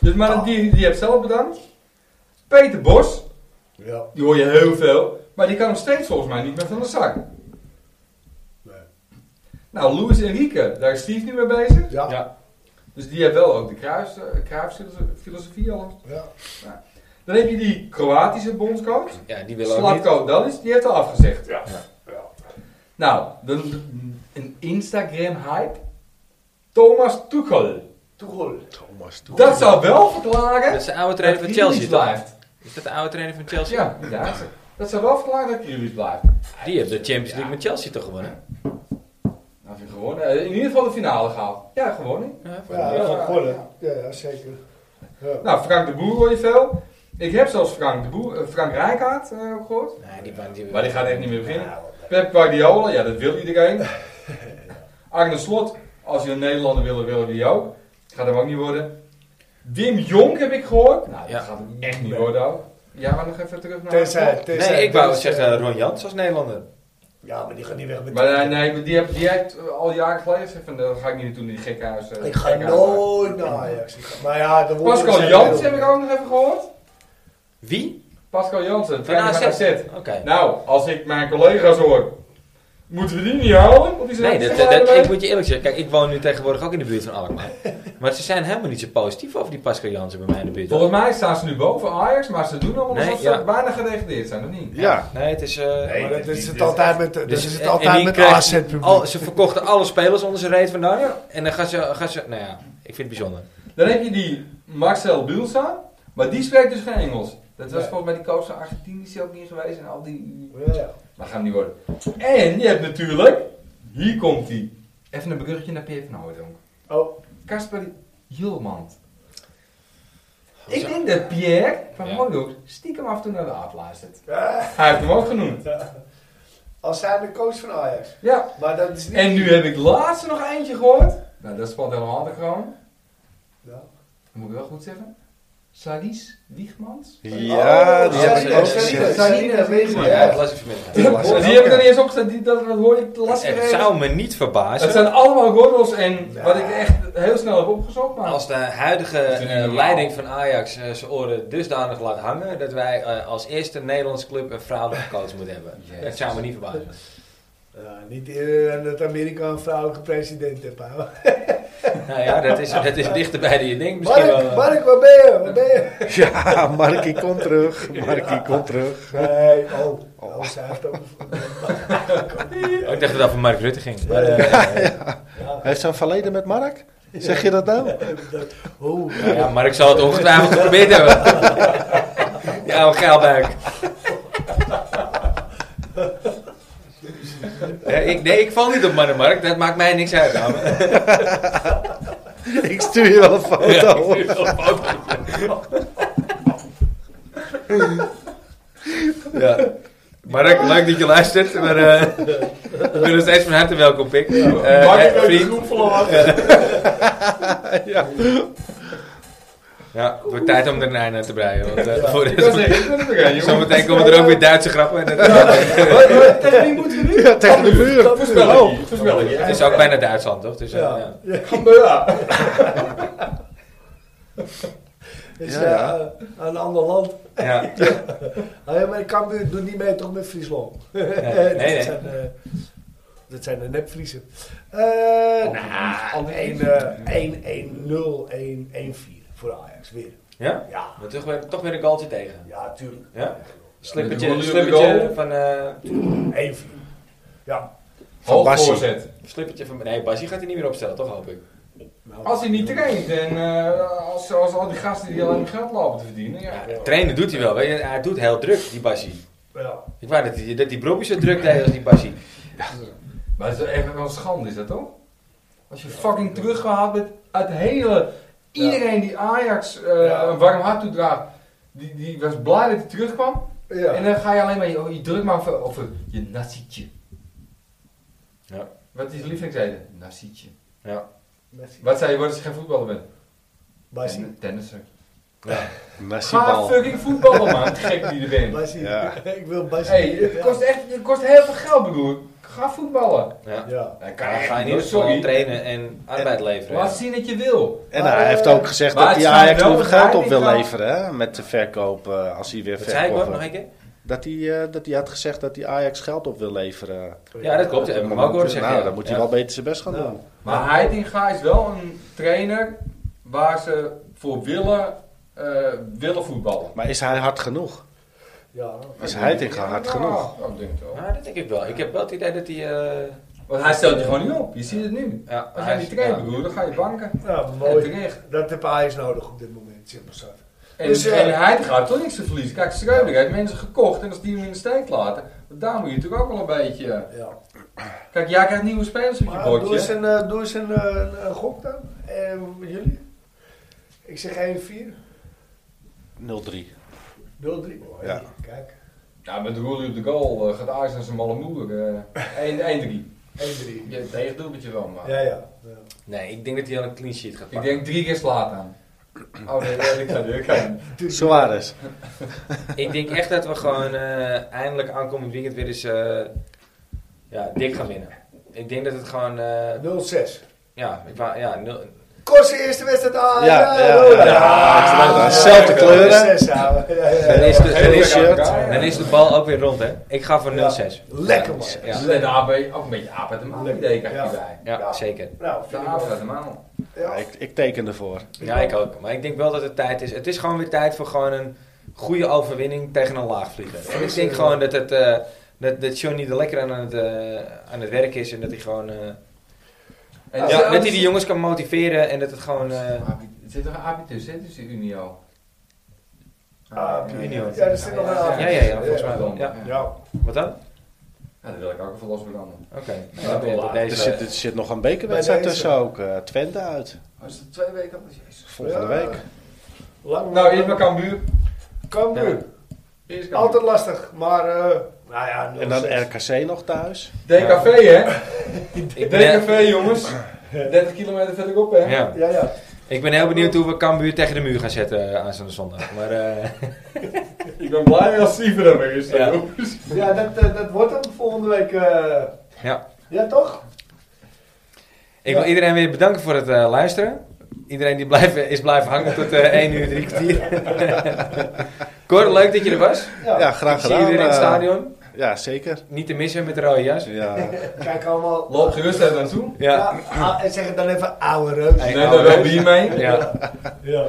Dus maar die, die heeft zelf bedankt. Peter Bos,
Ja.
die hoor je heel veel, maar die kan nog steeds volgens mij niet meer van de zak.
Nee.
Nou, Luis Enrique, daar is Steve nu mee bezig.
Ja. Ja.
Ja.
Dus die heeft wel ook de kruis, eh, kruisfilosofie al. Dan heb je die Kroatische bondscoach.
Ja, die willen ook niet.
Slatko Dalis, die heeft al afgezegd.
Ja.
Nou, dan een Instagram-hype. Thomas Tuchel.
Tuchel.
Thomas Tuchel.
Dat zou wel verklaren
Dat is de oude trainer van Chelsea,
Grealish
toch?
blijft.
Is dat de oude trainer van Chelsea?
Ja, inderdaad. Dat zou wel verklaren dat Grealish blijft.
Die heeft de Champions League met Chelsea toch gewonnen?
Nou, vind ik gewonnen. Eh, In ieder geval de finale gehaald. Ja, gewonnen.
Ja,
Ja,
Ja,
van
ja,
Kolle. Ja, ja, zeker. Ja.
Nou, Frank de Boer hoor je veel. Ik heb zelfs Frank, de Boer, eh, Frank Rijkaard eh, ook gehoord.
Nee, die man die...
Maar die gaat echt niet meer beginnen. Pep Guardiola, ja, dat wil iedereen. Arne Slot, als je een Nederlander willen, willen we die ook. Gaat hem ook niet worden. Wim Jong heb ik gehoord. Nou, dat
Ja.
gaat hem echt niet worden ook. Ja, maar nog even terug naar...
Tenzij, tenzij.
Nee, ik wou
dat
het
is,
zeggen
eh,
Ron Jans als Nederlander.
Ja, maar die gaat niet weg met
Maar eh, nee, maar die heeft, die heeft eh, al jaren geleden gezegd van, dat ga ik niet doen in die gekkenhuis. eh,
Ik ga
gekkenhuis.
nooit naar Ajax. Ik ga- Maar ja, dan wordt
Pascal Jans heb ik ook nog even gehoord.
Wie?
Pascal Jansen,
Van
trainer van
AZ?
AZ.
Oké.
Nou, als ik mijn collega's hoor, moeten we die niet halen? Want die zijn
Nee, dat, dat- dat- ik moet je eerlijk zeggen. Kijk, ik woon nu tegenwoordig ook in de buurt van Alkmaar. Maar ze zijn helemaal niet zo positief over die Pascal Jansen bij mij in de buurt.
Volgens mij staan ze nu boven Ajax, maar ze doen allemaal
Nee,
alsof
ja.
ze bijna gedegradeerd zijn, of niet?
Ja,
Nee, het is... dus eh, maar-
Maar dat is het altijd met, dat is het
en- en
altijd
die
met
krijgt
AZ publiek.
al- ze verkochten alle spelers onder zijn reet vandaan. En dan gaan ze, gaan ze... Nou ja, ik vind het bijzonder.
Dan heb je die Marcel Bielsa, maar die spreekt dus geen Engels. Dat was
Nee.
volgens mij die coach van Argentinië is die ook niet geweest en al die...
Ja.
Maar gaan hem niet worden. En je hebt natuurlijk, hier komt die. Even een bruggetje naar PF Noordonk.
Oh,
Kasper Julmand. Ik denk dat Pierre van
Ja.
ja. stiekem af en toe naar de aap luistert.
eh,
Hij heeft hem ook genoemd.
als zij de coach van Ajax.
Ja.
Maar dat is niet...
En nu heb ik laatst nog eentje gehoord. Nou, dat spant helemaal de kroon.
Ja.
Dat moet ik wel goed zeggen. Salis Wiegmans.
ja die
Oh,
heb ik
Sarina,
ook
Sarina,
gezien.
Sarina, Wegeman.
Maar ja, dat las ik vanmiddag.
Die
was
heb ik er niet eens opgezet. Die, dat, dat hoorde ik de laatste
Het
keer.
zou me niet
Het
verbazen
zijn allemaal gordels en
Ja.
wat ik echt heel snel heb opgezocht. Maar
als de huidige
Dat is niet
eh,
normaal.
leiding van Ajax eh, zijn oren dusdanig laat hangen dat wij eh, als eerste Nederlandse club een vrouwelijke coach moeten hebben.
Jezus.
Dat zou me niet verbazen.
Ja, niet eerder dan dat Amerika een vrouwelijke president heeft. hè.
Nou ja, dat is, dat is dichterbij dan je denkt misschien wel. eh.
Mark, Mark, waar ben je? Waar ben je?
Ja, Markie komt terug. Markie komt terug.
Nee, oh. Oh, zij heeft ook...
Oh, ik dacht dat het over Mark Rutte ging.
Maar, eh,
Heeft ze een verleden met Mark? Zeg je dat nou?
Oeh.
Nou ja, Mark zal het ongetwijfeld geprobeerd hebben. Die oude geilbuik. Ja, ik, nee, ik val niet op mannen, Mark. Dat maakt mij niks uit. Nou.
Ik stuur je wel een
Oh,
foto.
nou.
Ja. Mark, leuk dat je luistert. Maar, eh, ik ben nog steeds van harte welkom, Pik. Eh,
Mark
eh,
heeft
vriend.
Ja.
Ja, het wordt tijd om er een einde aan te breien. Want, eh, voor
Ik wil zeggen, ik ben er weer een, jongen.
Zometeen komen er ook weer Duitse grappen. En dat,
Tegen wie moeten we nu?
Ja, tegen de muur. Oh.
Voorspel ik je. Voorspel ik
het
je.
is ook bijna Duitsland, toch? Dus, eh, ja.
Ja.
Canberra.
Is
Ja, ja.
eh, aan een ander land.
Ja.
Ah, ja, maar ik kan doet niet mee toch met Friesland.
nee, nee.
Dat zijn, eh, dat zijn de nepvriezen. Eh nou, 1 1 1-4 voor Ajax weer.
Ja?
Ja,
Maar toch weer, toch weer een goaltje tegen.
ja, tuurlijk.
Ja?
Ja,
Slippertje,
die
slippertje
goal.
van... eh
1-4. Ja.
Hoog
Bassie.
voorzet.
slippertje van... Nee, Basie gaat hij niet meer opstellen, toch hoop ik?
Als hij niet traint en eh, als, als al die gasten die alleen geld lopen te verdienen. Ja.
Ja, trainen doet hij wel. Weet je. Hij doet heel druk, die Basie.
Ja.
Ik wou dat die, dat die Brobby zo druk deed als die Basie.
Maar het is echt wel een schande, is dat toch? Als je fucking teruggehaald bent uit de hele. Iedereen die Ajax eh,
Ja.
een warm hart toedraagt, die, die was blij dat hij terugkwam. En eh,
ja.
dan ga je alleen maar je, je druk maar over, over je nazietje.
Ja.
Wat is lievelingsreden? Nazietje.
Ja.
Wat zei je worden als je geen voetballer bent?
Basie.
Ten- Tennisser. Ga
Messibal.
fucking voetballen man, gek die je bent.
Basie.
Ja.
ik wil Basie.
Hey, het kost echt, het kost heel veel geld broer. Ga voetballen.
Ja.
Ja.
Dat
Dan ga je
echt
in ieder
niet,
geval
sorry.
trainen en arbeid leveren.
Laat zien dat je wil.
En hij heeft ook gezegd dat hij Ajax nog geld op wil leveren hè, met de verkoop eh, als hij weer
Dat zei ik ook nog
verkoopt.
een keer.
Dat hij, eh, dat hij had gezegd dat hij Ajax geld op wil leveren.
Ja, dat klopt. Dat heb ik hem ook horen zeggen.
Nou,
ja.
dan moet hij
Ja.
wel beter zijn best gaan
Ja.
doen.
Maar Heitinga is wel een trainer waar ze voor willen, eh, willen voetballen.
Maar is hij hard genoeg?
Ja.
Is Heitinga hard genoeg?
Ja, ik denk het wel.
Nou, Ja, dat denk ik wel. Ik heb wel het idee dat hij... eh,
Want hij stelt je gewoon niet op. Je ziet het nu.
Ja, hij
Als jij
is-
niet traint,
ja.
broer, dan ga je banken.
Nou,
En
mooi.
terecht.
Dat heb Ajax nodig op dit moment, simpel zat.
En,
Dus, eh,
en hij gaat toch niks te verliezen. Kijk, Schreuder heeft mensen gekocht en als die hem in de steek laten, want daar moet je natuurlijk ook wel een beetje... eh,
Ja.
Kijk, jij krijgt nieuwe spelers op je
Maar doe eens
bordje.
een, eh, doe eens een, eh, een- een gok dan. Eh, met jullie? Ik zeg 1-4. 0-3.
0-3.
Mooi.
Ja.
Oh, Kijk.
Ja, met Roelie op de goal eh, gaat Ajax naar zijn malle moeder. eh 1-3.
1-3.
Je tegendoelpuntje wel, maar...
Ja, ja. ja.
Nee, ik denk dat hij al een clean sheet gaat
Ik
pakken.
denk drie keer slaat aan. Oh nee, nee, dat kan niet, dat kan niet.
Suarez.
Oh, Ik denk echt dat we gewoon eh, eindelijk aankomend weekend weer eens eh, ja, dik gaan winnen. Ik denk dat het gewoon, eh,
0-6.
ja, ik wou, ja, nul-
Kost de eerste wedstrijd Ah, aan.
Ja, ja, ja.
oh, Ja,
dezelfde kleuren.
0-6 aan. Ja, ja,
dan
ja.
is, de, dan,
Geel
is,
shirt.
dan is de bal ook weer rond, hè. Ik ga voor 0-6.
Lekker man.
Ja.
Dus daar ben je ook een beetje aap uit de maan idee krijg je
Ja.
bij.
Ja, zeker.
Nou,
De
vind ik
aap uit de
wel.
maan.
Ja,
Ja.
ik, ik teken ervoor.
Ja, ik ook. Maar ik denk wel dat het tijd is. Het is gewoon weer tijd voor gewoon een goede overwinning tegen een laagvlieger. En ik denk gewoon dat, het, eh, dat, dat Johnny er lekker aan het, eh, aan het werk is en dat hij gewoon... eh,
En
ja,
zelfs-
dat hij die jongens kan motiveren en dat het gewoon... eh,
Aapie- Er zit toch een aapje tussen, hè, tussen Unio?
Ah,
Ah,
Unio.
Ja, er zit nog een aan.
ja, ja, ja, volgens mij wel. Ja.
Ja.
Wat dan?
Ja, dat wil ik ook even losbranden.
Oké.
Ja, dat wil later.
Deze-
Er zit, er zit nog een bekerwedstrijd
Bij deze.
tussen ook. eh, Twente uit.
Oh, is dat twee weken anders? Jezus.
Volgende
Ja.
week.
Lang
Nou, eerst maar Cambuur.
Cambuur.
Eerst Cambuur.
Altijd lastig, maar eh nou ja, 0-6.
En dan RKC nog thuis.
DKV, hè?
Ik ben,
DKV, jongens. 30 kilometer verderop, hè?
ja.
Ja, ja.
ik ben heel benieuwd hoe we Cambuur tegen de muur gaan zetten aan zo'n zondag. Maar eh,
Ik ben blij als Siever er weer is, hè,
Ja.
jongens.
Ja, dat, eh, dat wordt hem volgende week. eh,
ja,
ja, toch?
ik wil iedereen weer bedanken voor het eh, luisteren. Iedereen die blijven, is blijven hangen tot eh 1 uur 3 kwartier. Cor, leuk dat je er was.
Ja, graag
Ik zie
gedaan.
iedereen in het
eh,
stadion.
Ja, zeker.
Niet te missen met de rode jas.
Ja.
Kijk allemaal.
Loop gerust even naartoe.
Ja.
Ja, ah, en zeg het dan even oude reus.
Hey.
Neem daar wel bier mee.
Ja,
Ja.
ja.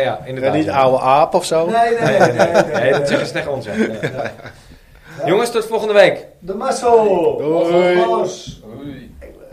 ja
En
inderdaad.
niet oude aap of zo.
Nee, nee, nee. nee, nee,
Nee, dat zeggen ze tegen ons. hè. Ja. Jongens, tot volgende week.
De massa.
Doei.
Alles.
Oei.